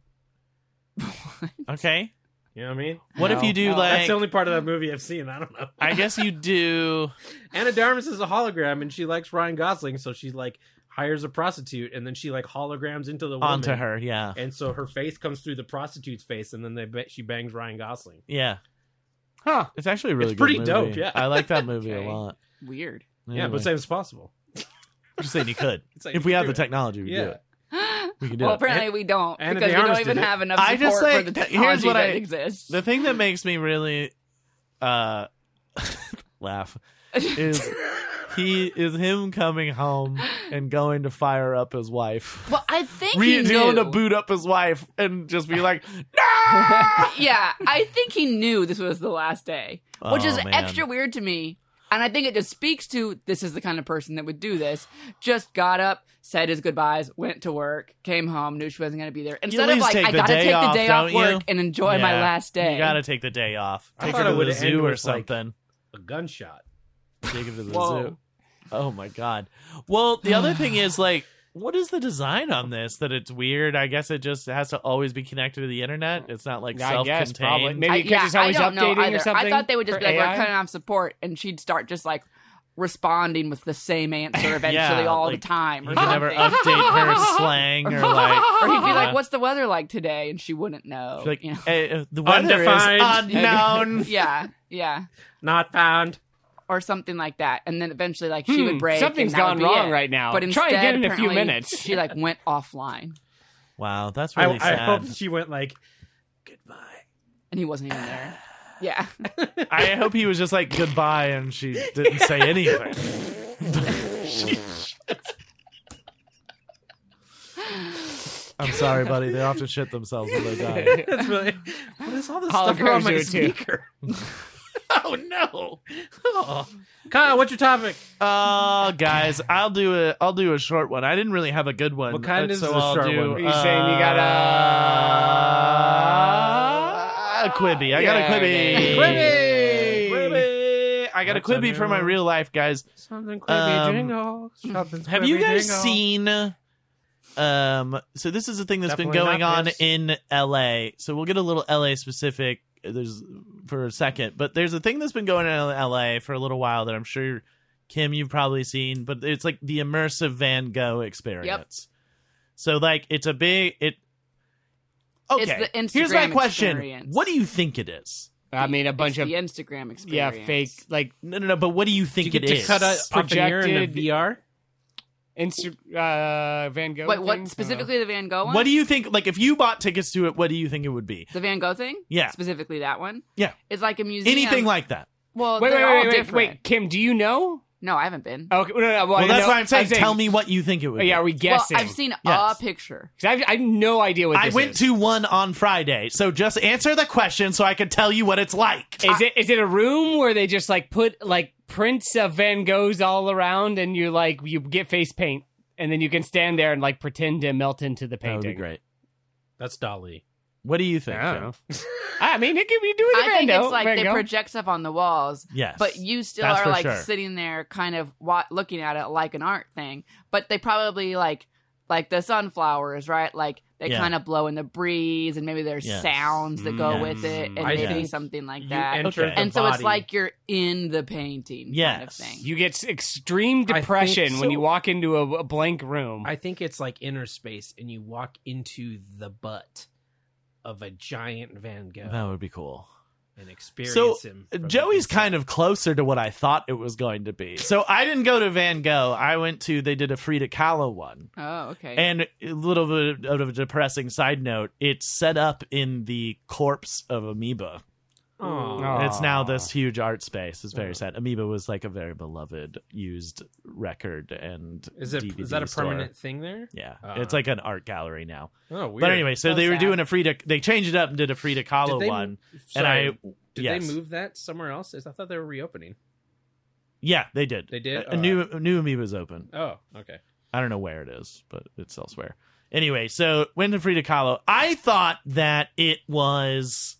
Speaker 2: Okay.
Speaker 1: You know what I mean?
Speaker 2: What if
Speaker 3: No.
Speaker 2: you do
Speaker 4: No.
Speaker 2: like?
Speaker 1: That's the only part of that movie I've seen. I don't know.
Speaker 2: I guess you do.
Speaker 1: Anna Darmus is a hologram, and she likes Ryan Gosling, so she like hires a prostitute, and then she like holograms into the woman
Speaker 2: Onto her, yeah,
Speaker 1: and so her face comes through the prostitute's face, and then they ba- she bangs Ryan Gosling.
Speaker 2: yeah.
Speaker 3: Huh.
Speaker 2: It's actually a really
Speaker 1: It's
Speaker 2: good
Speaker 1: pretty
Speaker 2: movie.
Speaker 1: dope, yeah.
Speaker 2: I like that movie
Speaker 3: Okay.
Speaker 2: a lot.
Speaker 4: Weird.
Speaker 1: Yeah,
Speaker 2: Anyway,
Speaker 1: but same as possible.
Speaker 2: I'm just saying you could
Speaker 1: It's like
Speaker 2: if
Speaker 1: you
Speaker 2: we
Speaker 1: can
Speaker 2: have
Speaker 1: do
Speaker 2: the
Speaker 1: it.
Speaker 2: technology. We
Speaker 1: Yeah.
Speaker 2: do it. We can do
Speaker 4: Well,
Speaker 2: it.
Speaker 4: apparently we don't
Speaker 1: Anna
Speaker 4: because
Speaker 1: de
Speaker 4: we don't
Speaker 1: Armas
Speaker 4: even
Speaker 1: did it.
Speaker 4: have enough support
Speaker 2: I just
Speaker 4: for
Speaker 2: like-
Speaker 4: the
Speaker 2: th-
Speaker 4: technology
Speaker 2: here's what
Speaker 4: that
Speaker 2: I-
Speaker 4: exists.
Speaker 2: the thing that makes me really uh laugh is he is him coming home and going to fire up his wife.
Speaker 4: well, I think
Speaker 2: Re-
Speaker 4: he
Speaker 2: he's going to
Speaker 4: knew.
Speaker 2: boot up his wife and just be like, no.
Speaker 4: yeah, I think he knew this was the last day, which
Speaker 2: Oh,
Speaker 4: is
Speaker 2: man.
Speaker 4: extra weird to me. And I think it just speaks to this is the kind of person that would do this. Just got up, said his goodbyes, went to work, came home, knew she wasn't going to be there. Instead
Speaker 2: at
Speaker 4: of
Speaker 2: least
Speaker 4: like,
Speaker 2: take
Speaker 4: I
Speaker 2: the
Speaker 4: gotta
Speaker 2: day
Speaker 4: take the
Speaker 2: off,
Speaker 4: day off
Speaker 2: don't you?
Speaker 4: work and enjoy my
Speaker 2: Yeah,
Speaker 4: last day.
Speaker 2: You gotta take the day off.
Speaker 1: I
Speaker 2: Take
Speaker 1: thought
Speaker 2: her
Speaker 1: it
Speaker 2: to the
Speaker 1: would've ended
Speaker 2: zoo or
Speaker 1: with, like-
Speaker 2: something.
Speaker 1: A gunshot.
Speaker 2: Take her to the
Speaker 4: Whoa.
Speaker 2: zoo. Oh my god. Well, the other thing is like, what is the design on this? That it's weird. I guess it just has to always be connected to the internet. It's not like
Speaker 3: I guess probably.
Speaker 2: self-contained.
Speaker 3: Maybe
Speaker 4: I,
Speaker 3: because
Speaker 4: yeah,
Speaker 3: it's always
Speaker 4: I don't know
Speaker 3: updating
Speaker 4: either.
Speaker 3: or something.
Speaker 4: I thought they would just
Speaker 3: for
Speaker 4: be like,
Speaker 3: AI.
Speaker 4: we're cutting off support, and she'd start just like responding with the same answer eventually all
Speaker 2: like,
Speaker 4: the time. Or,
Speaker 2: You can never
Speaker 4: something.
Speaker 2: update her slang or like.
Speaker 4: or he'd be
Speaker 3: uh,
Speaker 2: Yeah.
Speaker 4: like, "What's the weather like today?" and she wouldn't
Speaker 1: Oh,
Speaker 4: know.
Speaker 2: she's Like
Speaker 4: you know?
Speaker 2: eh, eh, the weather
Speaker 1: Undefined.
Speaker 2: is unknown.
Speaker 4: yeah, yeah,
Speaker 1: Not found.
Speaker 4: or something like that. And then eventually, like she
Speaker 3: Hmm,
Speaker 4: would break.
Speaker 3: something's
Speaker 4: and that
Speaker 3: gone
Speaker 4: would be
Speaker 3: wrong
Speaker 4: it.
Speaker 3: right now.
Speaker 4: But instead,
Speaker 3: Try again in a few
Speaker 4: apparently,
Speaker 3: minutes.
Speaker 4: she like went offline,
Speaker 2: wow, that's
Speaker 1: I,
Speaker 2: really
Speaker 1: I
Speaker 2: sad.
Speaker 1: hope she went like, goodbye.
Speaker 4: and he wasn't even there. Yeah,
Speaker 2: I hope he was just like goodbye, and she didn't say anything. I'm sorry, buddy. They often shit themselves when they die.
Speaker 1: That's really. What is all this
Speaker 3: Holograms
Speaker 1: stuff on my
Speaker 3: do it too.
Speaker 1: speaker? oh no! Oh. Kyle, what's your topic?
Speaker 2: Oh, guys, I'll do a I'll do a short one. I didn't really have a good one.
Speaker 1: What kind
Speaker 2: uh,
Speaker 1: is
Speaker 2: so
Speaker 1: the
Speaker 2: I'll
Speaker 1: short
Speaker 2: do,
Speaker 1: one?
Speaker 3: Are you saying you got a-
Speaker 2: a Uh, Quibi? I got
Speaker 3: Yeah,
Speaker 2: a
Speaker 3: okay.
Speaker 1: Quibi!
Speaker 2: Quibi. Quibi. I got
Speaker 1: That's
Speaker 2: a
Speaker 1: a
Speaker 2: Quibi
Speaker 1: new
Speaker 2: for my
Speaker 1: one.
Speaker 2: real life, guys.
Speaker 1: Something
Speaker 2: Um,
Speaker 1: dingle. Something
Speaker 2: Have you
Speaker 1: quibby
Speaker 2: guys
Speaker 1: dingle.
Speaker 2: seen? Um, so this is a thing that's been
Speaker 1: Definitely
Speaker 2: going
Speaker 1: not
Speaker 2: on
Speaker 1: this.
Speaker 2: in LA. So we'll get a little LA specific uh, there's for a second, but there's a thing that's been going on in L.A. for a little while that I'm sure Kim you've probably seen, but it's like the immersive Van Gogh experience. So like it's a big it.
Speaker 4: It's
Speaker 2: Okay,
Speaker 4: the
Speaker 2: here's my
Speaker 4: Instagram
Speaker 2: question:
Speaker 4: experience.
Speaker 2: What do you think it is?
Speaker 3: I mean, a
Speaker 4: It's
Speaker 3: bunch of
Speaker 4: the Instagram experience.
Speaker 3: yeah, fake like
Speaker 2: No, no, no. But what do you
Speaker 1: you
Speaker 2: think
Speaker 1: get
Speaker 2: it
Speaker 1: to
Speaker 2: is?
Speaker 1: cut out off an ear in a
Speaker 3: Projected-
Speaker 1: VR?
Speaker 3: Insta- uh, Van Gogh.
Speaker 4: Wait, what
Speaker 3: things?
Speaker 4: specifically the Van Gogh one?
Speaker 2: What do you think? Like, if you bought tickets to it, what do you think it would be?
Speaker 4: the Van Gogh thing?
Speaker 2: Yeah.
Speaker 4: specifically that one.
Speaker 2: Yeah.
Speaker 4: it's like a museum.
Speaker 2: Anything like that?
Speaker 4: well,
Speaker 3: Uh, Wait, wait,
Speaker 4: they're all
Speaker 3: wait, wait, wait,
Speaker 4: different.
Speaker 3: wait, Uh, Kim, do you know?
Speaker 4: No, I haven't been.
Speaker 3: Okay, no, no, no, well,
Speaker 2: Well,
Speaker 3: I
Speaker 2: that's
Speaker 3: know-
Speaker 2: why I'm saying, tell me what you think it would.
Speaker 3: Yeah,
Speaker 2: be.
Speaker 3: are we guessing?
Speaker 4: Well, I've seen
Speaker 2: Yes.
Speaker 4: a picture.
Speaker 3: 'Cause I've, I have no idea what
Speaker 2: I
Speaker 3: this
Speaker 2: went
Speaker 3: is.
Speaker 2: to one on Friday, so just answer the question so I could tell you what it's like.
Speaker 3: Is it is it a room where they just like put like prints of Van Goghs all around, and you like you get face paint, and then you can stand there and like pretend to melt into the painting?
Speaker 2: great.
Speaker 1: That's Dolly.
Speaker 2: What do you think?
Speaker 3: I don't
Speaker 2: Kim?
Speaker 3: know. I mean, it could be doing
Speaker 4: I
Speaker 3: Van
Speaker 4: think
Speaker 3: Gogh.
Speaker 4: it's like
Speaker 3: Van
Speaker 4: they
Speaker 3: Gogh.
Speaker 4: project stuff on the walls,
Speaker 2: Yes,
Speaker 4: but you still
Speaker 2: That's
Speaker 4: are
Speaker 2: for
Speaker 4: like
Speaker 2: sure.
Speaker 4: sitting there, kind of wa- looking at it like an art thing. But they probably like like the sunflowers, right? Like they
Speaker 2: Yeah.
Speaker 4: kind of blow in the breeze, and maybe there's
Speaker 2: Yes.
Speaker 4: sounds that go
Speaker 2: Mm,
Speaker 4: with it, and
Speaker 1: I
Speaker 4: maybe
Speaker 1: think
Speaker 4: something like
Speaker 1: You
Speaker 4: that.
Speaker 1: enter
Speaker 2: Okay.
Speaker 1: the
Speaker 4: and so it's
Speaker 1: body.
Speaker 4: like you're in the painting, kind of
Speaker 2: Yes.
Speaker 4: thing.
Speaker 3: you get extreme
Speaker 1: think
Speaker 3: depression when
Speaker 1: so.
Speaker 3: you walk into a, a blank room.
Speaker 1: I think it's like inner space, and you walk into the butt of a giant Van Gogh
Speaker 2: that would be cool.
Speaker 1: and experience
Speaker 2: So,
Speaker 1: him. from the
Speaker 2: Joey's
Speaker 1: inside.
Speaker 2: kind of closer to what I thought it was going to be. So I didn't go to Van Gogh. I went to they did a Frida Kahlo one.
Speaker 4: oh, okay.
Speaker 2: And a little bit of a depressing side note, it's set up in the corpse of Amoeba.
Speaker 1: Aw.
Speaker 3: Aw.
Speaker 2: It's now this huge art space. It's very sad. Amoeba was like a very beloved used record and
Speaker 1: Is it is
Speaker 2: DVD
Speaker 1: that a
Speaker 2: store.
Speaker 1: permanent thing there?
Speaker 2: Yeah,
Speaker 1: Uh-huh.
Speaker 2: it's like an art gallery now.
Speaker 1: Oh, weird.
Speaker 2: But anyway, so,
Speaker 4: So
Speaker 2: they were
Speaker 4: sad.
Speaker 2: doing a Frida. They changed it up and did a Frida Kahlo
Speaker 1: Did they-
Speaker 2: one.
Speaker 1: Sorry,
Speaker 2: and I
Speaker 1: did
Speaker 2: yes.
Speaker 1: they move that somewhere else? I thought they were reopening.
Speaker 2: yeah, they did.
Speaker 1: They did?
Speaker 2: a, a new a new Amoeba's open.
Speaker 1: Oh, okay.
Speaker 2: I don't know where it is, but it's elsewhere. Anyway, so went to Frida Kahlo. I thought that it was.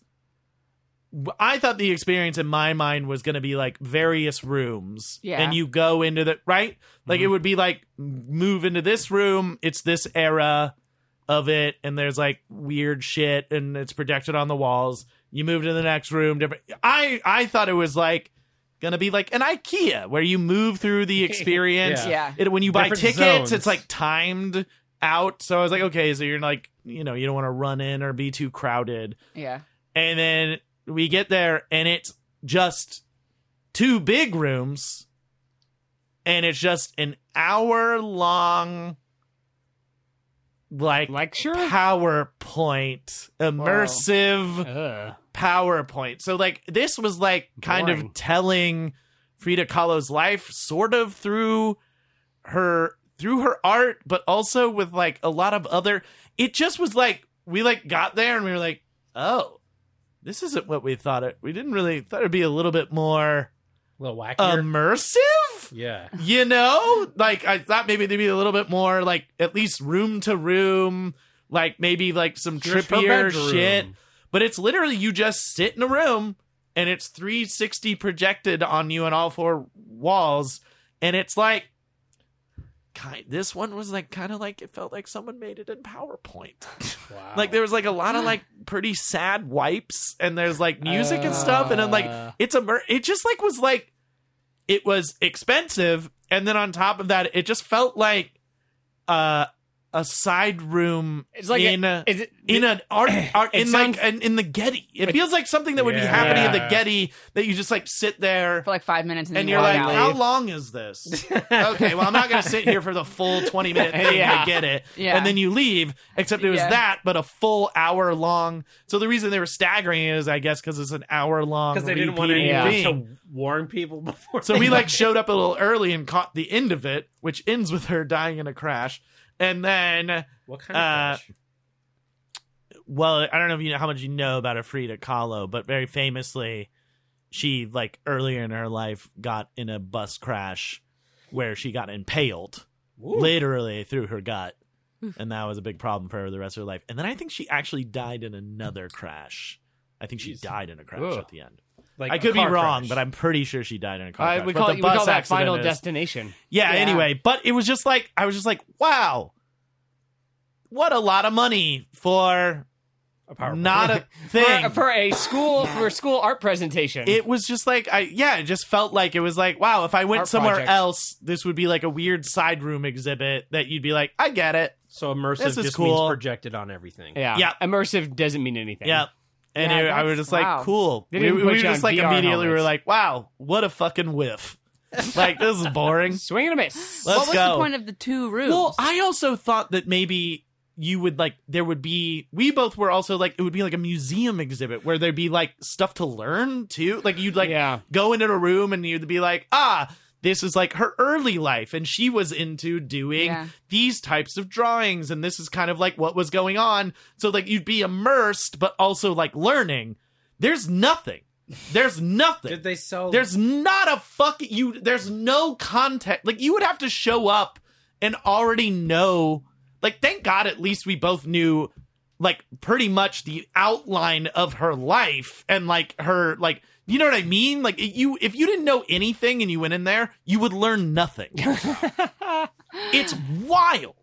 Speaker 2: I thought the experience in my mind was going to be like various rooms,
Speaker 4: Yeah.
Speaker 2: and you go into the right. Like it
Speaker 1: Mhm.
Speaker 2: would be like move into this room. It's this era of it, and there's like weird shit, and it's projected on the walls. You move to the next room. Different. I I thought it was like gonna be like an IKEA where you move through the experience.
Speaker 1: Yeah.
Speaker 4: yeah.
Speaker 2: It, when you buy
Speaker 1: Different
Speaker 2: tickets,
Speaker 1: zones.
Speaker 2: it's like timed out. So I was like, okay, so you're like, you know, you don't want to run in or be too crowded.
Speaker 4: Yeah.
Speaker 2: And then we get there, and it's just two big rooms, and it's just an hour long, like
Speaker 3: lecture.
Speaker 2: PowerPoint immersive.
Speaker 3: Ugh.
Speaker 2: PowerPoint. So like this was like kind
Speaker 3: Boring.
Speaker 2: of telling Frida Kahlo's life sort of through her through her art, but also with like a lot of other it just was like we like got there and we were like, oh, this isn't what we thought it we didn't really thought it'd be a little bit more
Speaker 1: A little wackier.
Speaker 2: Um, immersive
Speaker 1: yeah.
Speaker 2: you know like i thought maybe there'd be a little bit more like at least room to room like maybe like some
Speaker 1: Just her
Speaker 2: trippier
Speaker 1: bedroom.
Speaker 2: shit but it's literally you just sit in a room and it's 360 projected on you on all four walls and it's like kind this one was like kind of like it felt like someone made it in powerpoint
Speaker 1: Wow.
Speaker 2: like there was like a lot of like pretty sad wipes and there's like music and stuff and then like
Speaker 3: Uh.
Speaker 2: it's a mer- it just like was like it was expensive and then on top of that it just felt like uh a side room
Speaker 3: It's like a-
Speaker 2: in a,
Speaker 3: Is it
Speaker 2: in an art, art
Speaker 3: It
Speaker 2: in
Speaker 3: sounds-
Speaker 2: like in, in the Getty. It
Speaker 3: It-
Speaker 2: feels like something that would be
Speaker 1: Yeah.
Speaker 2: happening in
Speaker 1: Yeah.
Speaker 2: the Getty that you just like sit there
Speaker 4: For like five minutes, and,
Speaker 2: and
Speaker 4: then
Speaker 2: you're
Speaker 4: you walk out.
Speaker 2: like, how long is this? okay, well I'm not going to sit here for the full 20 minute thing
Speaker 3: Yeah.
Speaker 2: to get it,
Speaker 4: Yeah.
Speaker 2: and then you leave. Except it was
Speaker 4: Yeah.
Speaker 2: that, but a full hour long. So the reason they were staggering is, I guess, because it's an hour long.
Speaker 1: because they didn't want anyone
Speaker 3: Yeah.
Speaker 1: to warn people before.
Speaker 2: So
Speaker 1: they
Speaker 2: we like showed up a little early and caught the end of it, which ends with her dying in a crash. And then,
Speaker 1: What kind
Speaker 2: Uh,
Speaker 1: of flash?
Speaker 2: well, I don't know if you know how much you know about Frida Kahlo, but very famously, she like earlier in her life got in a bus crash where she got impaled,
Speaker 1: Ooh.
Speaker 2: literally through her gut, and that was a big problem for her the rest of her life. And then I think she actually died in another crash. I think she
Speaker 1: Jeez.
Speaker 2: died in a crash
Speaker 3: Ugh.
Speaker 2: at the end.
Speaker 1: Like
Speaker 2: I
Speaker 1: a
Speaker 2: could be
Speaker 1: car
Speaker 2: wrong,
Speaker 1: crash.
Speaker 2: but I'm pretty sure she died in a car
Speaker 3: Uh,
Speaker 2: crash.
Speaker 3: we
Speaker 2: But
Speaker 3: call
Speaker 2: the
Speaker 3: it, we
Speaker 2: bus
Speaker 3: call that
Speaker 2: accident
Speaker 3: final
Speaker 2: is-
Speaker 3: destination.
Speaker 2: yeah,
Speaker 4: Yeah.
Speaker 2: anyway, but it was just like I was just like, wow. What a lot of money for
Speaker 1: a a PowerPoint.
Speaker 2: Not a thing.
Speaker 3: For, for a school for a school art presentation.
Speaker 2: it was just like I yeah, it just felt like it was like wow, if I went
Speaker 3: Art
Speaker 2: somewhere
Speaker 3: project.
Speaker 2: else, this would be like a weird side room exhibit that you'd be like, I get it.
Speaker 1: so immersive
Speaker 2: This is
Speaker 1: just
Speaker 2: cool.
Speaker 1: means projected on everything.
Speaker 3: yeah.
Speaker 2: yeah.
Speaker 3: Immersive doesn't mean anything.
Speaker 2: Yep. And
Speaker 4: Yeah,
Speaker 2: it- I was
Speaker 4: that's-
Speaker 2: just like,
Speaker 4: wow.
Speaker 2: cool.
Speaker 3: They
Speaker 2: We,
Speaker 3: didn't
Speaker 2: we
Speaker 3: put
Speaker 2: were
Speaker 3: you
Speaker 2: just
Speaker 3: on
Speaker 2: like
Speaker 3: VR
Speaker 2: immediately we were
Speaker 3: helmets.
Speaker 2: like, wow, what a fucking whiff. like this is boring.
Speaker 3: Swing and a miss.
Speaker 2: Let's
Speaker 4: what was
Speaker 2: go.
Speaker 4: the point of the two rooms?
Speaker 2: Well, I also thought that maybe you would like there would be we both were also like it would be like a museum exhibit where there'd be like stuff to learn too. Like you'd like
Speaker 3: yeah.
Speaker 2: go into a room and you'd be like, ah, this is like her early life and she was into doing
Speaker 4: Yeah.
Speaker 2: these types of drawings and this is kind of like what was going on. So like you'd be immersed but also like learning. There's nothing. There's nothing.
Speaker 1: Did they sell?
Speaker 2: There's not a fuck you. There's no context. Like you would have to show up and already know. Like thank God at least we both knew like pretty much the outline of her life and like her like you know what I mean. Like you if you didn't know anything and you went in there, you would learn nothing. it's wild.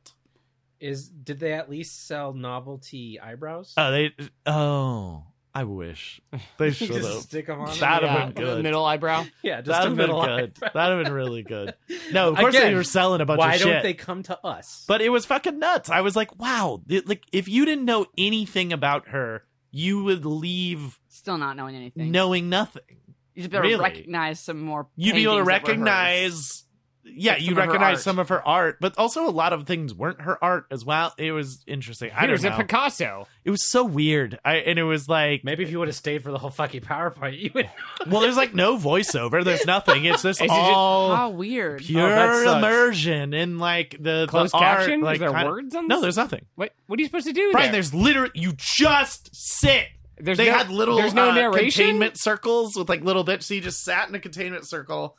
Speaker 1: is did they at least sell novelty eyebrows?
Speaker 2: Oh, they. Oh, I wish they should
Speaker 1: just
Speaker 2: have.
Speaker 1: stick them on.
Speaker 2: That'd
Speaker 3: yeah.
Speaker 2: have been good.
Speaker 3: Middle eyebrow.
Speaker 1: yeah, just a
Speaker 2: That'd have
Speaker 1: middle
Speaker 2: been good.
Speaker 1: eyebrow.
Speaker 2: That'd have been really good. No, of course
Speaker 1: Again,
Speaker 2: they were selling a bunch
Speaker 1: Why
Speaker 2: of shit.
Speaker 1: don't they come to us?
Speaker 2: But it was fucking nuts. I was like, wow, th- like if you didn't know anything about her, you would leave
Speaker 4: still not knowing anything.
Speaker 2: knowing nothing.
Speaker 4: you just be able
Speaker 2: really.
Speaker 4: to recognize some more.
Speaker 2: You'd be
Speaker 4: paintings that
Speaker 2: able to
Speaker 4: were hers.
Speaker 2: recognize yeah,
Speaker 4: Like
Speaker 2: you
Speaker 4: some of her
Speaker 2: recognize
Speaker 4: art.
Speaker 2: some of her art, but also a lot of things weren't her art as well. It was interesting. I don't
Speaker 3: Here's
Speaker 2: know.
Speaker 3: a Picasso.
Speaker 2: it was so weird. I and it was like,
Speaker 1: Maybe if you would have stayed for the whole fucking PowerPoint, you would.
Speaker 2: well, there's like no voiceover. There's nothing. It's just
Speaker 3: Is it just- Oh,
Speaker 2: all
Speaker 4: How weird.
Speaker 1: that
Speaker 2: pure
Speaker 1: sucks.
Speaker 2: immersion in like the
Speaker 3: Closed
Speaker 2: the art,
Speaker 3: caption?
Speaker 2: Like,
Speaker 3: Is there
Speaker 2: kinda-
Speaker 3: words on this?
Speaker 2: No, there's nothing.
Speaker 3: What what are you supposed to do?
Speaker 2: Brian,
Speaker 3: there?
Speaker 2: there's literally you just sit.
Speaker 3: There's
Speaker 2: they
Speaker 3: no-
Speaker 2: had little
Speaker 3: there's no
Speaker 2: uh,
Speaker 3: narration?
Speaker 2: containment circles with like little bits. So you just sat in a containment circle.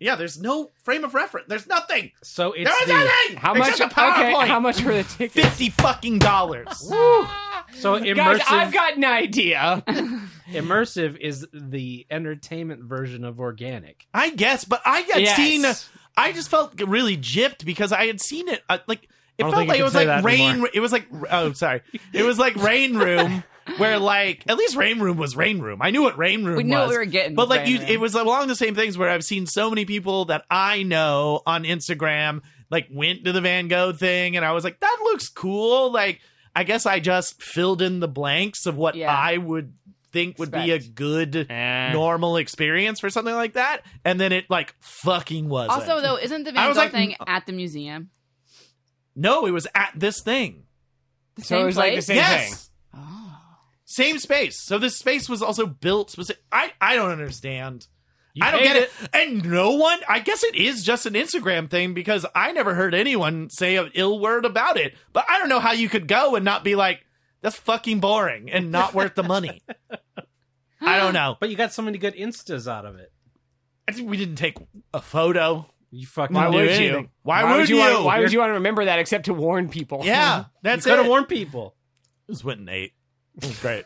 Speaker 2: Yeah, there's no frame of reference. There's nothing.
Speaker 1: So it's
Speaker 2: There's
Speaker 1: the,
Speaker 2: nothing.
Speaker 3: how much
Speaker 2: Except a PowerPoint.
Speaker 3: okay, how much for the ticket?
Speaker 2: Fifty fucking dollars.
Speaker 1: so
Speaker 3: Guys,
Speaker 1: immersive.
Speaker 3: I've got an idea.
Speaker 1: immersive is the entertainment version of organic.
Speaker 2: I guess, but I had
Speaker 3: Yes.
Speaker 2: seen. uh, I just felt really gypped because I had seen it. Uh, like it
Speaker 1: don't
Speaker 2: felt
Speaker 1: think you
Speaker 2: like it
Speaker 1: can
Speaker 2: was
Speaker 1: say
Speaker 2: like
Speaker 1: that
Speaker 2: rain.
Speaker 1: anymore.
Speaker 2: It was like oh sorry, it was like rain room. Where like at least Rain Room was Rain Room. I knew what Rain Room
Speaker 4: We
Speaker 2: was.
Speaker 4: knew what we were getting
Speaker 2: But
Speaker 4: with
Speaker 2: like
Speaker 4: Rain
Speaker 2: you,
Speaker 4: Room.
Speaker 2: it was along the same things where I've seen so many people that I know on Instagram like went to the Van Gogh thing, and I was like, that looks cool. Like I guess I just filled in the blanks of what
Speaker 4: Yeah.
Speaker 2: I would think would be a
Speaker 4: Expect.
Speaker 2: good
Speaker 3: Eh.
Speaker 2: normal experience for something like that, and then it like fucking was.
Speaker 4: Also, though, isn't the
Speaker 2: I
Speaker 4: Van
Speaker 2: was
Speaker 4: Gogh
Speaker 2: like,
Speaker 4: thing
Speaker 2: mm,
Speaker 4: at the museum?
Speaker 2: no, it was at this thing.
Speaker 4: The
Speaker 3: So
Speaker 4: same
Speaker 3: it was
Speaker 4: place?
Speaker 3: like the same
Speaker 2: yes,
Speaker 3: thing.
Speaker 4: Oh.
Speaker 2: same space. So this space was also built specific. I I don't understand.
Speaker 1: You
Speaker 2: I don't
Speaker 1: paid
Speaker 2: get it. And no one, I guess it is just an Instagram thing because I never heard anyone say an ill word about it. But I don't know how you could go and not be like, that's fucking boring and not worth the money. I don't know.
Speaker 1: But you got so many good instas out of it.
Speaker 2: I think we didn't take a photo.
Speaker 1: You fucking
Speaker 2: Why
Speaker 1: do
Speaker 2: would
Speaker 1: anything.
Speaker 2: you? Why, would you?
Speaker 3: Want, why would you want to remember that except to warn people?
Speaker 2: Yeah,
Speaker 1: You
Speaker 2: that's
Speaker 1: could
Speaker 2: it.
Speaker 1: have warned people.
Speaker 2: It was went and ate. It was great.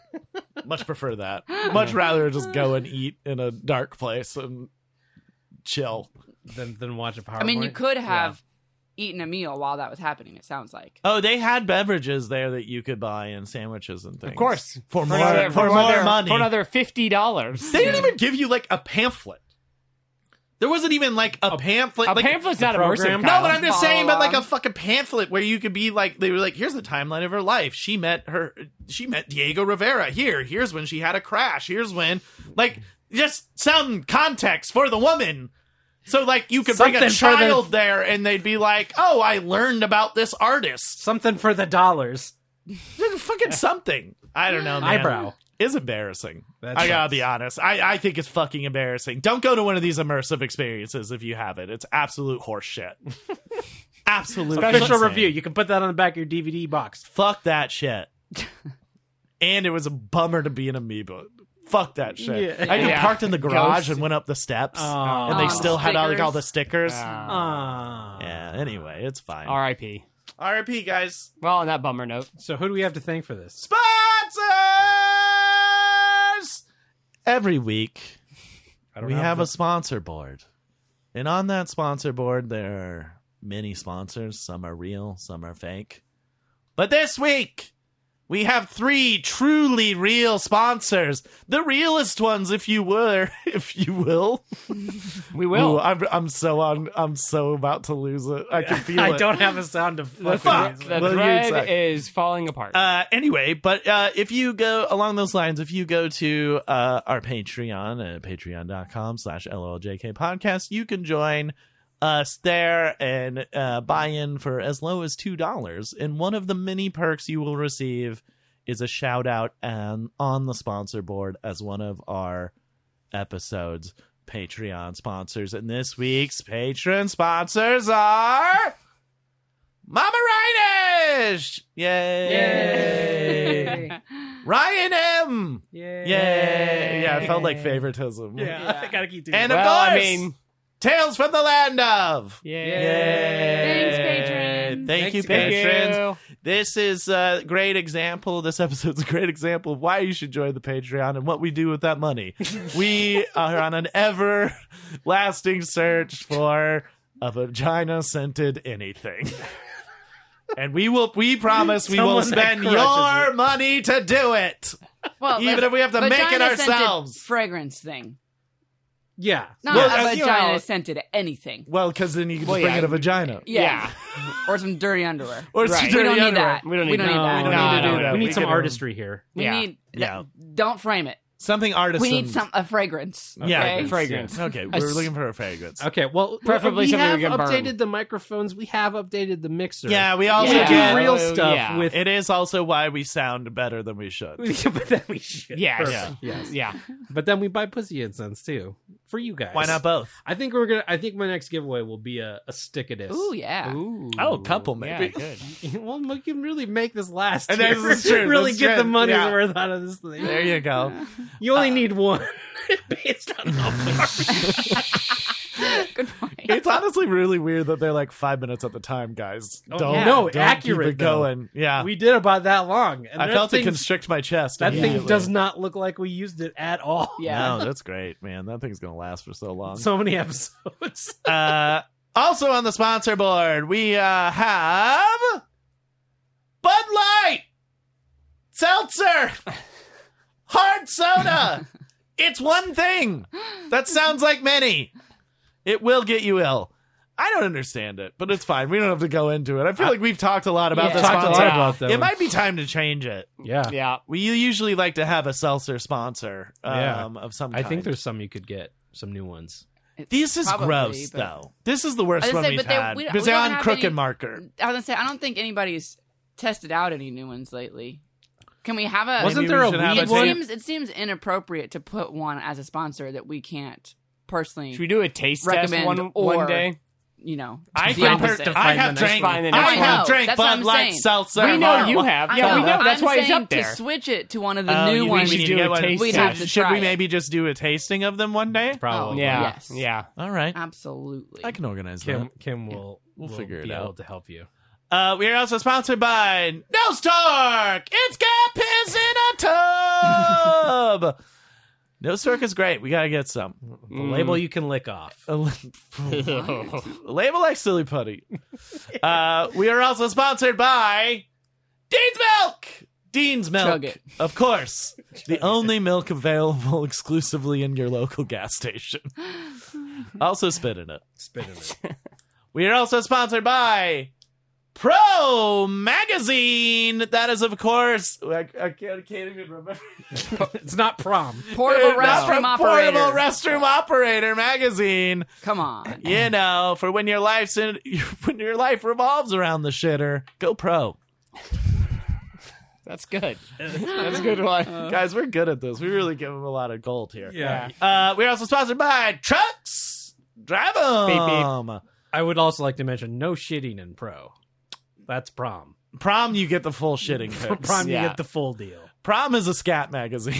Speaker 2: Much prefer that. Much rather just go and eat in a dark place and chill.
Speaker 1: Then, then watch a PowerPoint.
Speaker 4: I mean, you could have eaten a meal while that was happening. It sounds like.
Speaker 2: Oh, they had beverages there that you could buy and sandwiches and things.
Speaker 3: Of course.
Speaker 2: For, more,
Speaker 3: another,
Speaker 2: for, more
Speaker 3: another-
Speaker 2: money.
Speaker 3: For another fifty dollars.
Speaker 2: they didn't even give you like a pamphlet. There wasn't even like a, pamphlet.
Speaker 3: A
Speaker 2: like,
Speaker 3: pamphlet's not
Speaker 1: program-
Speaker 3: immersive.
Speaker 2: No,
Speaker 3: Kyle.
Speaker 2: but I'm just saying, but like a
Speaker 4: Follow.
Speaker 2: fucking pamphlet where you could be like, they were like, here's the timeline of her life. She met her, she met Diego Rivera here. Here's when she had a crash. Here's when, like, just some context for the woman. So like, you could bring a
Speaker 1: Something for the-
Speaker 2: child there, and they'd be like, oh, I learned about this artist.
Speaker 1: something for the dollars.
Speaker 2: fucking something. I don't know. Man.
Speaker 1: Eyebrow.
Speaker 2: is embarrassing.
Speaker 1: That
Speaker 2: I gotta
Speaker 1: sucks.
Speaker 2: be honest. I, I think it's fucking embarrassing. Don't go to one of these immersive experiences if you have it. It's absolute horseshit. absolute
Speaker 1: Official
Speaker 2: insane.
Speaker 1: review. You can put that on the back of your DVD box.
Speaker 2: Fuck that shit. and it was a bummer to be an amoeba. Fuck that shit.
Speaker 1: Yeah. Oh.
Speaker 2: I just
Speaker 3: Yeah.
Speaker 2: parked in the garage
Speaker 3: Ghost.
Speaker 2: and went up the steps,
Speaker 1: Aw.
Speaker 2: and they
Speaker 4: Aw,
Speaker 2: still had all, like all the stickers.
Speaker 3: Uh,
Speaker 1: Ah.
Speaker 2: yeah. Anyway, it's fine.
Speaker 3: R.I.P.
Speaker 2: R.I.P. guys.
Speaker 3: Well, on that bummer note,
Speaker 1: So who do we have to thank for this?
Speaker 2: Sponsors. Every week,
Speaker 1: I don't
Speaker 2: we
Speaker 1: know.
Speaker 2: have a sponsor board. And on that sponsor board, there are many sponsors. Some are real, some are fake. But this week, We have three truly real sponsors. The realest ones, if you were, if you will.
Speaker 3: We will.
Speaker 2: Ooh, I'm, I'm so on. I'm so about to lose it. I can feel
Speaker 1: I
Speaker 2: it.
Speaker 1: don't have a sound of
Speaker 3: the thre-
Speaker 2: fuck.
Speaker 1: fucking-
Speaker 3: the
Speaker 2: Well, you're
Speaker 3: thread
Speaker 2: exact.
Speaker 3: is falling apart.
Speaker 2: Uh, anyway, but uh, if you go along those lines, if you go to uh, our Patreon at patreon.com slash loljk podcast, you can join us there and uh, buy in for as low as $2. And one of the many perks you will receive is a shout out and on the sponsor board as one of our episodes Patreon sponsors. And this week's patron sponsors are Mama Reinish! Yay! Ryan M!
Speaker 1: Yay.
Speaker 2: Yay! Yeah, it felt like favoritism.
Speaker 1: Yeah,
Speaker 4: Yeah.
Speaker 1: I gotta keep doing
Speaker 2: And
Speaker 1: that.
Speaker 2: of
Speaker 3: well, I
Speaker 2: course,
Speaker 3: mean,
Speaker 2: Tales from the Land of!
Speaker 3: yeah.
Speaker 2: Yay!
Speaker 4: Thanks, patrons.
Speaker 2: Thank you,
Speaker 1: Thanks,
Speaker 2: patrons. This is a great example. This episode's a great example of why you should join the Patreon and what we do with that money. we are on an ever lasting search for a vagina scented anything. And we will we promise we will
Speaker 1: Someone that
Speaker 2: spend
Speaker 1: crushes
Speaker 2: your
Speaker 1: it.
Speaker 2: money to do it.
Speaker 4: Well,
Speaker 2: Even
Speaker 4: let's-
Speaker 2: if we have to make it
Speaker 4: vagina-scented
Speaker 2: ourselves.
Speaker 4: fragrance thing.
Speaker 1: yeah.
Speaker 4: Not
Speaker 2: Well,
Speaker 4: a
Speaker 2: uh, you know-
Speaker 4: vagina scented anything.
Speaker 2: Well, because then you can just
Speaker 3: Well,
Speaker 2: bring
Speaker 3: yeah.
Speaker 2: in a vagina.
Speaker 4: Yeah. or some dirty underwear.
Speaker 2: Or
Speaker 3: Right.
Speaker 2: some
Speaker 3: We
Speaker 4: We
Speaker 2: dirty
Speaker 4: don't need
Speaker 2: underwear.
Speaker 4: that.
Speaker 3: We don't need
Speaker 4: we don't
Speaker 3: that.
Speaker 4: need
Speaker 1: no,
Speaker 4: that.
Speaker 2: We don't need to
Speaker 1: no,
Speaker 2: do
Speaker 1: no.
Speaker 2: that.
Speaker 1: We need
Speaker 2: We
Speaker 1: some
Speaker 2: can-
Speaker 1: artistry here.
Speaker 4: We
Speaker 3: Yeah.
Speaker 4: need
Speaker 2: Yeah.
Speaker 4: don't frame it.
Speaker 2: Something artisan.
Speaker 4: We need some a fragrance.
Speaker 2: Yeah.
Speaker 4: okay?
Speaker 3: Fragrance.
Speaker 2: Okay,
Speaker 1: I
Speaker 2: we're
Speaker 1: s-
Speaker 2: looking for a fragrance.
Speaker 1: Okay, well,
Speaker 3: Preferably
Speaker 1: we
Speaker 3: something
Speaker 1: have
Speaker 3: we can burn.
Speaker 1: updated the microphones. We have updated the mixer.
Speaker 2: Yeah, we also
Speaker 1: we
Speaker 4: Yeah.
Speaker 2: get
Speaker 1: do real stuff
Speaker 3: Yeah.
Speaker 1: with.
Speaker 2: It is also why we sound better than we should.
Speaker 1: but then we should.
Speaker 3: Yes.
Speaker 1: Perfect. Yes.
Speaker 3: Yeah.
Speaker 1: But then we buy pussy incense too for you guys.
Speaker 2: Why not both?
Speaker 1: I think we're gonna. I think my next giveaway will be a, a stick of this.
Speaker 4: Ooh yeah.
Speaker 3: Ooh.
Speaker 2: Oh, a couple,
Speaker 3: Yeah,
Speaker 2: maybe.
Speaker 3: good.
Speaker 1: well, we can really make this last.
Speaker 2: And
Speaker 1: here.
Speaker 2: this is true.
Speaker 1: really
Speaker 2: That's
Speaker 1: get the
Speaker 2: true.
Speaker 1: money's
Speaker 2: Yeah. Uh,
Speaker 1: worth out of this thing.
Speaker 2: There you go.
Speaker 1: You only need one. Based on how far.
Speaker 4: Good point.
Speaker 2: It's honestly really weird that they're like five minutes at the time, guys.
Speaker 1: Oh,
Speaker 2: Don't
Speaker 1: yeah.
Speaker 2: no
Speaker 1: No,
Speaker 2: don't Keep
Speaker 1: accurate,
Speaker 2: it
Speaker 1: though.
Speaker 2: going. Yeah,
Speaker 1: we did about that long. And
Speaker 2: I
Speaker 1: that
Speaker 2: felt it
Speaker 1: thing's-
Speaker 2: constrict my chest.
Speaker 1: That thing
Speaker 2: immediately.
Speaker 1: does not look like we used it at all.
Speaker 4: Yeah.
Speaker 2: No, that's great, man. That thing's gonna last for so long.
Speaker 1: So many episodes.
Speaker 2: uh, also on the sponsor board, we uh, have Bud Light, Seltzer, Hard Soda. it's one thing. That sounds like many. It will get you ill. I don't understand it, but it's fine. We don't have to go into it. I feel like we've talked a lot about
Speaker 4: Yeah.
Speaker 2: the
Speaker 4: Talked
Speaker 2: sponsor.
Speaker 3: lot about
Speaker 2: It might be time to change it.
Speaker 1: yeah.
Speaker 3: Yeah.
Speaker 2: We usually like to have a seltzer sponsor um,
Speaker 1: Yeah.
Speaker 2: of some
Speaker 1: I
Speaker 2: kind.
Speaker 1: think there's some you could get, some new ones.
Speaker 2: This is
Speaker 4: Probably,
Speaker 2: gross,
Speaker 4: but-
Speaker 2: though. This is the worst
Speaker 4: I was
Speaker 2: one
Speaker 4: saying,
Speaker 2: we've
Speaker 4: but they-
Speaker 2: had.
Speaker 4: we don't-
Speaker 2: Because
Speaker 4: we
Speaker 2: they're
Speaker 4: don't
Speaker 2: on
Speaker 4: have
Speaker 2: Crooked
Speaker 4: any-
Speaker 2: Marker.
Speaker 4: I was gonna say I don't think anybody's tested out any new ones lately. Can we have a?
Speaker 1: Wasn't
Speaker 2: Maybe
Speaker 1: there
Speaker 2: we
Speaker 1: a
Speaker 2: should have
Speaker 1: weed
Speaker 2: a
Speaker 4: it
Speaker 1: one?
Speaker 4: seems it seems inappropriate to put one as a sponsor that we can't personally,
Speaker 3: Should we do a taste test
Speaker 4: Recommend
Speaker 3: one,
Speaker 4: or-
Speaker 3: one day?
Speaker 4: you know.
Speaker 2: I,
Speaker 4: the
Speaker 1: can
Speaker 2: have
Speaker 1: per-
Speaker 4: opposite.
Speaker 1: to
Speaker 2: I
Speaker 1: find
Speaker 2: have
Speaker 1: the next
Speaker 2: drank.
Speaker 1: one.
Speaker 3: Find the
Speaker 2: I
Speaker 3: next
Speaker 2: have
Speaker 4: one.
Speaker 2: drank
Speaker 4: That's what
Speaker 2: Bud
Speaker 4: I'm
Speaker 2: Light
Speaker 4: saying.
Speaker 2: seltzer. Oh.
Speaker 3: We know
Speaker 2: Hard-
Speaker 3: you have. Yeah, we know.
Speaker 4: I'm
Speaker 3: That's why it's
Speaker 4: saying
Speaker 3: up there.
Speaker 4: To switch it to one of the
Speaker 2: Oh, you
Speaker 4: new
Speaker 2: think
Speaker 4: ones.
Speaker 2: we
Speaker 3: should
Speaker 2: need
Speaker 3: do
Speaker 2: to
Speaker 3: a
Speaker 2: get one-
Speaker 3: taste
Speaker 4: We'd
Speaker 3: test.
Speaker 4: have to
Speaker 2: Should
Speaker 4: try
Speaker 2: we
Speaker 4: it.
Speaker 2: maybe just do a tasting of them one day?
Speaker 1: Probably.
Speaker 3: Yeah.
Speaker 4: Oh, Yes.
Speaker 3: Oh, Yeah.
Speaker 2: All right.
Speaker 4: Uh, Absolutely.
Speaker 2: I can organize
Speaker 1: Kim, Kim will,
Speaker 2: We'll
Speaker 1: will
Speaker 2: figure it
Speaker 1: be
Speaker 2: out.
Speaker 1: able to help you.
Speaker 2: that. Uh, we are also sponsored by Nose Torque. It's got piss in a tub. Nose Torque is great. We got to get some.
Speaker 1: The
Speaker 3: Mm.
Speaker 1: label you can lick off.
Speaker 2: A li- Label like silly putty. Uh, we are also sponsored by Dean's Milk. Dean's Milk,
Speaker 4: Chug it.
Speaker 2: of course, the only milk available exclusively in your local gas station. Also, spit in it.
Speaker 1: Spit in it.
Speaker 2: We are also sponsored by Pro Magazine. That is, of course, I, I can't, can't even remember.
Speaker 1: it's not prom.
Speaker 4: Portable
Speaker 2: Not
Speaker 4: restroom
Speaker 2: from
Speaker 4: operator.
Speaker 2: Portable Restroom Operator Magazine.
Speaker 4: Come on.
Speaker 2: you know, for when your life's in, when your life revolves around the shitter, go pro,
Speaker 3: That's good. That's a good one.
Speaker 2: guys. We're good at this. We really give them a lot of gold here.
Speaker 1: Yeah.
Speaker 2: Uh, we're also sponsored by Trucks Drive 'em.
Speaker 1: I would also like to mention no shitting in pro. That's prom.
Speaker 2: Prom, you get the full shitting.
Speaker 1: For
Speaker 2: fix.
Speaker 1: prom,
Speaker 3: Yeah.
Speaker 1: you get the full deal.
Speaker 2: Prom is a scat magazine,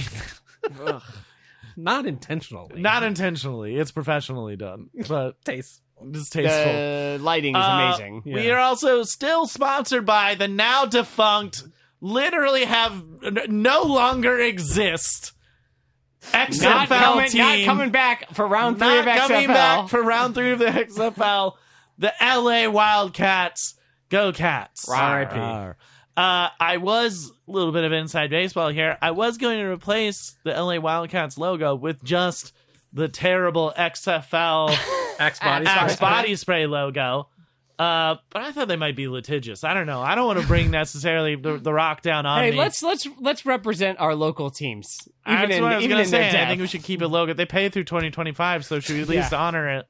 Speaker 1: Not intentionally.
Speaker 2: not intentionally. It's professionally done, but
Speaker 1: taste.
Speaker 2: it's tasteful.
Speaker 3: The lighting is
Speaker 2: Uh,
Speaker 3: amazing.
Speaker 2: We
Speaker 1: Yeah.
Speaker 2: are also still sponsored by the now defunct, literally have n- no longer exist. XFL
Speaker 3: Not coming,
Speaker 2: team
Speaker 3: not coming back for round three
Speaker 2: Not
Speaker 3: of XFL.
Speaker 2: coming back for round three of the XFL. The LA Wildcats, go Cats!
Speaker 3: Rawr.
Speaker 2: Rawr. Uh, I was a little bit of inside baseball here. I was going to replace the LA Wildcats logo with just the terrible XFL
Speaker 1: Axe body.
Speaker 2: Axe
Speaker 1: spray.
Speaker 2: body spray logo. Uh, but I thought they might be litigious. I don't know. I don't want to bring necessarily the, the rock down on
Speaker 3: Hey,
Speaker 2: me.
Speaker 3: let's let's let's represent our local teams. Even
Speaker 2: That's
Speaker 3: in,
Speaker 2: what I was
Speaker 3: even
Speaker 2: gonna
Speaker 3: in
Speaker 2: say.
Speaker 3: their death.
Speaker 2: I think we should keep it logo. They pay through 2025, so should we at least honor it?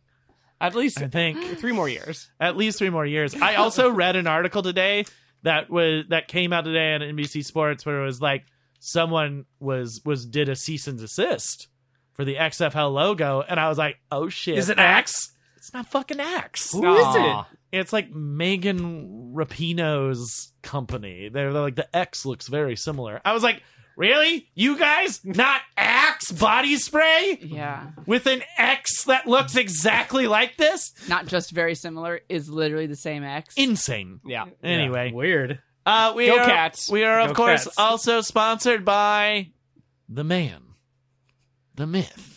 Speaker 3: At least
Speaker 2: I think.
Speaker 3: three more years.
Speaker 2: at least three more years. I also read an article today that was that came out today on NBC Sports where it was like someone was was did a cease and desist for the XFL logo, and I was like, oh shit,
Speaker 1: Is it Axe?
Speaker 2: It's not fucking Axe.
Speaker 1: Who is
Speaker 3: Aw.
Speaker 1: it?
Speaker 2: It's like Megan Rapinoe's company. They're, they're like the X looks very similar. I was like, really, you guys not Axe body spray
Speaker 4: Yeah.
Speaker 2: with an X that looks exactly like this?
Speaker 4: Not just very similar, is literally the same X.
Speaker 2: Insane.
Speaker 3: Yeah.
Speaker 2: Anyway,
Speaker 1: Yeah, weird.
Speaker 2: Uh, we
Speaker 3: Go
Speaker 2: are,
Speaker 3: Cats.
Speaker 2: We are, of
Speaker 1: Go
Speaker 2: course,
Speaker 1: Cats.
Speaker 2: also sponsored by the man, the myth,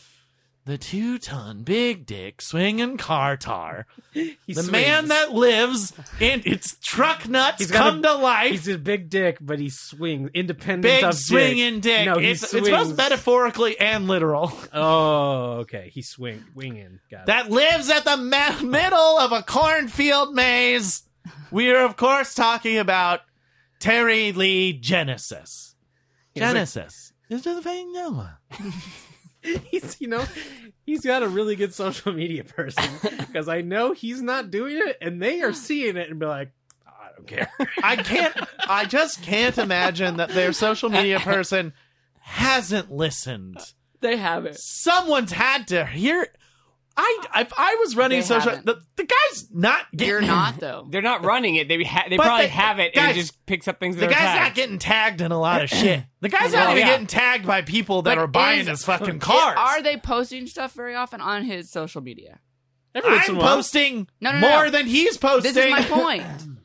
Speaker 2: the two-ton big dick swinging car tar,
Speaker 1: He
Speaker 2: the
Speaker 1: swings.
Speaker 2: man that lives in its truck nuts
Speaker 1: He's got
Speaker 2: come
Speaker 1: a-
Speaker 2: to life.
Speaker 1: he's a big dick, but he swings independent
Speaker 2: Big
Speaker 1: of
Speaker 2: swinging dick.
Speaker 1: No, he
Speaker 2: it's,
Speaker 1: swings.
Speaker 2: it's both metaphorically and literal.
Speaker 1: Oh, okay. He swing winging. Got it.
Speaker 2: That lives at the me- middle of a cornfield maze. We are, of course, talking about Terry Lee Genesis.
Speaker 1: He's like-
Speaker 2: Genesis. It's just a fucking number.
Speaker 1: he's you know he's got a really good social media person because I know he's not doing it, and they are seeing it and be like, I don't care.
Speaker 2: I can't. I just can't imagine that their social media person hasn't listened.
Speaker 4: They have it.
Speaker 2: Someone's had to hear. I if I was running
Speaker 4: They
Speaker 2: social,
Speaker 4: haven't.
Speaker 2: the, the guy's not. Getting,
Speaker 4: You're not though.
Speaker 3: They're not running it. They ha- they
Speaker 2: But
Speaker 3: probably
Speaker 2: they-
Speaker 3: have it
Speaker 2: guys,
Speaker 3: and it just picks up things that
Speaker 2: The
Speaker 3: are
Speaker 2: guy's
Speaker 3: tagged.
Speaker 2: not getting tagged in a lot of shit. The guy's not
Speaker 3: Well,
Speaker 2: even
Speaker 3: yeah.
Speaker 2: getting tagged by people that
Speaker 4: But
Speaker 2: are buying
Speaker 4: is-
Speaker 2: his fucking cars.
Speaker 4: Are they posting stuff very often on his social media?
Speaker 1: Every once in
Speaker 2: I'm
Speaker 1: a while,
Speaker 2: posting
Speaker 4: No, no, no.
Speaker 2: more than he's posting.
Speaker 4: This is my point.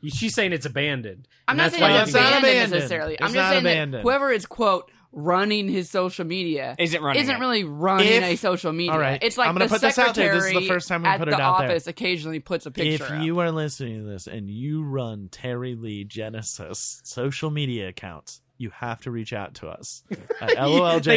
Speaker 1: she's saying it's abandoned.
Speaker 4: I'm
Speaker 1: And
Speaker 4: not
Speaker 1: that's
Speaker 4: saying
Speaker 1: why
Speaker 4: it's
Speaker 1: he's-
Speaker 2: not
Speaker 4: abandoned,
Speaker 2: abandoned.
Speaker 4: necessarily.
Speaker 2: It's
Speaker 4: I'm just
Speaker 2: not
Speaker 4: saying that
Speaker 2: abandoned.
Speaker 4: whoever is quote running his social media
Speaker 3: Isn't running
Speaker 4: isn't
Speaker 3: it.
Speaker 4: really running
Speaker 2: If-
Speaker 4: a social media.
Speaker 2: all right.
Speaker 4: It's like
Speaker 2: I'm gonna
Speaker 4: the
Speaker 2: put this out there. This is the
Speaker 4: secretary
Speaker 2: first time we
Speaker 4: at
Speaker 2: put it
Speaker 4: the
Speaker 2: out there.
Speaker 4: office occasionally puts a picture.
Speaker 2: if
Speaker 4: up.
Speaker 2: you are listening to this and you run Terry Lee Genesis social media accounts, you have to reach out to us at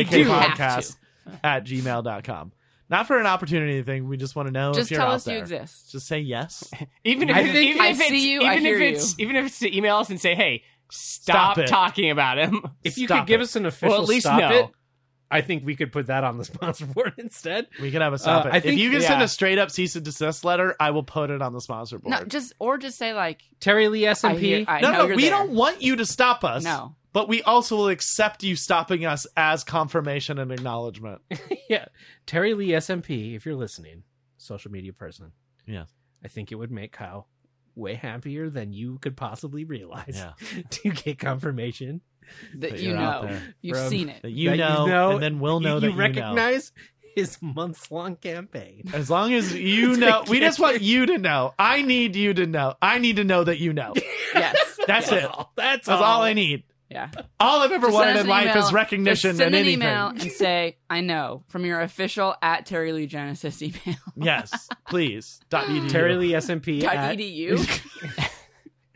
Speaker 2: loljkpodcast at gmail.com. Not for an opportunity thing. We just want to know
Speaker 4: just
Speaker 2: if you're
Speaker 4: tell
Speaker 2: out
Speaker 4: us
Speaker 2: there.
Speaker 4: you exist.
Speaker 2: Just say yes.
Speaker 3: Even if
Speaker 1: I
Speaker 3: it-
Speaker 1: think-
Speaker 3: even
Speaker 4: I
Speaker 3: if it's
Speaker 4: see you, I
Speaker 3: even if
Speaker 4: hear
Speaker 3: it's even if it's to email us and say, hey,
Speaker 2: Stop
Speaker 3: stop,
Speaker 2: it.
Speaker 3: talking about him.
Speaker 1: If you
Speaker 2: Stop
Speaker 1: could give
Speaker 2: it.
Speaker 1: us an official
Speaker 3: Well, at least
Speaker 1: stop
Speaker 3: no.
Speaker 1: it, I think we could put that on the sponsor board instead.
Speaker 2: We can have a stop
Speaker 1: Uh,
Speaker 2: it.
Speaker 1: I think-
Speaker 2: if you can send
Speaker 3: yeah.
Speaker 2: a straight up cease and desist letter, I will put it on the sponsor board.
Speaker 4: No, just or just say like
Speaker 1: Terry Lee
Speaker 4: I
Speaker 1: SMP.
Speaker 4: hear- I
Speaker 2: no,
Speaker 4: know
Speaker 2: no,
Speaker 4: you're
Speaker 2: we
Speaker 4: there.
Speaker 2: don't want you to stop us.
Speaker 4: No.
Speaker 2: But we also will accept you stopping us as confirmation and acknowledgement.
Speaker 1: yeah, Terry Lee SMP. If you're listening, social media person.
Speaker 2: Yes.
Speaker 1: I think it would make Kyle way happier than you could possibly realize
Speaker 2: Yeah.
Speaker 1: to get confirmation
Speaker 4: that
Speaker 2: That
Speaker 4: you
Speaker 2: you're out
Speaker 4: know
Speaker 2: there.
Speaker 4: you've
Speaker 1: From-
Speaker 4: seen it.
Speaker 2: That you,
Speaker 1: That you
Speaker 2: know,
Speaker 1: know,
Speaker 2: and then we'll know
Speaker 1: you,
Speaker 2: that
Speaker 1: you
Speaker 2: you know.
Speaker 1: recognize his months long campaign.
Speaker 2: As long as you
Speaker 1: It's
Speaker 2: know, we just want
Speaker 1: ridiculous.
Speaker 2: you to know. I need you to know. I need to know that you know.
Speaker 4: yes.
Speaker 2: That's it.
Speaker 1: all. That's,
Speaker 2: That's all I need.
Speaker 4: Yeah.
Speaker 2: All I've ever
Speaker 4: Just send
Speaker 2: wanted
Speaker 4: us
Speaker 2: in
Speaker 4: an
Speaker 2: life
Speaker 4: email.
Speaker 2: is recognition
Speaker 4: Just send
Speaker 2: and
Speaker 4: an
Speaker 2: anything.
Speaker 4: email and say I know from your official at Terry Lee Genesis email.
Speaker 2: Yes, please. Dot E edu.
Speaker 1: Terry Lee SMP.
Speaker 4: Dot
Speaker 1: at-
Speaker 4: edu.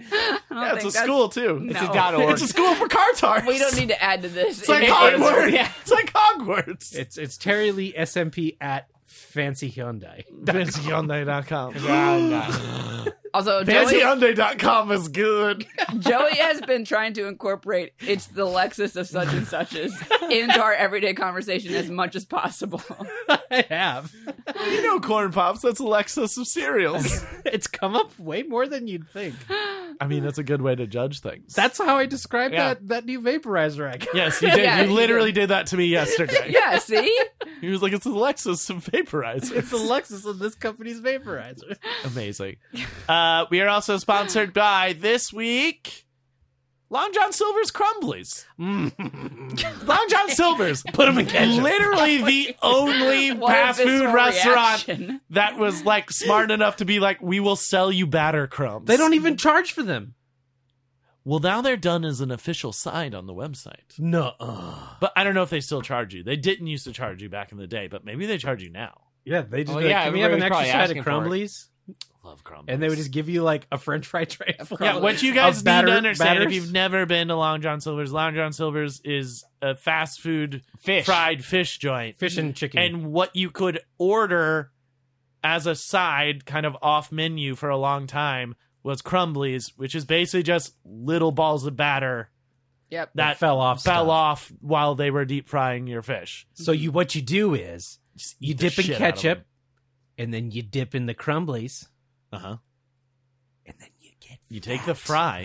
Speaker 4: I don't
Speaker 2: Yeah, it's a
Speaker 4: think that's-
Speaker 2: school too.
Speaker 4: No.
Speaker 2: It's,
Speaker 3: It's a dot org.
Speaker 2: it's a school for car tarts.
Speaker 4: We don't need to add to this.
Speaker 2: It's like
Speaker 4: It is-
Speaker 2: Hogwarts. It's like Hogwarts.
Speaker 1: It's it's Terry Lee SMP at Fancy Hyundai.
Speaker 2: FancyHyundai.com.
Speaker 4: Also, Joey,
Speaker 2: FancyHyundai.com is good.
Speaker 4: Joey has been trying to incorporate it's the Lexus of such and suches into our everyday conversation as much as possible.
Speaker 1: I have.
Speaker 2: You know corn pops. That's a Lexus of cereals.
Speaker 1: It's come up way more than you'd think.
Speaker 2: I mean, that's a good way to judge things.
Speaker 1: That's how I described
Speaker 2: Yeah.
Speaker 1: that that new vaporizer I got.
Speaker 2: yes, you did.
Speaker 4: Yeah,
Speaker 2: you
Speaker 4: you
Speaker 2: literally did that to me yesterday.
Speaker 4: yeah, see?
Speaker 2: He was like, "It's a Lexus to vaporizer."
Speaker 1: It's the Lexus of this company's vaporizer.
Speaker 2: Amazing. Uh, we are also sponsored by this week. Long John Silver's Crumblies. Long John Silver's. Put them in ketchup. Literally the only
Speaker 4: What a
Speaker 2: fast food
Speaker 4: visceral
Speaker 2: restaurant
Speaker 4: reaction.
Speaker 2: that was like smart enough to be like, we will sell you batter crumbs.
Speaker 1: They don't e- even charge for them.
Speaker 2: Well, now they're done as an official side on the website.
Speaker 1: No.
Speaker 2: But I don't know if they still charge you. They didn't used to charge you back in the day, but maybe they charge you now.
Speaker 1: Yeah, they just
Speaker 3: Well,
Speaker 1: be like,
Speaker 3: yeah,
Speaker 1: can we have an
Speaker 3: everybody's
Speaker 1: extra side of
Speaker 3: probably asking for it."
Speaker 1: crumblies?
Speaker 2: Love crumbles.
Speaker 1: and they would just give you like a French fry tray. full
Speaker 2: yeah,
Speaker 1: of-
Speaker 2: what you guys
Speaker 1: of
Speaker 2: need
Speaker 1: batter-
Speaker 2: to understand
Speaker 1: batters.
Speaker 2: if you've never been to Long John Silver's, Long John Silver's is a fast food
Speaker 3: Fish.
Speaker 2: fried fish joint.
Speaker 1: fish and chicken.
Speaker 2: And what you could order as a side, kind of off menu for a long time, was crumblies, which is basically just little balls of batter
Speaker 4: Yep.
Speaker 1: that,
Speaker 2: that
Speaker 1: fell off.
Speaker 2: fell
Speaker 1: stuff.
Speaker 2: off while they were deep frying your fish.
Speaker 1: So you what you do is
Speaker 2: Just
Speaker 1: you
Speaker 2: eat the
Speaker 1: dip in
Speaker 2: shit out of
Speaker 1: ketchup,
Speaker 2: them.
Speaker 1: and then you dip in the crumblies,
Speaker 2: Uh-huh.
Speaker 1: and then you get
Speaker 2: You take the fry.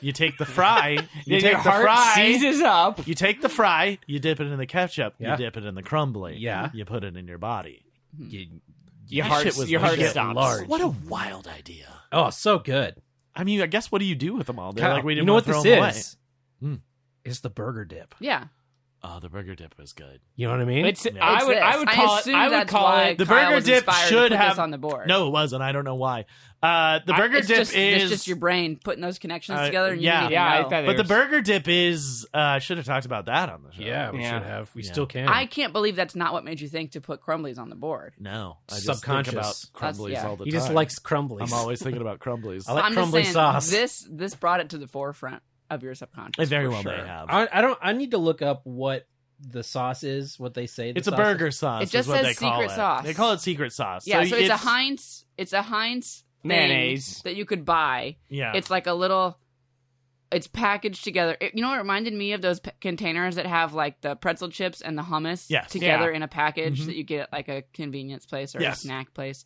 Speaker 2: You take the fry.
Speaker 3: Then
Speaker 2: You take
Speaker 3: your
Speaker 2: the
Speaker 3: heart
Speaker 2: fry.
Speaker 3: seizes up.
Speaker 2: You take the fry, you dip it in the ketchup,
Speaker 1: Yeah.
Speaker 2: you dip it in the crumbly,
Speaker 1: Yeah.
Speaker 2: you put it in your body.
Speaker 1: You-
Speaker 3: Your
Speaker 2: That
Speaker 3: heart,
Speaker 2: shit was
Speaker 3: your heart
Speaker 2: legit
Speaker 3: stops.
Speaker 1: large.
Speaker 2: What a wild idea!
Speaker 1: oh, so good.
Speaker 2: I mean, I guess what do you do with them all? They're
Speaker 1: Kyle,
Speaker 2: like, we
Speaker 1: you
Speaker 2: didn't
Speaker 1: know
Speaker 2: want
Speaker 1: what
Speaker 2: to
Speaker 1: this
Speaker 2: throw them
Speaker 1: is?
Speaker 2: away. Mm.
Speaker 1: It's the burger dip.
Speaker 4: Yeah.
Speaker 2: away. Oh, the burger dip was good.
Speaker 1: You know what I mean?
Speaker 3: It's,
Speaker 2: Yeah.
Speaker 3: I
Speaker 4: It's
Speaker 3: would,
Speaker 4: this.
Speaker 3: I would call it,
Speaker 4: assume
Speaker 3: I would
Speaker 4: that's
Speaker 3: call
Speaker 4: why
Speaker 3: it
Speaker 2: The
Speaker 4: Kyle
Speaker 2: burger
Speaker 4: was
Speaker 2: dip
Speaker 4: inspired to
Speaker 2: should
Speaker 4: put
Speaker 2: have-
Speaker 4: this on the board.
Speaker 2: No, it wasn't. I don't know why. Uh, the
Speaker 3: I-
Speaker 2: burger
Speaker 4: it's
Speaker 2: dip
Speaker 4: just,
Speaker 2: is
Speaker 4: it's just your brain putting those connections
Speaker 2: Uh,
Speaker 4: together. And
Speaker 2: yeah.
Speaker 4: you didn't even
Speaker 3: Yeah, I
Speaker 4: know.
Speaker 3: thought
Speaker 2: but the
Speaker 3: burger.
Speaker 2: burger dip is. Uh, I should have talked about that on the show.
Speaker 1: yeah, we
Speaker 3: Yeah.
Speaker 1: should have. We
Speaker 2: Yeah.
Speaker 1: still can.
Speaker 4: I can't believe that's not what made you think to put crumblies on the board.
Speaker 2: No, I
Speaker 1: Subconscious.
Speaker 2: just think about
Speaker 4: That's-
Speaker 2: crumblies
Speaker 4: yeah.
Speaker 2: all the
Speaker 1: he
Speaker 2: time.
Speaker 1: just likes crumblies.
Speaker 2: I'm always thinking about crumblies.
Speaker 1: I like
Speaker 4: I'm
Speaker 1: crumbly
Speaker 4: just saying,
Speaker 1: sauce.
Speaker 4: This this brought it to the forefront of your subconscious.
Speaker 2: It very
Speaker 4: for
Speaker 2: well
Speaker 4: sure.
Speaker 2: may have.
Speaker 1: I, I don't. I need to look up what the sauce is. What they say. the
Speaker 2: it's a
Speaker 1: sauce
Speaker 2: burger sauce.
Speaker 4: It
Speaker 2: is
Speaker 4: just
Speaker 2: what
Speaker 4: says
Speaker 2: they call
Speaker 4: secret
Speaker 2: it.
Speaker 4: sauce.
Speaker 2: They call it secret sauce.
Speaker 4: Yeah, so,
Speaker 2: so
Speaker 4: it's, a Heinz. It's a Heinz thing
Speaker 3: Mayonnaise.
Speaker 4: that you could buy.
Speaker 2: Yeah,
Speaker 4: It's like a little. It's packaged together. It- you know, what reminded me of those p- containers that have like the pretzel chips and the hummus
Speaker 2: Yes.
Speaker 4: together in a package
Speaker 2: Mhm.
Speaker 4: that you get at like a convenience place or
Speaker 2: Yes.
Speaker 4: a snack place.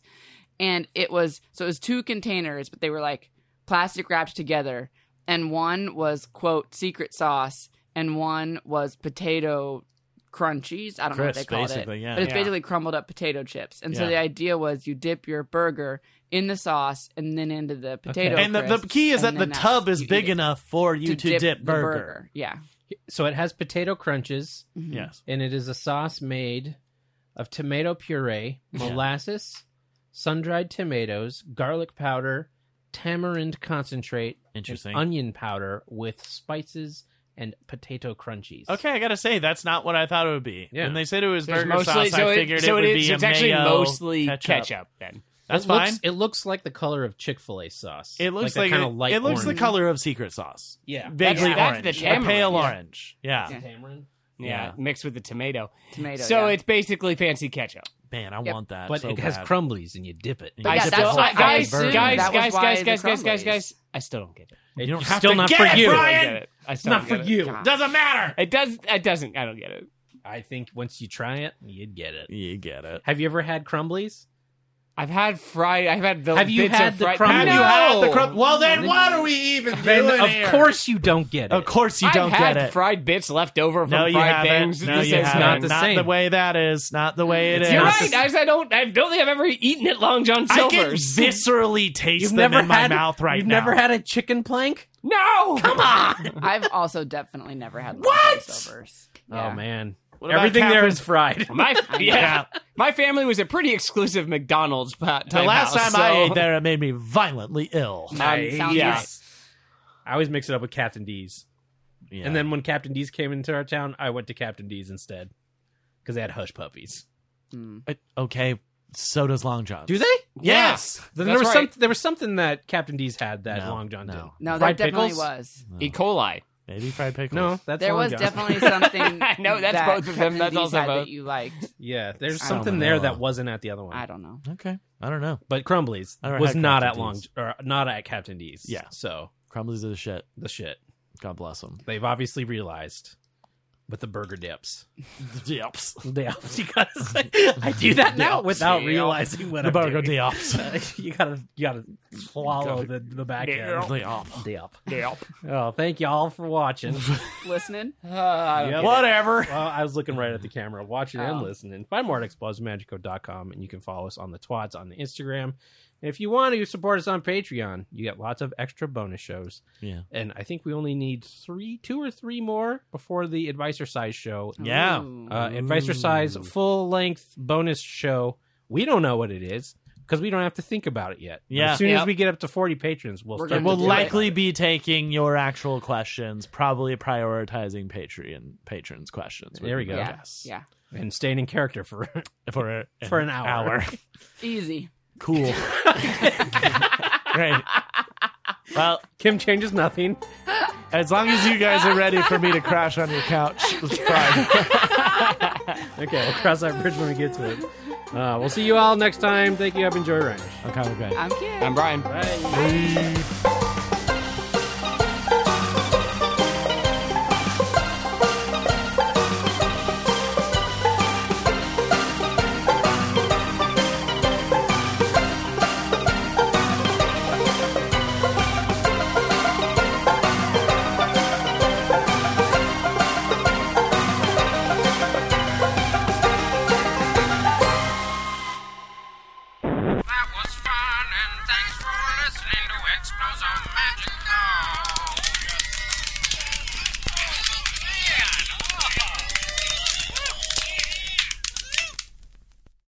Speaker 4: And it was so it was two containers, but they were like plastic wrapped together, and one was quote secret sauce, and one was potato crunchies. I don't know what they
Speaker 2: Crisp,
Speaker 4: called it
Speaker 2: basically, yeah.
Speaker 4: but it's
Speaker 3: Yeah.
Speaker 4: basically crumbled up potato chips. And so
Speaker 2: Yeah.
Speaker 4: the idea was you dip your burger in the sauce and then into the potato.
Speaker 2: and the, the
Speaker 4: crisps,
Speaker 2: key is that
Speaker 4: and
Speaker 2: the
Speaker 4: then
Speaker 2: tub
Speaker 4: that's-
Speaker 2: is
Speaker 4: you
Speaker 2: big
Speaker 4: eat it
Speaker 2: enough for you to dip,
Speaker 4: the
Speaker 2: burger.
Speaker 4: Yeah.
Speaker 1: So it has potato crunches,
Speaker 4: Mhm.
Speaker 2: Yes.
Speaker 1: and it is a sauce made of tomato puree,
Speaker 2: Yeah.
Speaker 1: molasses, sun-dried tomatoes, garlic powder, tamarind concentrate, and
Speaker 2: Interesting.
Speaker 1: onion powder with spices and potato crunchies.
Speaker 2: okay, I gotta say that's not what I thought it would be.
Speaker 1: Yeah.
Speaker 2: When they said it was
Speaker 3: There's
Speaker 2: burger
Speaker 3: mostly,
Speaker 2: sauce,
Speaker 3: so
Speaker 2: I
Speaker 3: it-
Speaker 2: figured it,
Speaker 3: so
Speaker 2: would
Speaker 3: it
Speaker 2: be
Speaker 3: is,
Speaker 2: a
Speaker 3: it's actually
Speaker 2: mayo
Speaker 3: mostly
Speaker 2: ketchup.
Speaker 3: Then
Speaker 2: That's
Speaker 1: it
Speaker 2: fine.
Speaker 1: Looks, it looks like the color of Chick Fil A sauce.
Speaker 2: it looks
Speaker 1: like,
Speaker 2: like,
Speaker 1: kind
Speaker 2: it,
Speaker 1: of light.
Speaker 2: it looks
Speaker 1: orange.
Speaker 2: the color of secret sauce,
Speaker 1: Yeah,
Speaker 2: vaguely
Speaker 3: That's-
Speaker 2: orange,
Speaker 3: that's the
Speaker 2: a pale
Speaker 3: tamarind.
Speaker 2: orange. Yeah,
Speaker 4: Yeah.
Speaker 1: tamarind.
Speaker 3: yeah,
Speaker 2: Yeah.
Speaker 3: mixed with the tomato.
Speaker 4: Tomato.
Speaker 3: so
Speaker 4: yeah.
Speaker 3: it's basically fancy ketchup.
Speaker 2: man, I
Speaker 4: Yep.
Speaker 2: want that.
Speaker 1: But
Speaker 2: so
Speaker 1: it has
Speaker 2: bad.
Speaker 1: crumblies, and you dip it.
Speaker 2: And
Speaker 4: But
Speaker 2: you
Speaker 4: yeah,
Speaker 2: dip
Speaker 4: that's
Speaker 2: it
Speaker 4: what
Speaker 2: all
Speaker 4: I
Speaker 2: over the
Speaker 3: guys,
Speaker 2: burger.
Speaker 4: assumed.
Speaker 3: guys,
Speaker 4: That was
Speaker 3: guys,
Speaker 4: why
Speaker 3: guys,
Speaker 4: the
Speaker 3: guys, guys, guys,
Speaker 4: crumblies.
Speaker 3: guys. I still don't get it.
Speaker 2: You don't
Speaker 1: It's
Speaker 2: have
Speaker 1: still
Speaker 2: to
Speaker 1: not
Speaker 2: get
Speaker 1: for
Speaker 2: it,
Speaker 1: you.
Speaker 3: I
Speaker 2: Brian!
Speaker 3: don't get it. I
Speaker 1: It's
Speaker 3: still
Speaker 1: not
Speaker 3: don't
Speaker 1: for
Speaker 3: get it.
Speaker 1: you.
Speaker 4: God.
Speaker 2: Doesn't matter.
Speaker 3: It does. It doesn't. I don't get it.
Speaker 1: I think once you try it, you'd get it.
Speaker 2: You get it.
Speaker 1: Have you ever had crumblies?
Speaker 3: I've had fried. I've had the.
Speaker 1: Have you
Speaker 3: bits
Speaker 1: had
Speaker 3: of
Speaker 1: the
Speaker 3: fried,
Speaker 1: crumb-
Speaker 2: Have
Speaker 1: No.
Speaker 2: you had the crumb?
Speaker 4: No.
Speaker 2: Well, then what are we even doing
Speaker 1: Then
Speaker 2: here?
Speaker 1: of course you don't get it.
Speaker 2: Of course you don't
Speaker 3: I've had
Speaker 2: get it.
Speaker 3: fried bits left over from
Speaker 2: no, you
Speaker 3: fried
Speaker 2: haven't.
Speaker 3: things.
Speaker 2: No,
Speaker 3: This
Speaker 2: you
Speaker 3: is
Speaker 2: haven't.
Speaker 1: not the
Speaker 2: not
Speaker 1: same.
Speaker 2: the way that is. Not the way it
Speaker 1: It's
Speaker 2: is.
Speaker 3: You're
Speaker 1: not
Speaker 3: right. I, I don't. I don't think I've ever eaten at Long John
Speaker 2: I can
Speaker 3: Silver's.
Speaker 2: viscerally taste
Speaker 1: You've
Speaker 2: them
Speaker 1: never
Speaker 2: in
Speaker 1: had
Speaker 2: my mouth right
Speaker 1: You've
Speaker 2: now.
Speaker 1: never had a chicken plank?
Speaker 3: no, come on.
Speaker 4: I've also definitely never had
Speaker 2: What?
Speaker 4: leftovers.
Speaker 1: Oh
Speaker 4: Yeah.
Speaker 1: man,
Speaker 2: What about
Speaker 1: everything there
Speaker 2: Captain-
Speaker 1: is fried.
Speaker 3: My yeah,
Speaker 2: Yeah.
Speaker 3: my family was a pretty exclusive McDonald's. pa-
Speaker 2: The
Speaker 3: type
Speaker 2: last
Speaker 3: house,
Speaker 2: time I
Speaker 3: so-
Speaker 2: ate there, it made me violently ill.
Speaker 4: Um, sounds
Speaker 3: yeah.
Speaker 4: right.
Speaker 1: I always mix it up with Captain D's.
Speaker 2: Yeah.
Speaker 1: And then when Captain D's came into our town, I went to Captain D's instead because they had hush puppies.
Speaker 4: Mm.
Speaker 2: Uh, okay, so does Long John.
Speaker 1: Do they?
Speaker 2: yes.
Speaker 1: Then there
Speaker 3: That's
Speaker 1: was
Speaker 3: right.
Speaker 1: some. There was something that Captain D's had that
Speaker 2: No,
Speaker 1: Long John
Speaker 2: no.
Speaker 1: didn't.
Speaker 4: No,
Speaker 1: Fried
Speaker 4: that definitely
Speaker 1: pickles?
Speaker 4: was.
Speaker 3: E. coli.
Speaker 2: Maybe fried pickles.
Speaker 1: No, that's
Speaker 4: there
Speaker 1: Long
Speaker 4: was
Speaker 1: John.
Speaker 4: definitely something.
Speaker 3: No, that's
Speaker 4: that
Speaker 3: both of them.
Speaker 4: Captain
Speaker 3: That's
Speaker 4: D's
Speaker 3: also
Speaker 4: had
Speaker 3: both.
Speaker 4: that you liked.
Speaker 1: Yeah, there's
Speaker 4: I don't
Speaker 1: something
Speaker 2: know.
Speaker 1: there that wasn't at the other one.
Speaker 4: I don't know.
Speaker 2: Okay, I don't know.
Speaker 1: But Crumblies
Speaker 2: I never
Speaker 1: was
Speaker 2: had
Speaker 1: not at
Speaker 2: Captain
Speaker 1: Long
Speaker 2: D's.
Speaker 1: or not at Captain D's.
Speaker 2: Yeah.
Speaker 1: So
Speaker 2: Crumblies are the shit.
Speaker 1: the shit
Speaker 2: God bless them.
Speaker 1: they've obviously realized with the burger dips.
Speaker 2: Diops.
Speaker 1: They obviously got to say, I do that now
Speaker 3: Dips.
Speaker 1: without
Speaker 3: Yeah.
Speaker 1: realizing what
Speaker 2: The
Speaker 1: I'm
Speaker 2: burger
Speaker 1: doing.
Speaker 2: diops.
Speaker 1: you gotta you gotta swallow the, the back end.
Speaker 2: Diop.
Speaker 1: Dip.
Speaker 3: Yep.
Speaker 1: Oh, thank y'all for watching.
Speaker 4: Listening.
Speaker 1: Yep.
Speaker 2: Whatever.
Speaker 1: Well, I was looking right at the camera, watching and
Speaker 4: Oh.
Speaker 1: listening. Find more at explosivemagico.com, and you can follow us on the twats on the Instagram. And if you want to support us on Patreon, you get lots of extra bonus shows.
Speaker 2: Yeah.
Speaker 1: And I think we only need three, two or three more before the Advisor Size show.
Speaker 2: Yeah.
Speaker 4: Ooh.
Speaker 1: Uh, Advisor Size
Speaker 2: Ooh.
Speaker 1: full length bonus show. We don't know what it is because we don't have to think about it yet.
Speaker 2: Yeah.
Speaker 1: As soon as
Speaker 3: Yep.
Speaker 1: we get up to 40 patrons, we'll
Speaker 4: We're
Speaker 1: start.
Speaker 2: It
Speaker 4: gonna
Speaker 1: to
Speaker 2: will
Speaker 4: do it.
Speaker 1: think about
Speaker 2: likely
Speaker 1: it.
Speaker 2: be taking your actual questions, probably prioritizing Patreon patrons' questions. would
Speaker 1: There we
Speaker 2: be
Speaker 1: go.
Speaker 2: my
Speaker 4: Yeah.
Speaker 2: guess.
Speaker 4: Yeah.
Speaker 1: And staying in character for
Speaker 2: for a-
Speaker 1: For an hour.
Speaker 4: Easy.
Speaker 2: Cool. right. Well,
Speaker 1: Kim changes nothing.
Speaker 2: as long as you guys are ready for me to crash on your couch, it's fine.
Speaker 1: Okay, we'll cross that bridge when we get to it. Uh, we'll see you all next time. Thank you. Up, enjoy, Reinish.
Speaker 2: I'm kind of good.
Speaker 4: I'm Kim.
Speaker 3: I'm Brian.
Speaker 1: Bye.
Speaker 2: Bye.